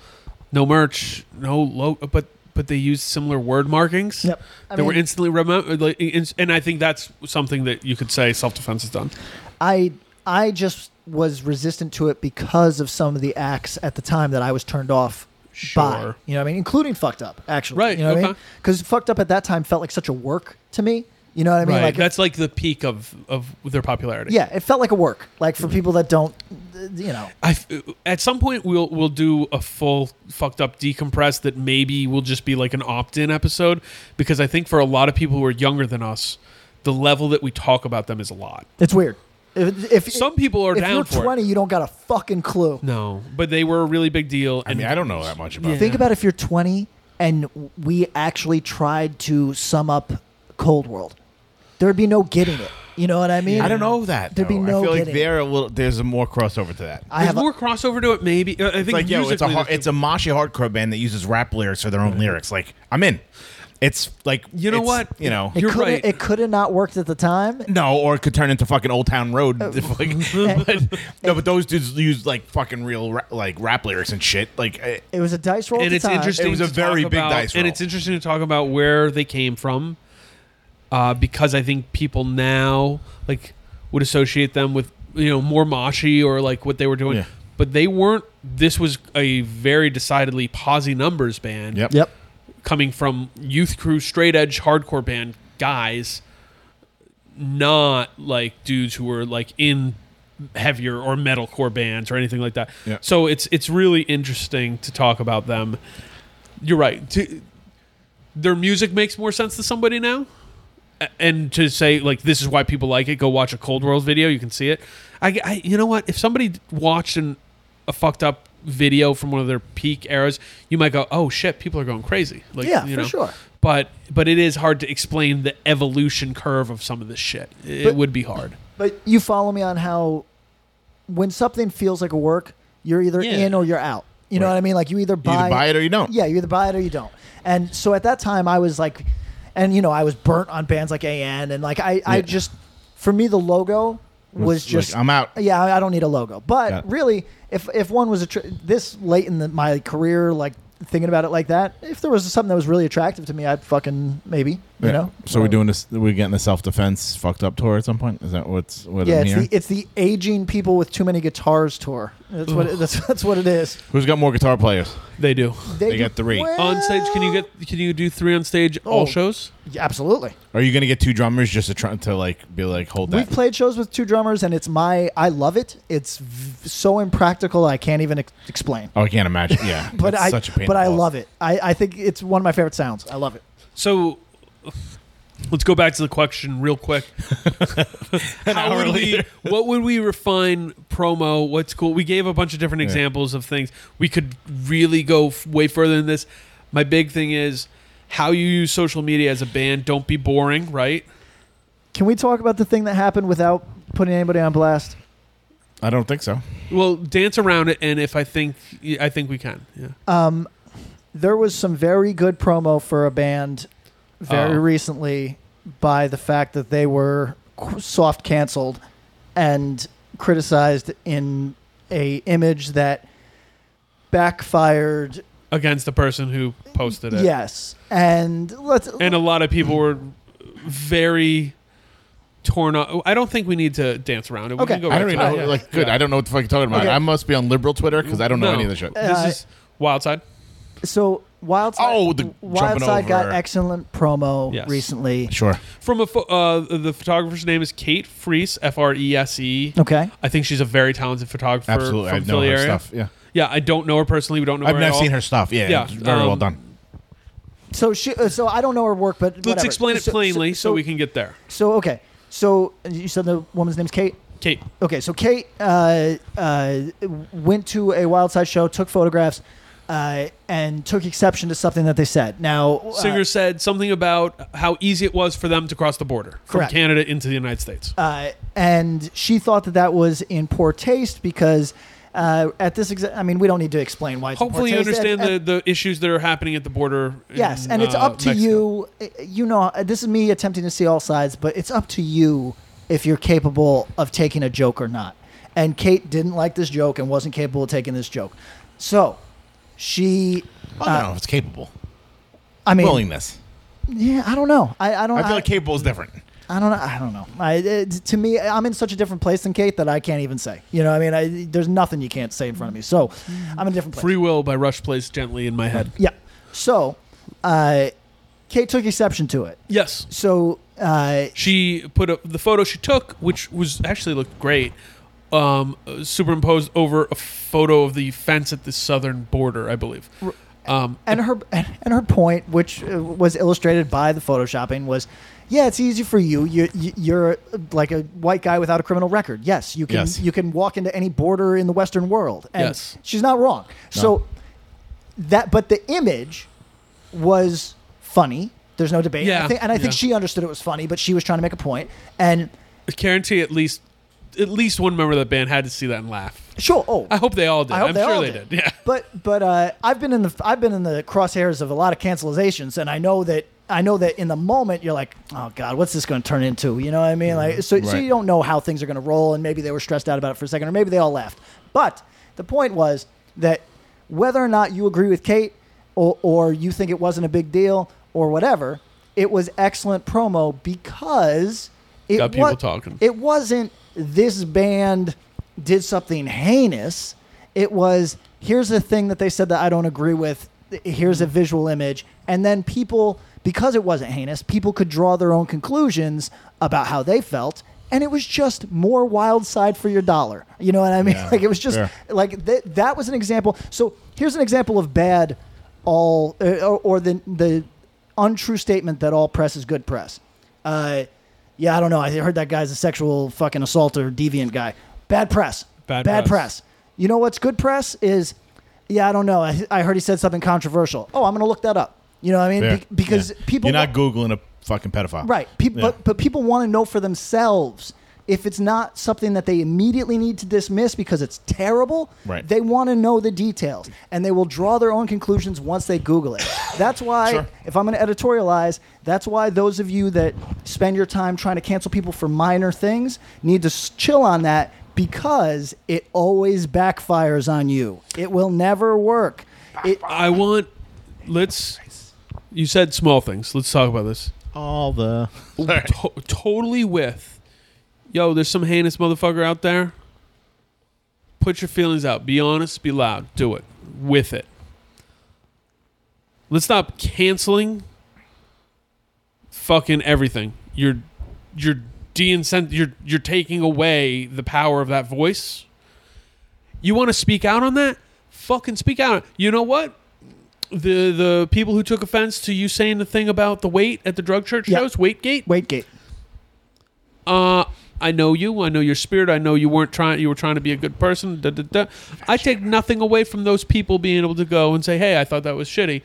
S4: No merch, no lo but but they used similar word markings.
S2: Yep. I
S4: They were
S2: mean-
S4: instantly remembered, like, in- and I think that's something that you could say self defense has done.
S2: I I just was resistant to it because of some of the acts at the time that I was turned off by.
S4: Sure.
S2: You know what I mean? Including fucked up, actually.
S4: Right,
S2: You know what I mean?
S4: okay.
S2: Because fucked up at that time felt like such a work to me. You know what I mean?
S4: right,
S2: Like
S4: that's like the peak of of their popularity.
S2: yeah, it felt like a work. Like
S4: Mm-hmm.
S2: for people that don't, uh, you know.
S4: I f- at some point we'll we'll do a full fucked up decompress that maybe will just be like an opt in episode because I think for a lot of people who are younger than us, the level that we talk about them is a lot.
S2: It's weird. If, if
S4: Some people are
S2: if
S4: down
S2: you're
S4: for it.
S2: 20, you don't got a fucking clue.
S4: No, but they were a really big deal.
S3: I mean, I don't know that much about
S2: Think about if you're 20 and we actually tried to sum up Cold World. There'd be no getting it. You know what I mean?
S3: I don't know that.
S2: There'd be
S3: though.
S2: no
S3: I feel like
S2: getting it.
S3: there a little, there's a more crossover to that.
S2: I
S4: There's
S2: have a-
S4: more crossover to it, maybe. Uh, I
S3: It's
S4: think
S3: like yo, it's a
S4: musically
S3: har-
S4: there's-
S3: it's a moshy hardcore band that uses rap lyrics for their own lyrics. Like I'm in. It's like
S4: You know
S3: it's-
S4: what?
S3: you know.
S2: It
S4: You're
S2: coulda-
S4: right.
S2: It could have not worked at the time.
S3: No, or it could turn into fucking Old Town Road.
S4: Oh.
S3: if, like, but, no, but those dudes use like fucking real ra- like rap lyrics and shit. Like eh, I-
S2: It was a dice roll. at
S4: and
S2: the
S4: it's
S2: time.
S4: interesting.
S3: It was a
S4: to
S3: very
S4: talk
S3: big
S4: about-
S3: dice roll.
S4: and it's interesting to talk about where they came from, uh, because I think people now like would associate them with you know more moshy or like what they were doing,
S3: Yeah.
S4: but they weren't. This was a very decidedly posy numbers band.
S3: Yep.
S2: Yep.
S4: coming from youth crew, straight edge, hardcore band guys, not like dudes who were like in heavier or metalcore bands or anything like that.
S3: Yeah.
S4: So it's it's really interesting to talk about them. You're right. To, their music makes more sense to somebody now. A- And to say like this is why people like it, go watch a Cold World video. You can see it. I, I you know what? If somebody watched an, a fucked up video from one of their peak eras, you might go, "Oh shit, people are going crazy." Like,
S2: Yeah,
S4: you
S2: for
S4: know?
S2: sure.
S4: But but it is hard to explain the evolution curve of some of this shit. It
S2: But-
S4: would be hard.
S2: But you follow me on how when something feels like a work, you're either
S4: Yeah.
S2: in or you're out. You know
S3: Right.
S2: what I mean? Like you either buy,
S3: buy it or you don't.
S2: Yeah, you either buy it or you don't. And so at that time, I was like, and you know, I was burnt on bands like AN, and like I, I
S3: Yeah.
S2: just, for me, the logo was
S3: like,
S2: just
S3: I'm out.
S2: Yeah, I I don't need a logo. But
S3: Yeah.
S2: really, if if one was a tr- this late in the, my career, like thinking about it like that, if there was something that was really attractive to me, I'd fucking maybe you
S3: Yeah.
S2: know.
S3: So we're doing this. We're getting the self defense fucked up tour at some point. Is that what's what?
S2: Yeah,
S3: I'm
S2: it's
S3: hearing?
S2: the, it's the aging people with too many guitars tour. That's what it, that's that's what it is.
S3: Who's got more guitar players?
S4: They do
S3: They got three.
S4: on stage. Can you get can you do three on stage
S2: Oh.
S4: all shows?
S2: Yeah, absolutely.
S3: Are you gonna get two drummers just to try to like be like hold that?
S2: We've played shows with two drummers, and it's my I love it. It's v- so impractical I can't even ex- explain.
S3: oh, I can't imagine. Yeah,
S2: But
S3: that's
S2: I
S3: such a pain in
S2: but
S3: the
S2: I
S3: balls.
S2: love it. I, I think it's one of my favorite sounds. I love it.
S4: So let's go back to the question real quick. How
S3: hour
S4: would we,
S3: later.
S4: what would we refine promo? What's cool? We gave a bunch of different examples of things. We could really go f- way further than this. My big thing is how you use social media as a band. Don't be boring, right?
S2: Can we talk about the thing that happened without putting anybody on blast?
S3: I don't think so.
S4: Well, dance around it, and if I think, I think we can. Yeah.
S2: There was some very good promo for a band very
S4: Oh.
S2: recently by the fact that they were qu- soft canceled and criticized in a image that backfired
S4: against the person who posted it.
S2: Yes, and let's
S4: and a lot of people were very torn up. I don't think we need to dance around it. We can go
S3: I
S4: right
S3: don't even
S4: to
S3: know.
S4: it.
S3: Like, good.
S4: Yeah.
S3: I don't know what the fuck you're talking about.
S4: Okay.
S3: I must be on liberal Twitter because I don't know
S4: No.
S3: any of this shit.
S4: This
S2: Uh,
S4: is Wild Side.
S2: So Wildside.
S4: Oh, the
S2: Wildside
S4: jumping over.
S2: got excellent promo
S4: Yes.
S2: recently.
S3: Sure.
S4: From a pho- uh, the photographer's name is Kate Freese, F R E S E.
S2: Okay.
S4: I think she's a very talented photographer.
S3: Absolutely.
S4: from
S3: I know
S4: Philly
S3: her
S4: area.
S3: stuff, yeah.
S4: yeah. I don't know her personally. We don't know.
S3: I've
S4: her
S3: never
S4: at all.
S3: seen her stuff. Yeah, it's very well done.
S2: So she. uh, So I don't know her work, but
S4: Let's
S2: whatever.
S4: explain it
S2: So-
S4: plainly so,
S2: so-
S4: we can get there.
S2: So okay, so you said the woman's name's Kate.
S4: Kate.
S2: Okay, so Kate uh, uh, went to a Wild Side show, took photographs, uh, and took exception to something that they said. Now, uh,
S4: Singer said something about how easy it was for them to cross the border from
S2: Correct.
S4: Canada into the United States.
S2: uh, and she thought that that was in poor taste because uh, at this, exa- I mean, we don't need to explain why. It's in poor
S4: Hopefully, you
S2: taste.
S4: understand
S2: And- and-
S4: the, the issues that are happening at the border. in,
S2: uh, Yes, and it's
S4: uh,
S2: up to
S4: Mexico.
S2: you. You know, this is me attempting to see all sides, but it's up to you if you're capable of taking a joke or not. And Kate didn't like this joke and wasn't capable of taking this joke, so she.
S3: Well, I don't know if it's capable.
S2: I mean, uh,
S3: willingness.
S2: yeah, I don't know. I, I don't.
S3: I feel
S2: I,
S3: like capable is different.
S2: I don't know. I don't know. I, it, to me, I'm in such a different place than Kate that I can't even say. You know, I mean, I, there's nothing you can't say in front of me. So I'm in a different place.
S4: Free Will by Rush plays gently in my head.
S2: Yeah. So, uh, Kate took exception to it.
S4: Yes.
S2: So uh,
S4: she put up the photo she took, which was actually looked great, um, superimposed over a photo of the fence at the southern border, I believe. Um,
S2: and her and and her point, which uh, was illustrated by the photoshopping, was, yeah, it's easy for you. You're you- you're uh, like a white guy without a criminal record. Yes, you can
S3: Yes.
S2: you can walk into any border in the Western world. And
S4: Yes.
S2: she's not wrong. So that, but the image was funny. There's no debate.
S4: Yeah,
S2: I think, and I
S4: yeah.
S2: think she understood it was funny, but she was trying to make a point. And
S4: I guarantee at least at least one member of that band had to see that and laugh.
S2: sure, oh,
S4: I hope they all did.
S2: I hope
S4: am
S2: they
S4: sure
S2: all
S4: they
S2: did.
S4: did. Yeah.
S2: But but uh, I've been in the I've been in the crosshairs of a lot of cancelizations, and I know that I know that in the moment you're like, oh god, what's this going to turn into? You know what I mean?
S4: Mm-hmm.
S2: Like so, so
S3: Right.
S2: you don't know how things are going to roll, and maybe they were stressed out about it for a second, or maybe they all laughed. But the point was that whether or not you agree with Kate, or or you think it wasn't a big deal, or whatever, it was excellent promo because it
S4: Got people
S2: wa-
S4: talking.
S2: It wasn't this band did something heinous. It was here's a thing that they said that I don't agree with. Here's a visual image, and then people because it wasn't heinous, people could draw their own conclusions about how they felt, and it was just more wild side for your dollar. You know what I mean?
S3: Yeah,
S2: like it was just
S3: fair.
S2: like th- that was an example. So here's an example of bad all uh, or, or the the untrue statement that all press is good press. Uh, yeah, I don't know. I heard that guy's a sexual fucking assaulter, deviant guy. Bad press.
S4: Bad
S2: press.
S4: press.
S2: You know what's good press is, yeah, I don't know. I, I heard he said something controversial. Oh, I'm gonna look that up. You know what I mean?
S3: Fair.
S2: Be- because
S3: Yeah.
S2: people
S3: You're not googling a fucking pedophile,
S2: Right. People,
S3: Yeah.
S2: but, but people want to know for themselves if it's not something that they immediately need to dismiss because it's terrible.
S3: Right.
S2: They want to know the details, and they will draw their own conclusions once they Google it. That's why,
S3: Sure.
S2: if I'm going to editorialize, that's why those of you that spend your time trying to cancel people for minor things need to s- chill on that because it always backfires on you. It will never work. It,
S4: I want let's you said small things. Let's talk about this.
S3: All the
S4: To- totally with yo, there's some heinous motherfucker out there. Put your feelings out. Be honest, be loud. Do it. With it. Let's stop canceling fucking everything. You're you're de-incent- you're you're taking away the power of that voice. You want to speak out on that? Fucking speak out. You know what? The the people who took offense to you saying the thing about the weight at the drug church
S2: Yeah.
S4: shows, weight gate.
S2: Waitgate.
S4: Uh, I know you. I know your spirit. I know you weren't trying. You were trying to be a good person. Da, da, da. I take nothing away from those people being able to go and say, "Hey, I thought that was shitty."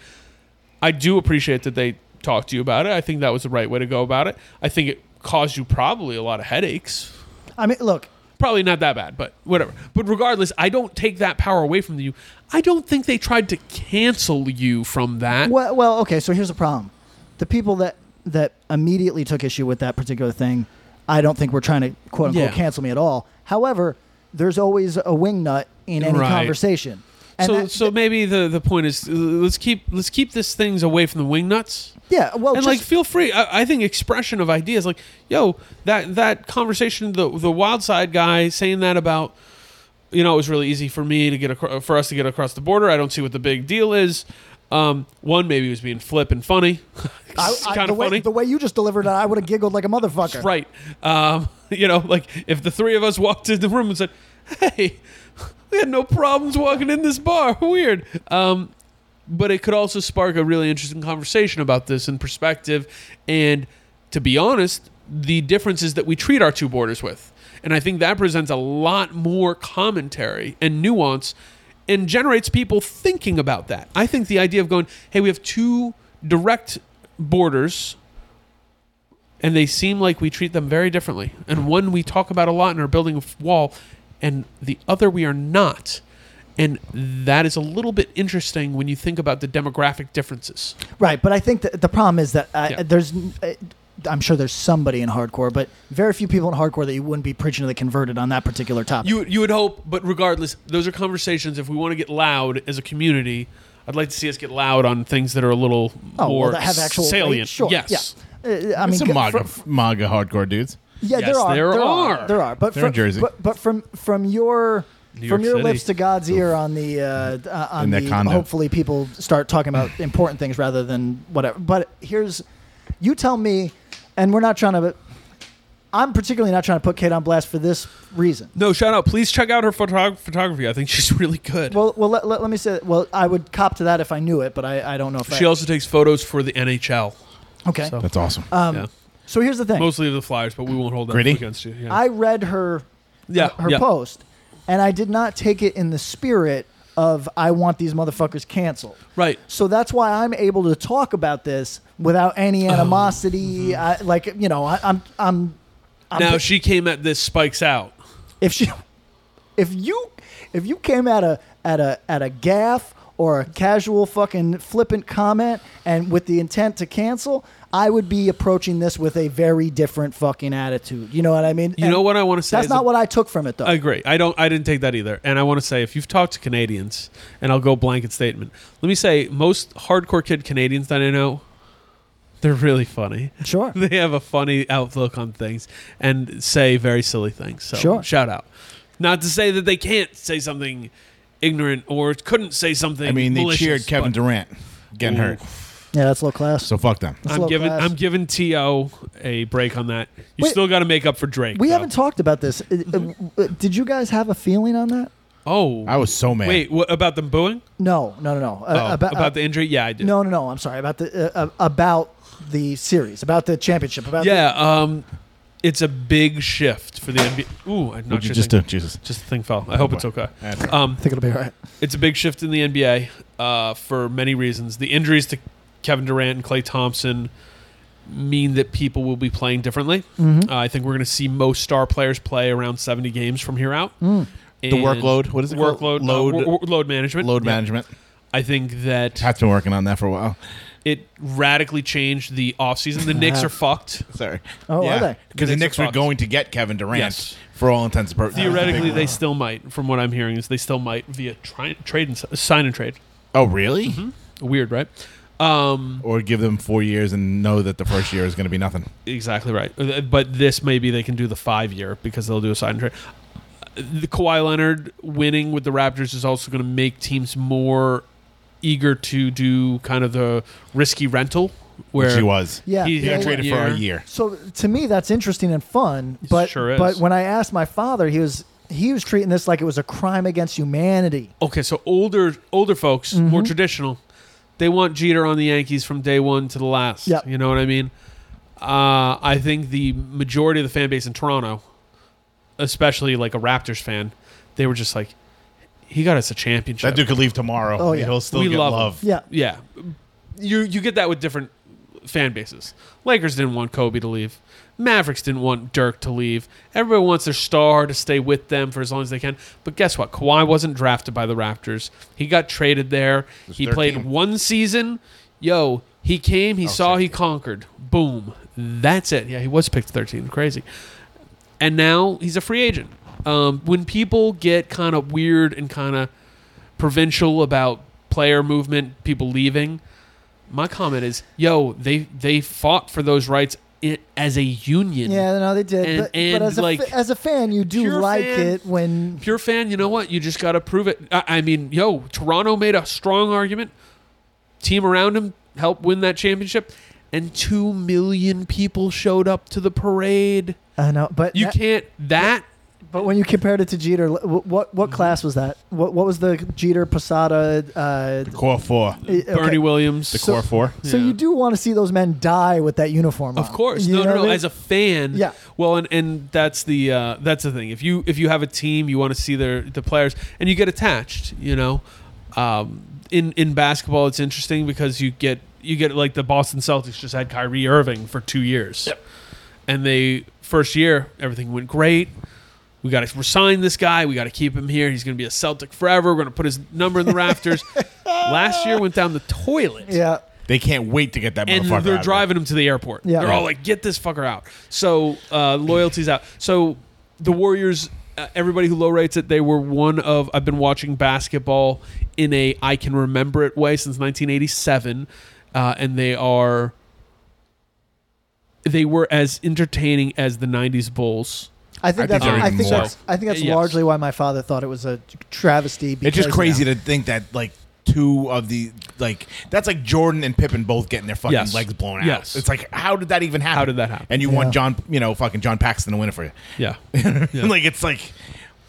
S4: I do appreciate that they talked to you about it. I think that was the right way to go about it. I think it caused you probably a lot of headaches.
S2: I mean, look,
S4: Probably not that bad, but whatever. But regardless, I don't take that power away from you. I don't think they tried to cancel you from that.
S2: Well, well, okay. So here's the problem: the people that that immediately took issue with that particular thing. I don't think we're trying to quote unquote
S4: Yeah.
S2: cancel me at all. However, there's always a wing nut in any
S4: Right.
S2: conversation. And
S4: so,
S2: that-
S4: so maybe the, the point is uh, let's keep let's keep this things away from the wing nuts.
S2: yeah, well,
S4: and
S2: just-
S4: like feel free. I, I think expression of ideas, like yo, that that conversation, the the wild side guy saying that about, you know, it was really easy for me to get acro- for us to get across the border. I don't see what the big deal is. Um, one maybe he was being flip and funny,
S2: I, I-
S4: kind
S2: the
S4: of
S2: way
S4: funny,
S2: the way you just delivered it, I would have giggled like a motherfucker.
S4: right? Um, you know, like if the three of us walked in the room and said, "Hey, we had no problems walking in this bar," weird. Um, but it could also spark a really interesting conversation about this and perspective and to be honest the differences that we treat our two borders with and i think that presents a lot more commentary and nuance and generates people thinking about that i think the idea of going hey we have two direct borders and they seem like we treat them very differently and one we talk about a lot and are building a f- wall and the other we are not and that is a little bit interesting when you think about the demographic differences.
S2: Right, but I think that the problem is that uh,
S4: Yeah.
S2: there's, uh, I'm sure there's somebody in hardcore, but very few people in hardcore that you wouldn't be preaching to the converted on that particular topic.
S4: You you would hope, but regardless, those are conversations. If we want to get loud as a community, I'd like to see us get loud on things that are a little
S2: oh,
S4: more
S2: well, that have actual
S4: salient.
S2: Sure,
S4: yes.
S2: yeah. Uh, I mean,
S3: some
S2: g-
S3: MAGA,
S2: fr-
S3: MAGA hardcore dudes.
S2: Yeah,
S4: Yes,
S2: there are.
S4: there are.
S2: There are. But
S3: They're
S2: from,
S3: in Jersey.
S2: But, but from from your
S4: New
S2: from
S4: York
S2: your
S4: City.
S2: lips to God's ear on the uh, uh, on
S3: In that
S2: the
S3: condo.
S2: hopefully people start talking about important things rather than whatever. But here's you tell me, and we're not trying to. I'm particularly not trying to put Kate on blast for this reason.
S4: No, shout out. Please check out her photog- photography. I think she's really good.
S2: Well, well, let, let, let me say. Well, I would cop to that if I knew it, but I, I don't know if
S4: she
S2: I,
S4: also takes photos for the NHL.
S2: Okay.
S4: so,
S3: That's awesome.
S2: um,
S4: yeah.
S2: So here's the thing.
S4: Mostly of the Flyers, but we won't hold that
S3: Gritty?
S4: against you. Yeah.
S2: I read her
S4: yeah,
S2: her
S4: yeah.
S2: post, and I did not take it in the spirit of I want these motherfuckers canceled.
S4: Right.
S2: So that's why I'm able to talk about this without any
S4: Oh. Mm-hmm.
S2: animosity. I, like you know, I, I'm I'm. I'm
S4: now she came at this spikes out.
S2: if she, if you, if you came at a at a at a gaff or a casual fucking flippant comment and with the intent to cancel, I would be approaching this with a very different fucking attitude. You know what I mean?
S4: You know what I wanna say
S2: That's
S4: is a-
S2: not what I took from it though.
S4: I agree. I don't. I didn't take that either. And I want to say, if you've talked to Canadians, and I'll go blanket statement. Let me say, most hardcore kid Canadians that I know, they're really funny.
S2: sure.
S4: They have a funny outlook on things and say very silly things. So
S2: Sure.
S4: shout out. Not to say that they can't say something ignorant or couldn't say something.
S3: I mean, they
S4: malicious,
S3: cheered Kevin
S4: but-
S3: Durant getting
S4: Ooh.
S3: hurt.
S2: Yeah, that's low class.
S3: So fuck them.
S2: That's
S4: I'm
S2: low
S4: giving
S2: class.
S4: I'm giving To a break on that. You
S2: Wait.
S4: still got to make up for Drake.
S2: we
S4: though.
S2: haven't talked about this. Uh, uh, uh, Did you guys have a feeling on that?
S4: oh,
S3: I was so mad.
S4: wait. What about them booing?
S2: No, no, no, no. Uh,
S4: Oh, about,
S2: uh,
S4: the injury? Yeah, I did.
S2: No, no, no. I'm sorry about the uh, uh, about the series, about the championship, about
S4: Yeah, um, it's a big shift for the NBA. Ooh, I'm not
S3: What'd
S4: sure.
S3: you just do?
S4: thing,
S3: Jesus.
S4: just the thing fell. I hope it's okay.
S3: That's all right.
S2: The,
S4: Um,
S2: I think it'll be all right.
S4: it's a big shift in the NBA uh, for many reasons. The injuries to Kevin Durant and Clay Thompson mean that people will be playing differently.
S2: Mm-hmm.
S4: Uh, I think we're going to see most star players play around 70 games from here out.
S2: Mm.
S3: The workload, what is it called?
S4: Workload,
S3: Load-
S4: load, load management.
S3: Load
S4: Yeah.
S3: management.
S4: I think that
S3: Pat's been working on that for a while.
S4: it radically changed the offseason. The Knicks are fucked.
S3: Sorry.
S2: Oh, are they?
S3: Because the
S4: Knicks are
S3: Knicks were
S4: fucked.
S3: going to get Kevin Durant
S4: Yes.
S3: for all intents and purposes.
S4: Theoretically, they still might. From what I'm hearing, is they still might via tri- trade and s- sign and trade.
S3: Oh, really?
S4: Mm-hmm. Weird, right? Um,
S3: Or give them four years and know that the first year is going to be nothing.
S4: exactly right. Uh, But this maybe they can do the five year because they'll do a sign and trade. Uh, The Kawhi Leonard winning with the Raptors is also going to make teams more eager to do kind of the risky rental where
S3: Which he was.
S2: Yeah,
S4: He
S3: He
S2: yeah,
S3: got
S2: yeah.
S3: traded for a year.
S2: So to me, that's interesting and fun. But
S4: sure is.
S2: but when I asked my father, he was he was treating this like it was a crime against humanity.
S4: Okay, so older older folks, more traditional, they want Jeter on the Yankees from day one to the last.
S2: Yep.
S4: You know what I mean? Uh, I think the majority of the fan base in Toronto, especially like a Raptors fan, they were just like, he got us a championship.
S3: That dude could leave tomorrow.
S2: Oh, yeah.
S3: He'll still
S4: We
S3: get
S4: love him.
S3: love.
S2: Yeah,
S4: yeah. You, you get that with different fan bases. Lakers didn't want Kobe to leave. Mavericks didn't want Dirk to leave. Everybody wants their star to stay with them for as long as they can. But guess what? Kawhi wasn't drafted by the Raptors. He got traded there. He
S3: their
S4: played
S3: team. Oh,
S4: one season. Yo, he He came, he saw, he conquered. Boom. That's it. Yeah, he was picked 13. Crazy. And now he's a free agent. Um, when people get kind of weird and kind of provincial about player movement, people leaving, my comment is, yo, they they fought for those rights i as a union.
S2: Yeah, no, they did.
S4: And-
S2: but,
S4: and,
S2: but as,
S4: like,
S2: a, fa- as a fan, you do
S4: pure
S2: like
S4: fan-
S2: it when
S4: Pure fan, you know what? You just got to prove it. I, I mean, yo, Toronto made a strong argument. Team around him helped win that championship, and two million people showed up to the parade.
S2: I know, but
S4: You
S2: that-
S4: can't that.
S2: But when you compared it to Jeter, l- wh- what what class was that? What what was the Jeter Posada? Uh,
S3: Core four.
S2: eh, okay.
S4: Bernie Williams,
S3: The core four.
S2: So you do want to see those men die with that uniform?
S4: Of course, no, no, no. As a fan,
S2: Yeah.
S4: Well, and, and that's the uh, that's the thing. If you if you have a team, you want to see their the players, and you get attached. You know, um, in in basketball, it's interesting because you get you get like the Boston Celtics just had Kyrie Irving for two years, and they first year everything went great. We got to resign this guy. We got to keep him here. He's going to be a Celtic forever. We're going to put his number in the rafters. Last year went down the toilet
S2: yeah,
S3: They can't wait to get that
S4: and
S3: motherfucker. out
S4: they're
S3: of
S4: driving him to the airport.
S2: Yeah.
S4: They're all like, "Get this fucker out!" So uh, loyalty's out. So the Warriors, uh, everybody who low rates it, they were one of. I've been watching basketball in a I can remember it way since 1987, uh, and they are. They were as entertaining as the '90s Bulls.
S2: I think
S3: I think
S2: that's
S3: they're
S2: I
S3: even
S2: think
S3: more.
S2: that's I think that's
S4: Yes.
S2: largely why my father thought it was a travesty.
S3: It's
S2: Because,
S3: just crazy to think that like two of the like that's like Jordan and Pippen both getting their fucking
S4: Yes.
S3: legs blown out.
S4: Yes.
S3: It's like how did that even happen?
S4: How did that happen?
S3: And you
S2: Yeah.
S3: want John, you know, fucking John Paxton to win it for you.
S4: Yeah,
S3: like it's like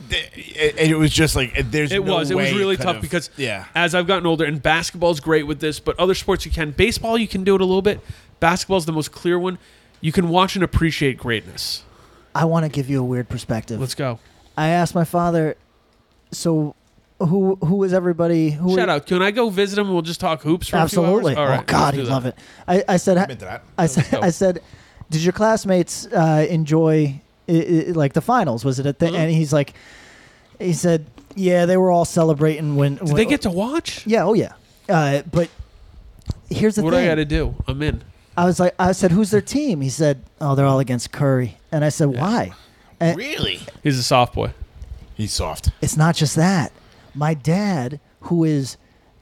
S3: th- it, it was just like there's
S4: it
S3: no
S4: was. It
S3: way
S4: was really
S3: could
S4: tough
S3: have-
S4: because
S3: yeah.
S4: as I've gotten older, and basketball's great with this, but other sports you can. Baseball you can do it a little bit. Basketball's the most clear one. You can watch and appreciate greatness.
S2: I want to give you a weird perspective.
S4: Let's go.
S2: I asked my father, so who who is everybody? Who
S4: Shout out. Can I go visit him? and We'll just talk hoops for
S2: Absolutely.
S4: A few hours? All
S2: oh
S4: right,
S2: God,
S4: let's do
S2: he'd
S4: that.
S2: love it. I, I said.
S3: into that.
S2: I said. I said. Did your classmates uh, enjoy i i like the finals? Was it at the?
S4: Mm-hmm.
S2: And he's like, he said, yeah, they were all celebrating when.
S4: Did they get to watch?
S2: Yeah. Oh yeah. Uh, but here's the
S4: What do
S2: thing.
S4: I got to do? I'm in.
S2: I was like, I said, who's their team? He said, oh, they're all against Curry. And I said, why? And
S3: really
S4: He's a soft boy.
S3: he's soft.
S2: it's not just that. My dad, who is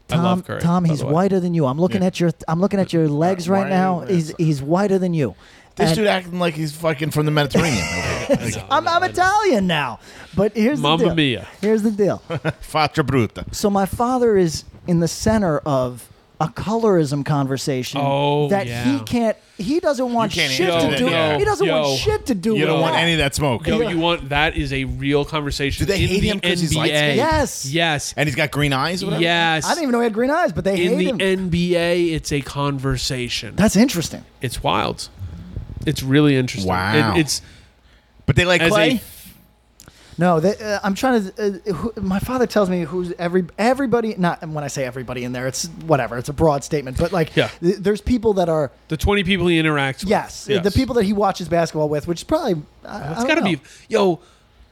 S4: I
S2: Tom,
S4: love Curry,
S2: Tom,
S4: by
S2: he's
S4: the way.
S2: whiter than you. I'm looking
S3: Yeah.
S2: at your, I'm looking at your legs right
S3: why-
S2: now.
S3: yeah,
S2: He's he's whiter than you.
S3: This
S2: And
S3: dude acting like he's fucking from the Mediterranean. like,
S2: I'm, I'm Italian now, but here's
S4: Mamma
S2: the deal.
S4: mia.
S2: Here's the deal.
S3: Fatra bruta.
S2: So my father is in the center of a colorism conversation
S4: Oh,
S2: that he
S4: yeah.
S2: can't. He doesn't want
S3: You can't
S2: shit
S4: answer
S2: to
S4: that,
S2: do.
S4: yeah.
S2: He doesn't
S4: Yo.
S2: want shit to do.
S3: You
S2: with
S3: don't want
S2: that.
S3: any of that smoke.
S4: Yo, you want that is a real conversation.
S3: Do they
S4: in
S3: hate
S4: the
S3: him 'cause
S4: NBA.
S3: he's light-skinned?
S2: Yes.
S4: Yes.
S3: and he's got green eyes. Or whatever?
S4: Yes.
S2: I didn't even know he had green eyes, but they
S4: in
S2: hate
S4: the
S2: him.
S4: NBA, it's a conversation.
S2: That's interesting.
S4: It's wild. It's really interesting.
S3: Wow.
S4: It- it's
S3: But they like
S4: as
S3: Clay.
S4: a
S2: No, they, uh, I'm trying to. Uh, who, my father tells me who's every everybody. Not and when I say everybody in there, it's whatever. It's a broad statement, but like,
S4: Yeah.
S2: th- there's people that are
S4: the twenty people he interacts with.
S2: yes, uh, the people that he watches basketball with, which is probably I,
S4: That's
S2: I don't
S4: got to
S2: know.
S4: be yo.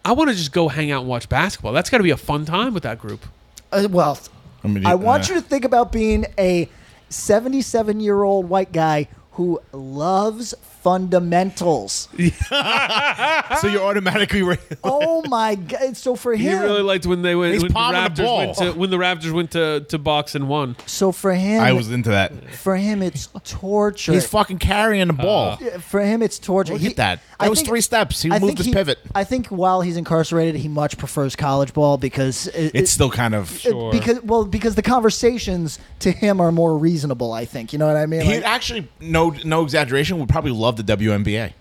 S4: I want to just go hang out and watch basketball. That's got to be a fun time with that group.
S2: Uh, well,
S3: I mean,
S2: I want
S3: uh,
S2: you to think about being a 77 year old white guy who loves fundamentals.
S3: So you're automatically. Ra-
S2: oh my god! So for
S4: He
S2: him,
S4: really liked when they went
S3: He's
S4: when the
S3: palming the
S4: Raptors
S3: ball.
S4: went to when the Raptors went to, to box and won.
S2: so for him,
S3: I was into that.
S2: for him, it's torture.
S3: He's fucking carrying
S4: Uh-huh.
S3: the ball.
S2: for him, it's torture.
S3: Look
S2: He-
S3: at that. That was three steps. He moved
S2: think
S3: his pivot.
S2: I think while he's incarcerated, he much prefers college ball because it,
S3: it's
S2: it-
S3: still kind of.
S2: it- because well because the conversations to him are more reasonable. I think you know what I mean.
S3: He
S2: Like,
S3: actually, no, no exaggeration, would probably love the WNBA.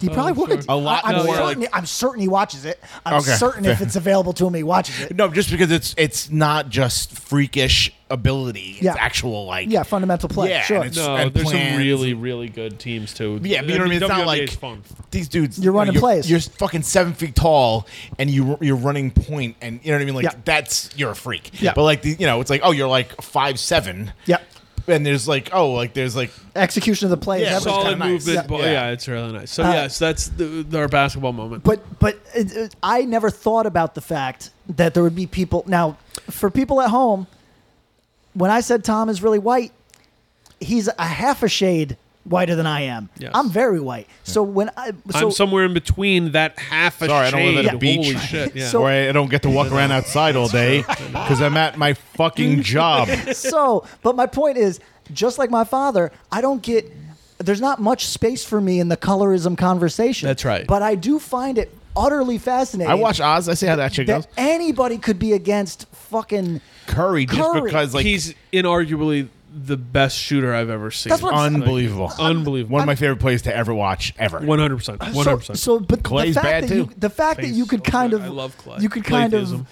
S2: he probably would.
S3: Oh, A lot
S2: I, am
S3: more,
S2: certain,
S3: like-
S2: I'm certain he watches it. I'm
S3: Okay.
S2: certain if it's available to him, he watches it.
S3: No, just because it's it's not just freakish ability. It's
S2: Yeah.
S3: actual like
S2: Yeah, fundamental play.
S3: Yeah, and
S2: sure.
S3: it's-
S4: No,
S3: and
S4: there's
S3: plans.
S4: some really really good teams too.
S3: Yeah, but you know what I mean. It's not
S4: WNBA
S3: like
S4: is fun.
S3: these dudes.
S2: You're running
S3: you know,
S2: plays.
S3: You're fucking seven feet tall, and you you're running point, and you know what I mean. Like
S2: Yeah.
S3: that's you're a freak.
S2: Yeah.
S3: But like the, you know, it's like oh, you're like five seven.
S2: Yeah.
S3: And there's like oh, like there's like
S2: Execution of the play.
S3: Yeah,
S2: that was
S3: it's
S4: solid
S3: kinda nice.
S4: movement.
S3: Yeah.
S4: ball.
S3: Yeah.
S4: Yeah. it's really nice. So
S2: Uh,
S4: yes, that's the, our basketball moment.
S2: But but it, it- I never thought about the fact that there would be people now for people at home. When I said Tom is really white, he's a half a shade whiter than I am.
S4: Yes.
S2: I'm very white. So when I so
S4: I'm somewhere in between that half a
S3: Sorry, I
S4: shade.
S3: don't live at a
S4: Holy
S3: beach
S4: shit, yeah.
S3: where I don't get to walk around outside all day because I'm at my fucking job.
S2: so, but my point is, just like my father, I don't get. There's not much space for me in the colorism conversation.
S3: That's right.
S2: But I do find it utterly fascinating.
S3: I watch Oz. I see how that shit
S2: that
S3: goes.
S2: anybody could be against fucking
S3: Curry, just
S2: Curry.
S3: because like
S4: he's inarguably the best shooter I've ever seen.
S2: That's what I'm saying.
S3: unbelievable,
S4: unbelievable.
S3: One of my favorite plays to ever watch ever.
S4: One hundred percent. One hundred
S2: So,
S4: percent.
S2: so but
S3: Clay's
S2: the fact
S3: bad
S2: that
S3: too.
S2: you the fact that you could kind
S4: good.
S2: of
S4: I love Clay.
S2: you could kind
S4: Claytheism.
S2: of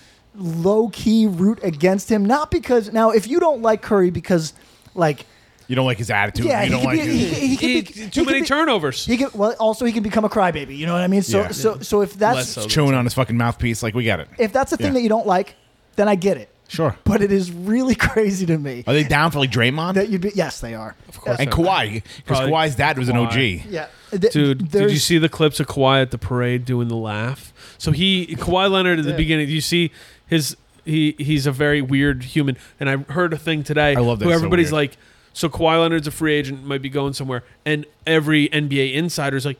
S2: low key root against him, not because now if you don't like Curry because like
S3: You don't like his attitude.
S2: yeah
S3: you
S2: he
S3: don't
S2: could
S3: like
S2: be,
S3: his-
S2: he, he could be- he
S4: too
S2: could
S4: many
S2: be-
S4: turnovers.
S2: He can well also he can become a crybaby. You know what I mean? So
S3: Yeah.
S2: so so if that's
S4: Less so.
S3: chewing on his fucking mouthpiece. Like we get it.
S2: if that's a thing
S3: Yeah.
S2: that you don't like, then I get it.
S3: Sure.
S2: But it is really crazy to me
S3: Are they down for like Draymond
S2: that you'd be yes they are. Of course.
S3: and Kawhi? Because
S4: Probably
S3: Kawhi's dad was an
S4: Kawhi.
S3: OG.
S2: Yeah. Th-
S4: Dude, did you
S2: there's-
S4: see the clips of Kawhi at the parade doing the laugh? So he Kawhi Leonard at the beginning. Do you see his? He he's a very weird human. And I heard a thing today.
S3: I love that.
S4: Who
S3: So
S4: everybody's
S3: weird.
S4: like, so Kawhi Leonard's a free agent, might be going somewhere, and every NBA insider's like,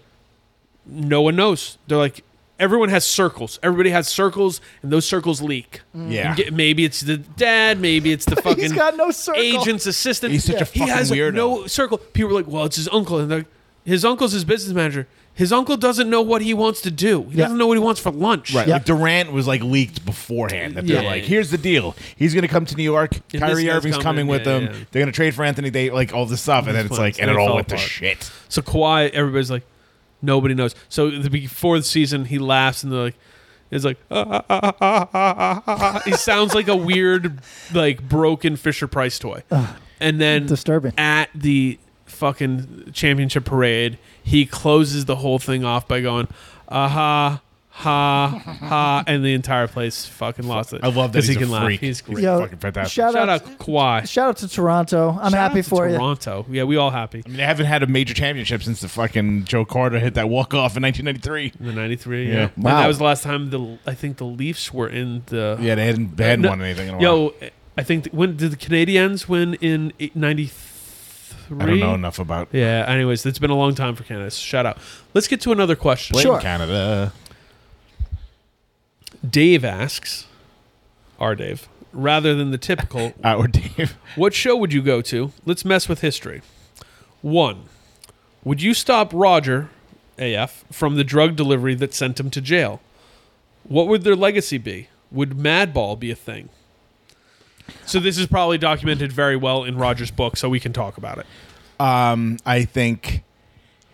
S4: no one knows. They're like, everyone has circles. Everybody has circles, and those circles leak.
S3: Yeah.
S4: And get- maybe it's the dad. Maybe it's the fucking
S2: Mm. got no circle.
S4: agent's assistant.
S3: He's such a
S4: he has
S3: fucking weirdo.
S4: No circle. People are like, well, it's his uncle, and they're like, his uncle's his business manager. His uncle doesn't know what he wants to do. He
S2: Yeah.
S4: doesn't know what he wants for lunch.
S3: Right.
S2: Yeah.
S3: Like Durant was like leaked beforehand that they're
S4: Yeah.
S3: like, here's the deal. He's going to come to New York.
S4: this
S3: Kyrie
S4: guy's
S3: Irving's coming,
S4: coming,
S3: with
S4: yeah,
S3: them.
S4: yeah.
S3: They're going to trade for Anthony Day, like all this stuff. And then it's
S4: That's
S3: like,
S4: fine.
S3: and it
S4: They
S3: all
S4: fell
S3: went to
S4: apart.
S3: shit.
S4: So Kawhi, everybody's like, nobody knows. So the before the season, he laughs and they're like, it's like ah, ah, ah, ah, ah, ah, ah. he sounds like a weird, like broken Fisher Price toy. And then
S2: Disturbing.
S4: at the fucking championship parade, he closes the whole thing off by going, aha. Ha ha! And the entire place fucking lost it.
S3: I love that
S4: 'Cause
S3: he's
S4: he
S3: a
S4: can laugh.
S3: freak.
S4: He's great.
S3: Yeah.
S2: Yo,
S3: Fucking fantastic.
S2: Shout,
S4: Shout
S2: out,
S4: out Kawhi.
S2: shout out to Toronto. I'm
S4: Shout
S2: happy
S4: out to
S2: for you.
S4: Toronto. Yeah, we all happy.
S3: I mean, they haven't had a major championship since the fucking Joe Carter hit that walk off in 1993.
S4: The '93.
S3: Yeah.
S4: Yeah.
S3: Wow.
S4: And that was the last time the I think the Leafs were in the.
S3: Yeah, they hadn't, they hadn't
S4: No.
S3: won anything in a while.
S4: Yo, I think th- when did the Canadians win in '93?
S3: I don't know enough about
S4: Yeah. Anyways, it's been a long time for Canada. So shout out. Let's get to another question.
S3: blame
S2: Sure.
S3: Canada.
S4: Dave asks, "Our Dave, rather than the typical,
S3: Our Uh, Dave.
S4: what show would you go to? Let's mess with history. One, would you stop Roger, AF, from the drug delivery that sent him to jail? What would their legacy be? Would Madball be a thing?" So this is probably documented very well in Roger's book, so we can talk about it.
S3: um, I think.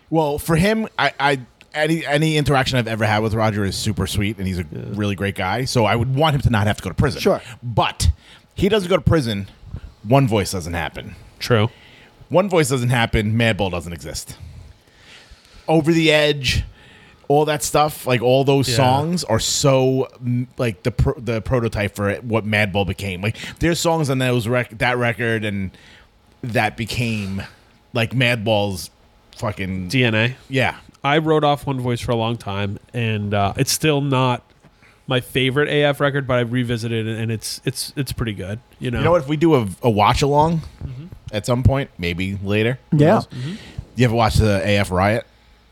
S3: Well, for him, I, I any any interaction I've ever had with Roger is super sweet, and he's a really great guy. So I would want him to not have to go to prison.
S2: Sure.
S3: but he doesn't go to prison. One voice doesn't happen.
S4: True.
S3: One voice doesn't happen. Madball doesn't exist. Over the edge, all that stuff, like all those
S4: Yeah.
S3: songs, are so mm, like the pro- the prototype for what Madball became. Like there's songs on those rec- that record and that became like Madball's fucking
S4: DNA.
S3: yeah.
S4: I wrote off One Voice for a long time, and uh, it's still not my favorite AF record, but I've revisited it, and it's it's it's pretty good. You know,
S3: You know what? If we do a, a watch along
S4: Mm-hmm.
S3: at some point, maybe later. who
S2: Yeah.
S3: knows? You ever watch the AF Riot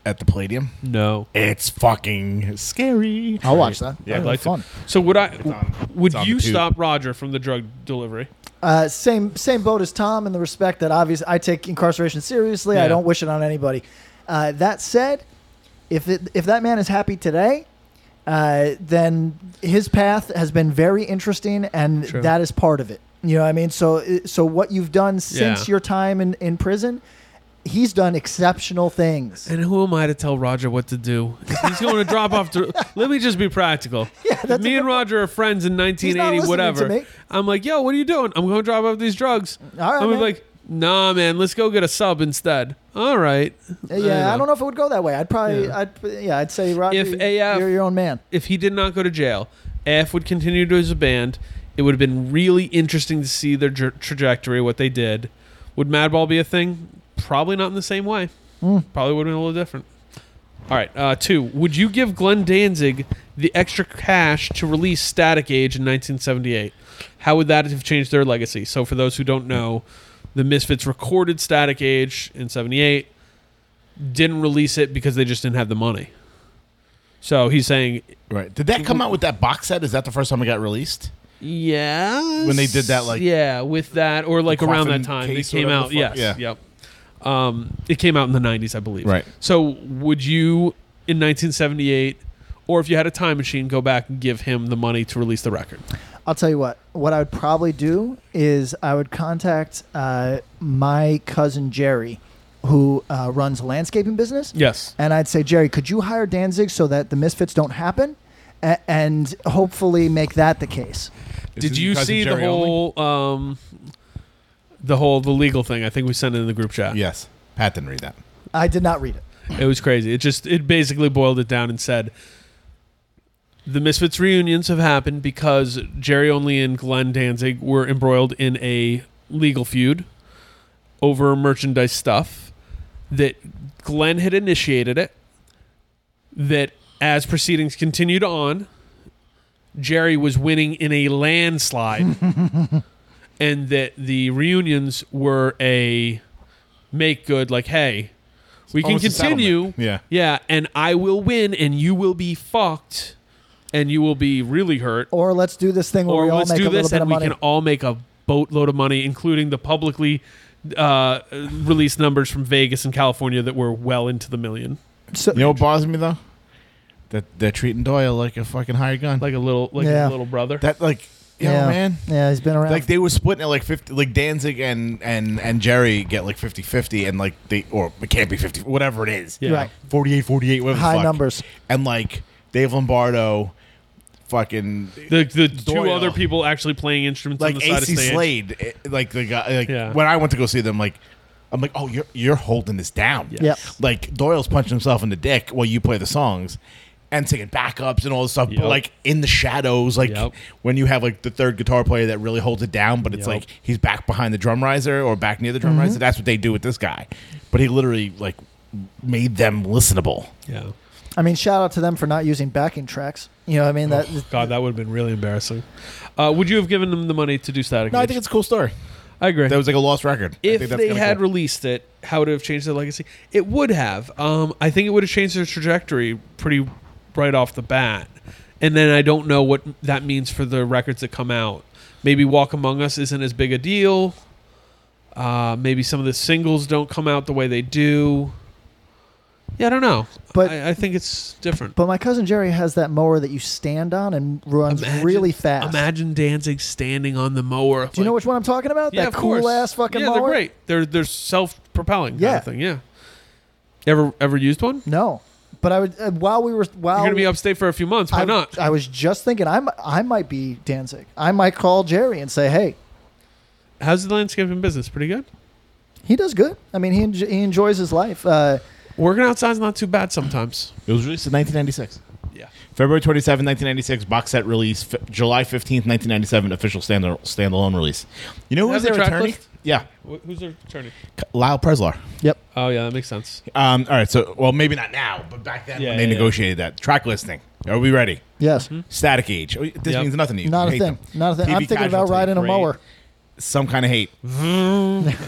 S3: at the Palladium?
S4: No.
S3: It's fucking scary.
S2: I'll watch that.
S3: Yeah,
S2: Yeah,
S3: I'd
S4: like to-
S2: Oh, fun.
S4: So would I?
S3: on-
S4: would
S3: it's on
S4: you
S3: the tube.
S4: stop Roger from the drug delivery?
S2: Uh, same same boat as Tom in the respect that obviously I take incarceration seriously. I
S4: Yeah.
S2: don't wish it on anybody. Uh, that said, if it, if that man is happy today, uh, then his path has been very interesting, and
S4: True.
S2: that is part of it. You know what I mean? So uh, so what you've done since
S4: Yeah.
S2: your time in, in prison, he's done exceptional things.
S4: And who am I to tell Roger what to do? If He's going to drop off. To, let me just be practical.
S2: Yeah, that's a
S4: me
S2: good
S4: and Roger are friends in
S2: not
S4: 1980.
S2: listening to
S4: Whatever.
S2: me.
S4: I'm like, yo, what are you doing? I'm going to drop off these drugs.
S2: All right,
S4: I'm gonna
S2: man.
S4: be like, nah, man, let's go get a sub instead. All right.
S2: Yeah, I don't know if it would go that way. I'd probably,
S4: Yeah.
S2: I'd, yeah, I'd say, Roger,
S4: If AF
S2: you're your own man.
S4: if he did not go to jail, AF would continue to as a band. It would have been really interesting to see their jer- trajectory, what they did. Would Madball be a thing? Probably not in the same way. Probably would have been a little different. All right, uh, two. Would you give Glenn Danzig the extra cash to release Static Age in 1978? How would that have changed their legacy? So, for those who don't know, The Misfits recorded Static Age in 78, didn't release it because they just didn't have the money. So he's saying.
S3: Right. Did that come out with that box set? Is that the first time it got released?
S4: Yeah.
S3: When they did that, like-
S4: Yeah, with that, or like around
S3: coffin
S4: that time. It
S3: case or
S4: came
S3: whatever
S4: out.
S3: the
S4: Yes.
S3: fuck- yeah.
S4: Yep. Um, it came out in the 90s, I believe.
S3: Right.
S4: So would you, in 1978, or if you had a time machine, go back and give him the money to release the record?
S2: I'll tell you what. What I would probably do is I would contact uh, my cousin Jerry, who uh, runs a landscaping business.
S4: Yes.
S2: And I'd say, Jerry, could you hire Danzig so that the misfits don't happen, A- and hopefully make that the case.
S4: Did you see the whole um, the whole the legal thing? I think we sent it in the group chat.
S3: Yes, Pat didn't read that.
S2: I did not read it.
S4: It was crazy. It just it basically boiled it down and said the Misfits reunions have happened because Jerry Only and Glenn Danzig were embroiled in a legal feud over merchandise stuff that Glenn had initiated it. That as proceedings continued on, Jerry was winning in a landslide. and that the reunions were a make good like hey we can
S3: Almost a
S4: continue
S3: settlement. Yeah.
S4: yeah and i will win and you will be fucked and you will be really hurt
S2: Or let's do this thing where
S4: or
S2: we all
S4: let's
S2: make
S4: do
S2: a little
S4: this
S2: bit
S4: and
S2: of
S4: we
S2: money.
S4: can all make a boatload of money including the publicly uh, released numbers from vegas and california that were well into the million
S3: you know what bothers me though? That they're treating Doyle like a fucking hired gun,
S4: like a little, like
S2: Yeah.
S4: a little brother
S3: That like, yo,
S2: yeah,
S3: man.
S2: Yeah, he's been around.
S3: Like they were splitting it like fifty, like Danzig and and and Jerry get like 50-50 and like they or it can't be fifty, whatever it is,
S4: Yeah. Right.
S3: 48, 48, whatever the
S2: High
S3: fuck.
S2: numbers.
S3: and like Dave Lombardo, fucking
S4: the, the two
S3: Doyle.
S4: other people actually playing instruments
S3: like
S4: on the side
S3: AC
S4: of stage
S3: Slade, eh, like the guy. Like
S4: Yeah.
S3: when I went to go see them, like I'm like, oh, you're you're holding this down.
S2: Yep.
S3: Like Doyle's punching himself in the dick while you play the songs, and taking backups and all this stuff.
S4: Yep.
S3: But like in the shadows, like
S4: Yep.
S3: when you have like the third guitar player that really holds it down, but it's
S4: Yep.
S3: like he's back behind the drum riser or back near the drum riser. That's what they do with this guy. But he literally like made them listenable.
S4: yeah
S2: I mean, shout out to them for not using backing tracks. You know, what I mean that.
S4: God, that would have been really embarrassing. Uh, would you have given them the money to do static?
S3: No, I
S4: Age?
S3: think it's a cool story.
S4: I agree.
S3: That was like a lost record. I
S4: if
S3: think that's
S4: they
S3: kinda
S4: had
S3: cool.
S4: released it, how would it have changed their legacy? It would have. Um, I think it would have changed their trajectory pretty right off the bat. And then I don't know what that means for the records that come out. Maybe Walk Among Us isn't as big a deal. Uh, maybe some of the singles don't come out the way they do. Yeah, I don't know.
S2: But-
S4: I, I think it's different.
S2: But my cousin Jerry has that mower that you stand on and runs
S4: Imagine-
S2: really fast.
S4: Imagine Danzig standing on the mower.
S2: Do you know which one I'm talking about?
S4: Yeah,
S2: that
S4: of
S2: cool
S4: course.
S2: ass fucking
S4: yeah,
S2: mower.
S4: they're great. They're they're self propelling
S2: Yeah.
S4: kind of thing. Yeah. Ever ever used one?
S2: No, but I would uh, while we were while
S4: You're gonna be upstate for a few months. Why
S2: I,
S4: not?
S2: I was just thinking I I might be Danzig. I might call Jerry and say, hey,
S4: How's the landscaping business? Pretty good.
S2: he does good. I mean, he enj- he enjoys his life. Uh,
S4: Working outside's not too bad sometimes.
S3: It was released in 1996.
S4: Yeah.
S3: February 27, 1996, box set release. Fe- July 15th, 1997, official stand- standalone release. You know who was
S4: Have the
S3: their
S4: track
S3: attorney?
S4: list?
S3: Yeah,
S4: Who's their attorney?
S3: K- Lyle Preslar.
S2: yep.
S4: Oh yeah, that makes sense.
S3: Um, all right, so, well, maybe not now, but back then
S4: Yeah,
S3: when they
S4: yeah, yeah.
S3: negotiated that. Track listing. Are we ready?
S2: Yes.
S4: Mm-hmm.
S3: Static Age. Oh, This
S4: Yep.
S3: means nothing to you.
S2: Not
S3: You
S2: a
S3: hate
S2: thing.
S3: them.
S2: Not a thing.
S3: TV
S2: I'm thinking about
S3: Casualty.
S2: riding
S4: great.
S2: a mower.
S3: Some kind of hate.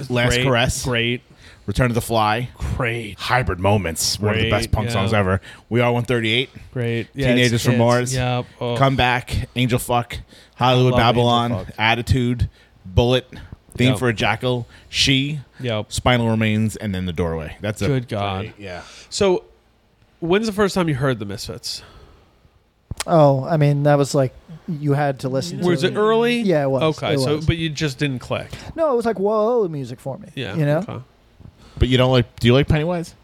S3: Last
S4: Great,
S3: Caress.
S4: Great.
S3: Return to the Fly.
S4: Great.
S3: Hybrid Moments. One of the
S4: Great,
S3: best punk
S4: yeah.
S3: songs ever. We Are 138.
S4: Great. Yeah, it's
S3: Teenagers from
S4: kids.
S3: Mars.
S4: Yep. Oh.
S3: Come back. Angel fuck. Hollywood
S4: I love
S3: Babylon.
S4: Angel Fuck.
S3: Attitude. Bullet. Theme
S4: Yep.
S3: for a jackal. She.
S4: Yep.
S3: Spinal remains, and then the doorway. That's a
S4: Good God.
S3: Yeah.
S4: So, when's the first time you heard the Misfits?
S2: Oh, I mean, that was like you had to listen. to
S4: Was it early?
S2: Yeah, it was.
S4: Okay,
S2: It
S4: so
S2: was.
S4: but you just didn't click.
S2: No, it was like whoa music for me.
S4: Yeah.
S2: you know.
S4: okay.
S3: But you don't like? Do you like Pennywise?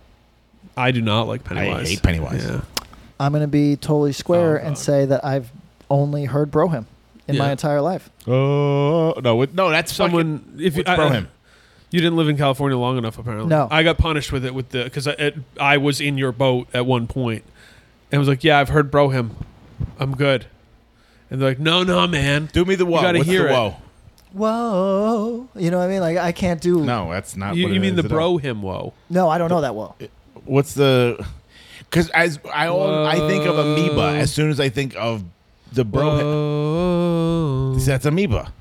S4: I do not like Pennywise.
S3: hate Pennywise.
S4: Yeah.
S2: I'm gonna be totally square
S4: Oh,
S2: and
S4: God.
S2: say that I've only heard Brohim in my
S4: Yeah.
S2: entire life.
S3: Oh no! With, no, that's
S4: Someone, if you,
S3: Fucking, throw him.
S4: You didn't live in California long enough, apparently.
S2: No.
S4: I got punished with it with the because I, it- I was in your boat at one point, and was like, "Yeah, I've heard Brohim, I'm good," and they're like, "No, no, man,
S3: Do me the whoa.
S4: gotta
S3: What's
S4: hear
S3: the
S4: it.
S3: whoa?
S2: Whoa, you know what I mean? Like I can't do.
S3: No, that's not.
S4: you,
S3: what
S4: you
S3: it
S4: mean the
S3: is at all.
S4: bro him whoa?
S2: No, I don't know that well.
S3: What's the? Because as I all, I think of
S4: Whoa.
S3: amoeba as soon as I think of the bro.
S4: Whoa.
S3: That's amoeba.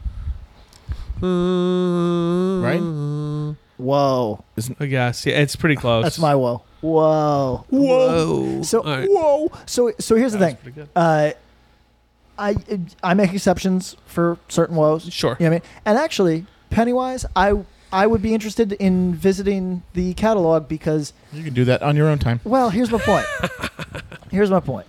S4: Mm.
S3: Right?
S2: Whoa.
S4: I guess. Yeah, it's pretty close.
S2: That's my whoa. Whoa.
S4: Whoa.
S2: So
S4: All right.
S2: whoa. So so here's the
S4: pretty
S2: thing.
S4: good.
S2: Uh, I I make exceptions for certain woes.
S4: Sure.
S2: You know what I mean? And actually, Pennywise, I I would be interested in visiting the catalog because
S3: You can do that on your own time.
S2: well, here's my point. here's my point.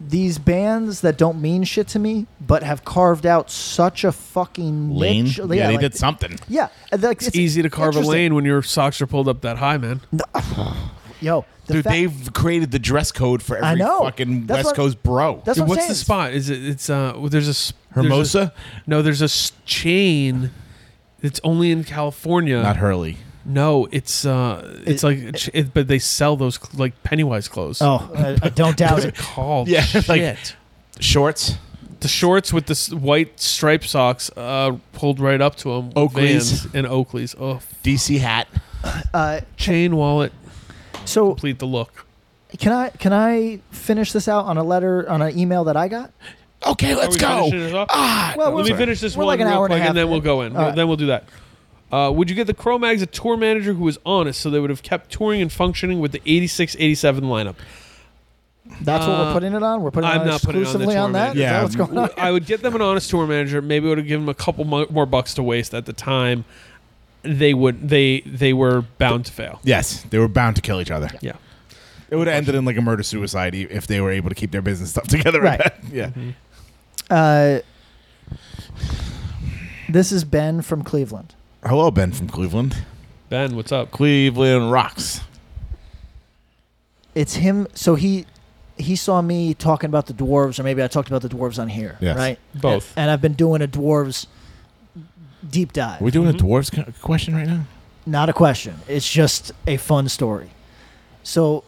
S2: These bands that don't mean shit to me, but have carved out such a fucking
S3: Lane.
S2: niche-
S3: Yeah, they
S2: like-
S3: did something.
S2: Yeah, and, like,
S4: It's easy to carve a
S2: interesting.
S4: lane when your socks are pulled up that high, man.
S2: Yo, the
S3: Dude,
S2: fact-
S3: they've created the dress code for every
S2: I know.
S3: fucking
S2: That's
S3: West
S2: what-
S3: Coast bro.
S2: That's what
S4: Dude,
S2: I'm
S4: what's
S2: saying.
S4: the spot? Is it? It's uh. well, There's a s- there's a-
S3: Hermosa?
S4: no, there's a s- chain. It's only in California.
S3: Not Hurley.
S4: No, it's uh. It's
S2: It-
S4: like, a ch- it, but they sell those cl- like Pennywise clothes.
S2: Oh, I, I don't doubt
S4: What's
S2: it.
S4: it called?
S3: Yeah,
S4: Shit.
S3: like- Shorts.
S4: the shorts with the s- white stripe socks uh, pulled right up to them.
S3: Oakleys.
S4: and Oakleys. Oh, f-
S3: DC hat.
S2: Uh,
S4: chain wallet.
S2: so
S4: Complete the look.
S2: Can I can I finish this out on a letter on an email that I got?
S3: Okay, let's
S4: we
S3: go.
S4: finishing this up?
S3: Ah,
S2: Well,
S4: Let me
S2: sorry.
S4: finish this
S2: We're
S4: one
S2: like an
S4: real
S2: hour and a
S4: quick,
S2: half
S4: and then we'll
S2: in.
S4: go in.
S2: All right.
S4: Then we'll do that. Uh, would you get the Cro-Mags a tour manager who was honest, so they would have kept touring and functioning with the 86-87 lineup?
S2: That's what we're putting it on. We're putting it
S4: Uh, I'm
S2: on
S4: not putting it on the
S2: exclusively
S4: tour
S2: on, that.
S4: manager.
S2: Is that
S3: Yeah.
S2: what's going on?
S4: I would get them an honest tour manager. Maybe I would have given them a couple mo- more bucks to waste at the time. They would. They they were bound to fail.
S3: Yes, they were bound to kill each other.
S4: Yeah.
S3: It would have ended in like a murder suicide e- if they were able to keep their business stuff together.
S2: Right.
S3: yeah.
S2: Uh, this is Ben from Cleveland.
S3: Hello, Ben from Cleveland.
S4: Ben, what's up?
S3: Cleveland rocks.
S2: It's him. So he he saw me talking about the dwarves, or maybe I talked about the dwarves on here.
S3: Yes.
S2: Right.
S4: Both.
S2: And I've been doing a dwarves deep dive.
S3: Are we doing a dwarves co- question right now?
S2: Not a question. It's just a fun story. So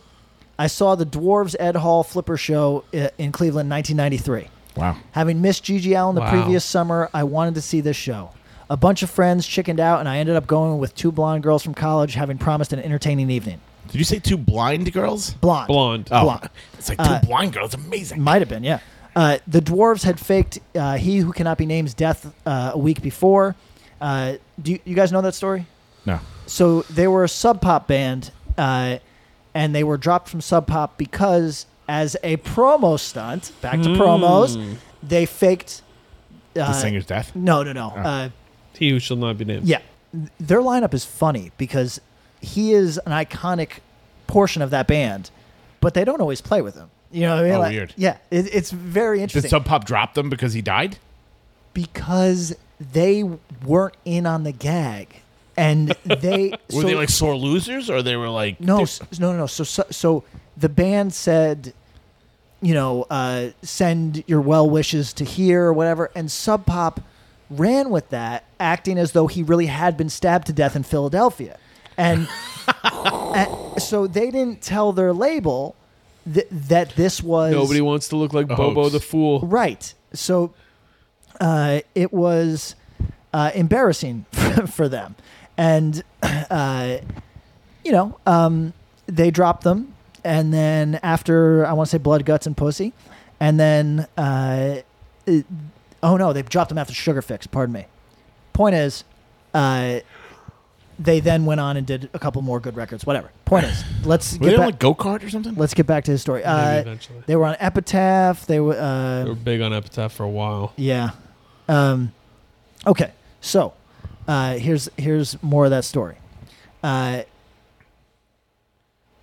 S2: I saw the Dwarves Ed Hall Flipper Show i- in Cleveland 1993.
S3: Wow.
S2: Having missed Gigi Allen the
S4: Wow.
S2: previous summer, I wanted to see this show. A bunch of friends chickened out, and I ended up going with two blonde girls from college, having promised an entertaining evening.
S3: Did you say two blind girls?
S2: Blonde.
S4: Blonde.
S3: Oh,
S2: Blonde.
S3: it's like two
S2: uh,
S3: blind girls. Amazing.
S2: Might have been, yeah. Uh, the dwarves had faked uh, He Who Cannot Be Named's death uh, a week before. Uh, do you, you guys know that story?
S3: No.
S2: so they were a sub pop band, uh, and they were dropped from sub pop because, as a promo stunt, back to promos, they faked. Uh,
S3: The singer's death.
S2: No, no,
S3: Ah.
S2: no. Uh,
S4: He who shall not be named.
S2: yeah, their lineup is funny because he is an iconic portion of that band, but they don't always play with him. You know what I mean?
S3: Oh,
S2: Like,
S3: weird.
S2: Yeah, it, it's very
S3: Did
S2: interesting
S3: Sub Pop drop them because he died?
S2: because they weren't in on the gag, and they
S3: Were
S2: so-
S3: they like sore losers, or they were like
S2: No, s- no, no, no. So, so, so the band said, you know, uh, send your well wishes to here or whatever, and Sub Pop ran with that, acting as though he really had been stabbed to death in Philadelphia, and, and so they didn't tell their label th- that this was
S4: Nobody wants to look like Bobo
S3: hoax.
S4: the Fool.
S2: right. So, uh, it was uh, embarrassing for, for them, and uh, you know, um, they dropped them, and then after I want to say blood, guts, and pussy, and then uh, it- oh no, they dropped them after Sugar Fix. Pardon me. Point is, uh, they then went on and did a couple more good records. Whatever. Point is, let's
S3: were they
S2: get back.
S3: on like go kart or something?
S2: let's get back to his story. Uh,
S4: eventually.
S2: they were on Epitaph. They were. Uh,
S4: They were big on Epitaph for a while.
S2: yeah. Um, okay. So uh, here's here's more of that story. Uh,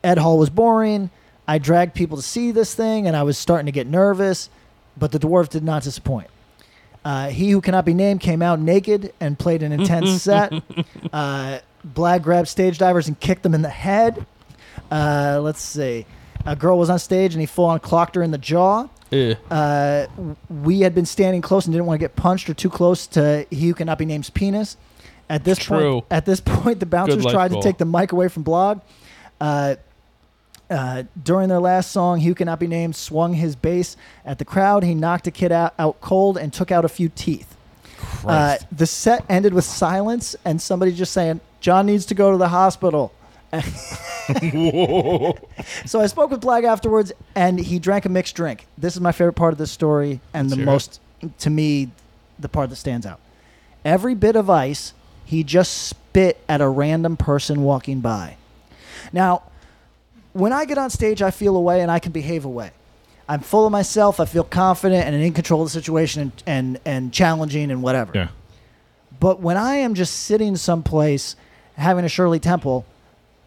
S2: Ed Hall was boring. I dragged people to see this thing, and I was starting to get nervous. But the dwarf did not disappoint. Uh, he who cannot be named came out naked and played an intense set. Uh, Black grabbed stage divers and kicked them in the head. Uh, let's see. A girl was on stage and he full on clocked her in the jaw
S4: Eh.
S2: uh, we had been standing close and didn't want to get punched or too close to he who cannot be named's penis. At this
S4: True.
S2: point, at this point, the bouncers
S4: life
S2: tried
S4: goal.
S2: to take the mic away from Blog. Uh, uh, during their last song, "He Who Cannot Be Named" swung his bass at the crowd. He knocked a kid out, out cold and took out a few teeth. Uh, the set ended with silence and somebody just saying, "John needs to go to the hospital." So I spoke with Black afterwards, and he drank a mixed drink. This is my favorite part of this story, and the
S4: hear it.
S2: most, to me, the part that stands out. every bit of ice, he just spit at a random person walking by. Now, when I get on stage, I feel away and I can behave away. I'm full of myself. I feel confident and in control of the situation and, and, and challenging and whatever.
S3: Yeah.
S2: But when I am just sitting someplace having a Shirley Temple,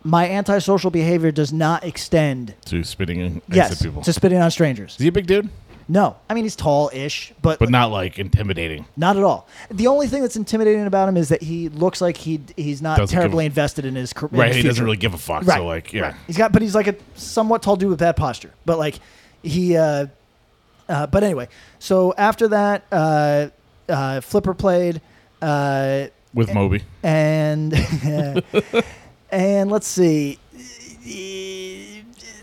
S2: my antisocial behavior does not extend
S3: to spitting and
S2: yes,
S3: people.
S2: to spitting on strangers.
S3: Is he a big dude?
S2: No. I mean, he's tall ish, but
S3: but not like intimidating.
S2: not at all. The only thing that's intimidating about him is that he looks like he he's not
S3: Doesn't give
S2: terribly
S3: a-
S2: invested in his career.
S3: Right, he doesn't really give a fuck, so, like, yeah.
S2: he's got, but he's like a somewhat tall dude with bad posture. But like he, uh, uh, but anyway, so after that, uh, uh, Flipper played uh,
S3: With
S2: a-
S3: Moby.
S2: and and let's see,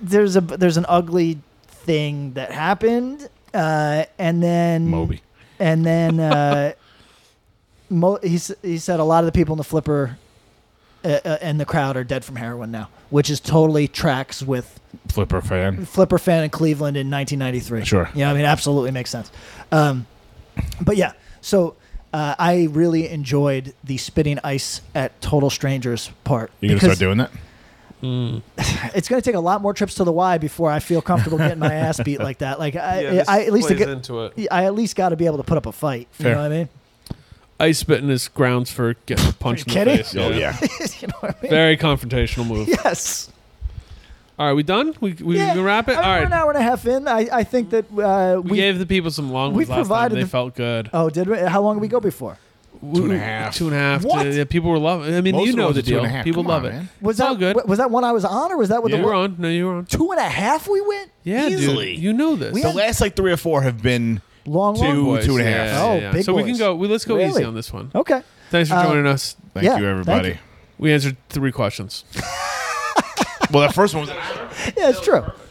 S2: there's a there's an ugly thing that happened, uh, and then
S3: Moby.
S2: and then uh, mo- he s- he said a lot of the people in the flipper uh, uh, and the crowd are dead from heroin now, which is totally tracks with
S3: Flipper fan.
S2: flipper fan in Cleveland in 1993.
S3: Sure.
S2: yeah, I mean absolutely makes sense. Um, but yeah, so. Uh, I really enjoyed the spitting ice at total strangers part.
S3: You gonna
S2: because-
S3: start doing that?
S2: it's going to take a lot more trips to the Y before I feel comfortable getting my ass beat like that. Like I,
S4: Yeah, this
S2: I, at least to
S4: plays
S2: get
S4: into it.
S2: I at least got to be able to put up a fight. You
S4: Fair.
S2: know what I mean?
S4: Ice spitting is grounds for getting punched in the
S2: kidding?
S4: face.
S3: Oh yeah.
S2: you know what I mean?
S4: Very confrontational move.
S2: Yes.
S4: All right, we done? We, we
S2: Yeah.
S4: can wrap it?
S2: I mean,
S4: All
S2: we're
S4: right.
S2: an hour and a half in. I, I think that uh,
S4: we,
S2: we.
S4: gave the people some long
S2: we've
S4: ones last time.
S2: provided
S4: They
S2: the-
S4: felt good.
S2: oh, did we? How long did we go before?
S4: Two
S3: and a half.
S4: Two and a half.
S2: What?
S4: To, yeah, people were loving I mean,
S3: Most
S4: you
S3: of
S4: know
S3: ours
S4: the
S3: are two and
S4: deal.
S3: a half.
S4: people
S3: Come
S4: love
S3: on,
S4: it.
S3: man.
S2: Was
S4: It's
S2: that
S4: all good.
S2: wa- Was that one I was on, or was that with
S4: you
S2: the
S4: were
S2: one-
S4: on. No, you were on.
S2: two and a half? We went.
S4: Yeah,
S3: Easily.
S4: dude. You know this.
S2: We
S3: The
S2: had-
S3: last like three or four have been
S2: Long
S3: Two-
S2: one.
S4: Boys,
S3: two and a
S4: yeah,
S3: half. Oh,
S4: yeah,
S2: Oh,
S4: yeah.
S2: big
S4: So we
S2: boys.
S4: can go. We, let's go
S2: Really?
S4: easy on this one.
S2: Okay.
S4: Thanks for
S2: Uh,
S4: joining us.
S3: Thank
S2: Yeah,
S3: you
S2: thank
S3: everybody.
S2: you.
S4: We answered three questions.
S3: Well that first one was
S2: Yeah, it's true.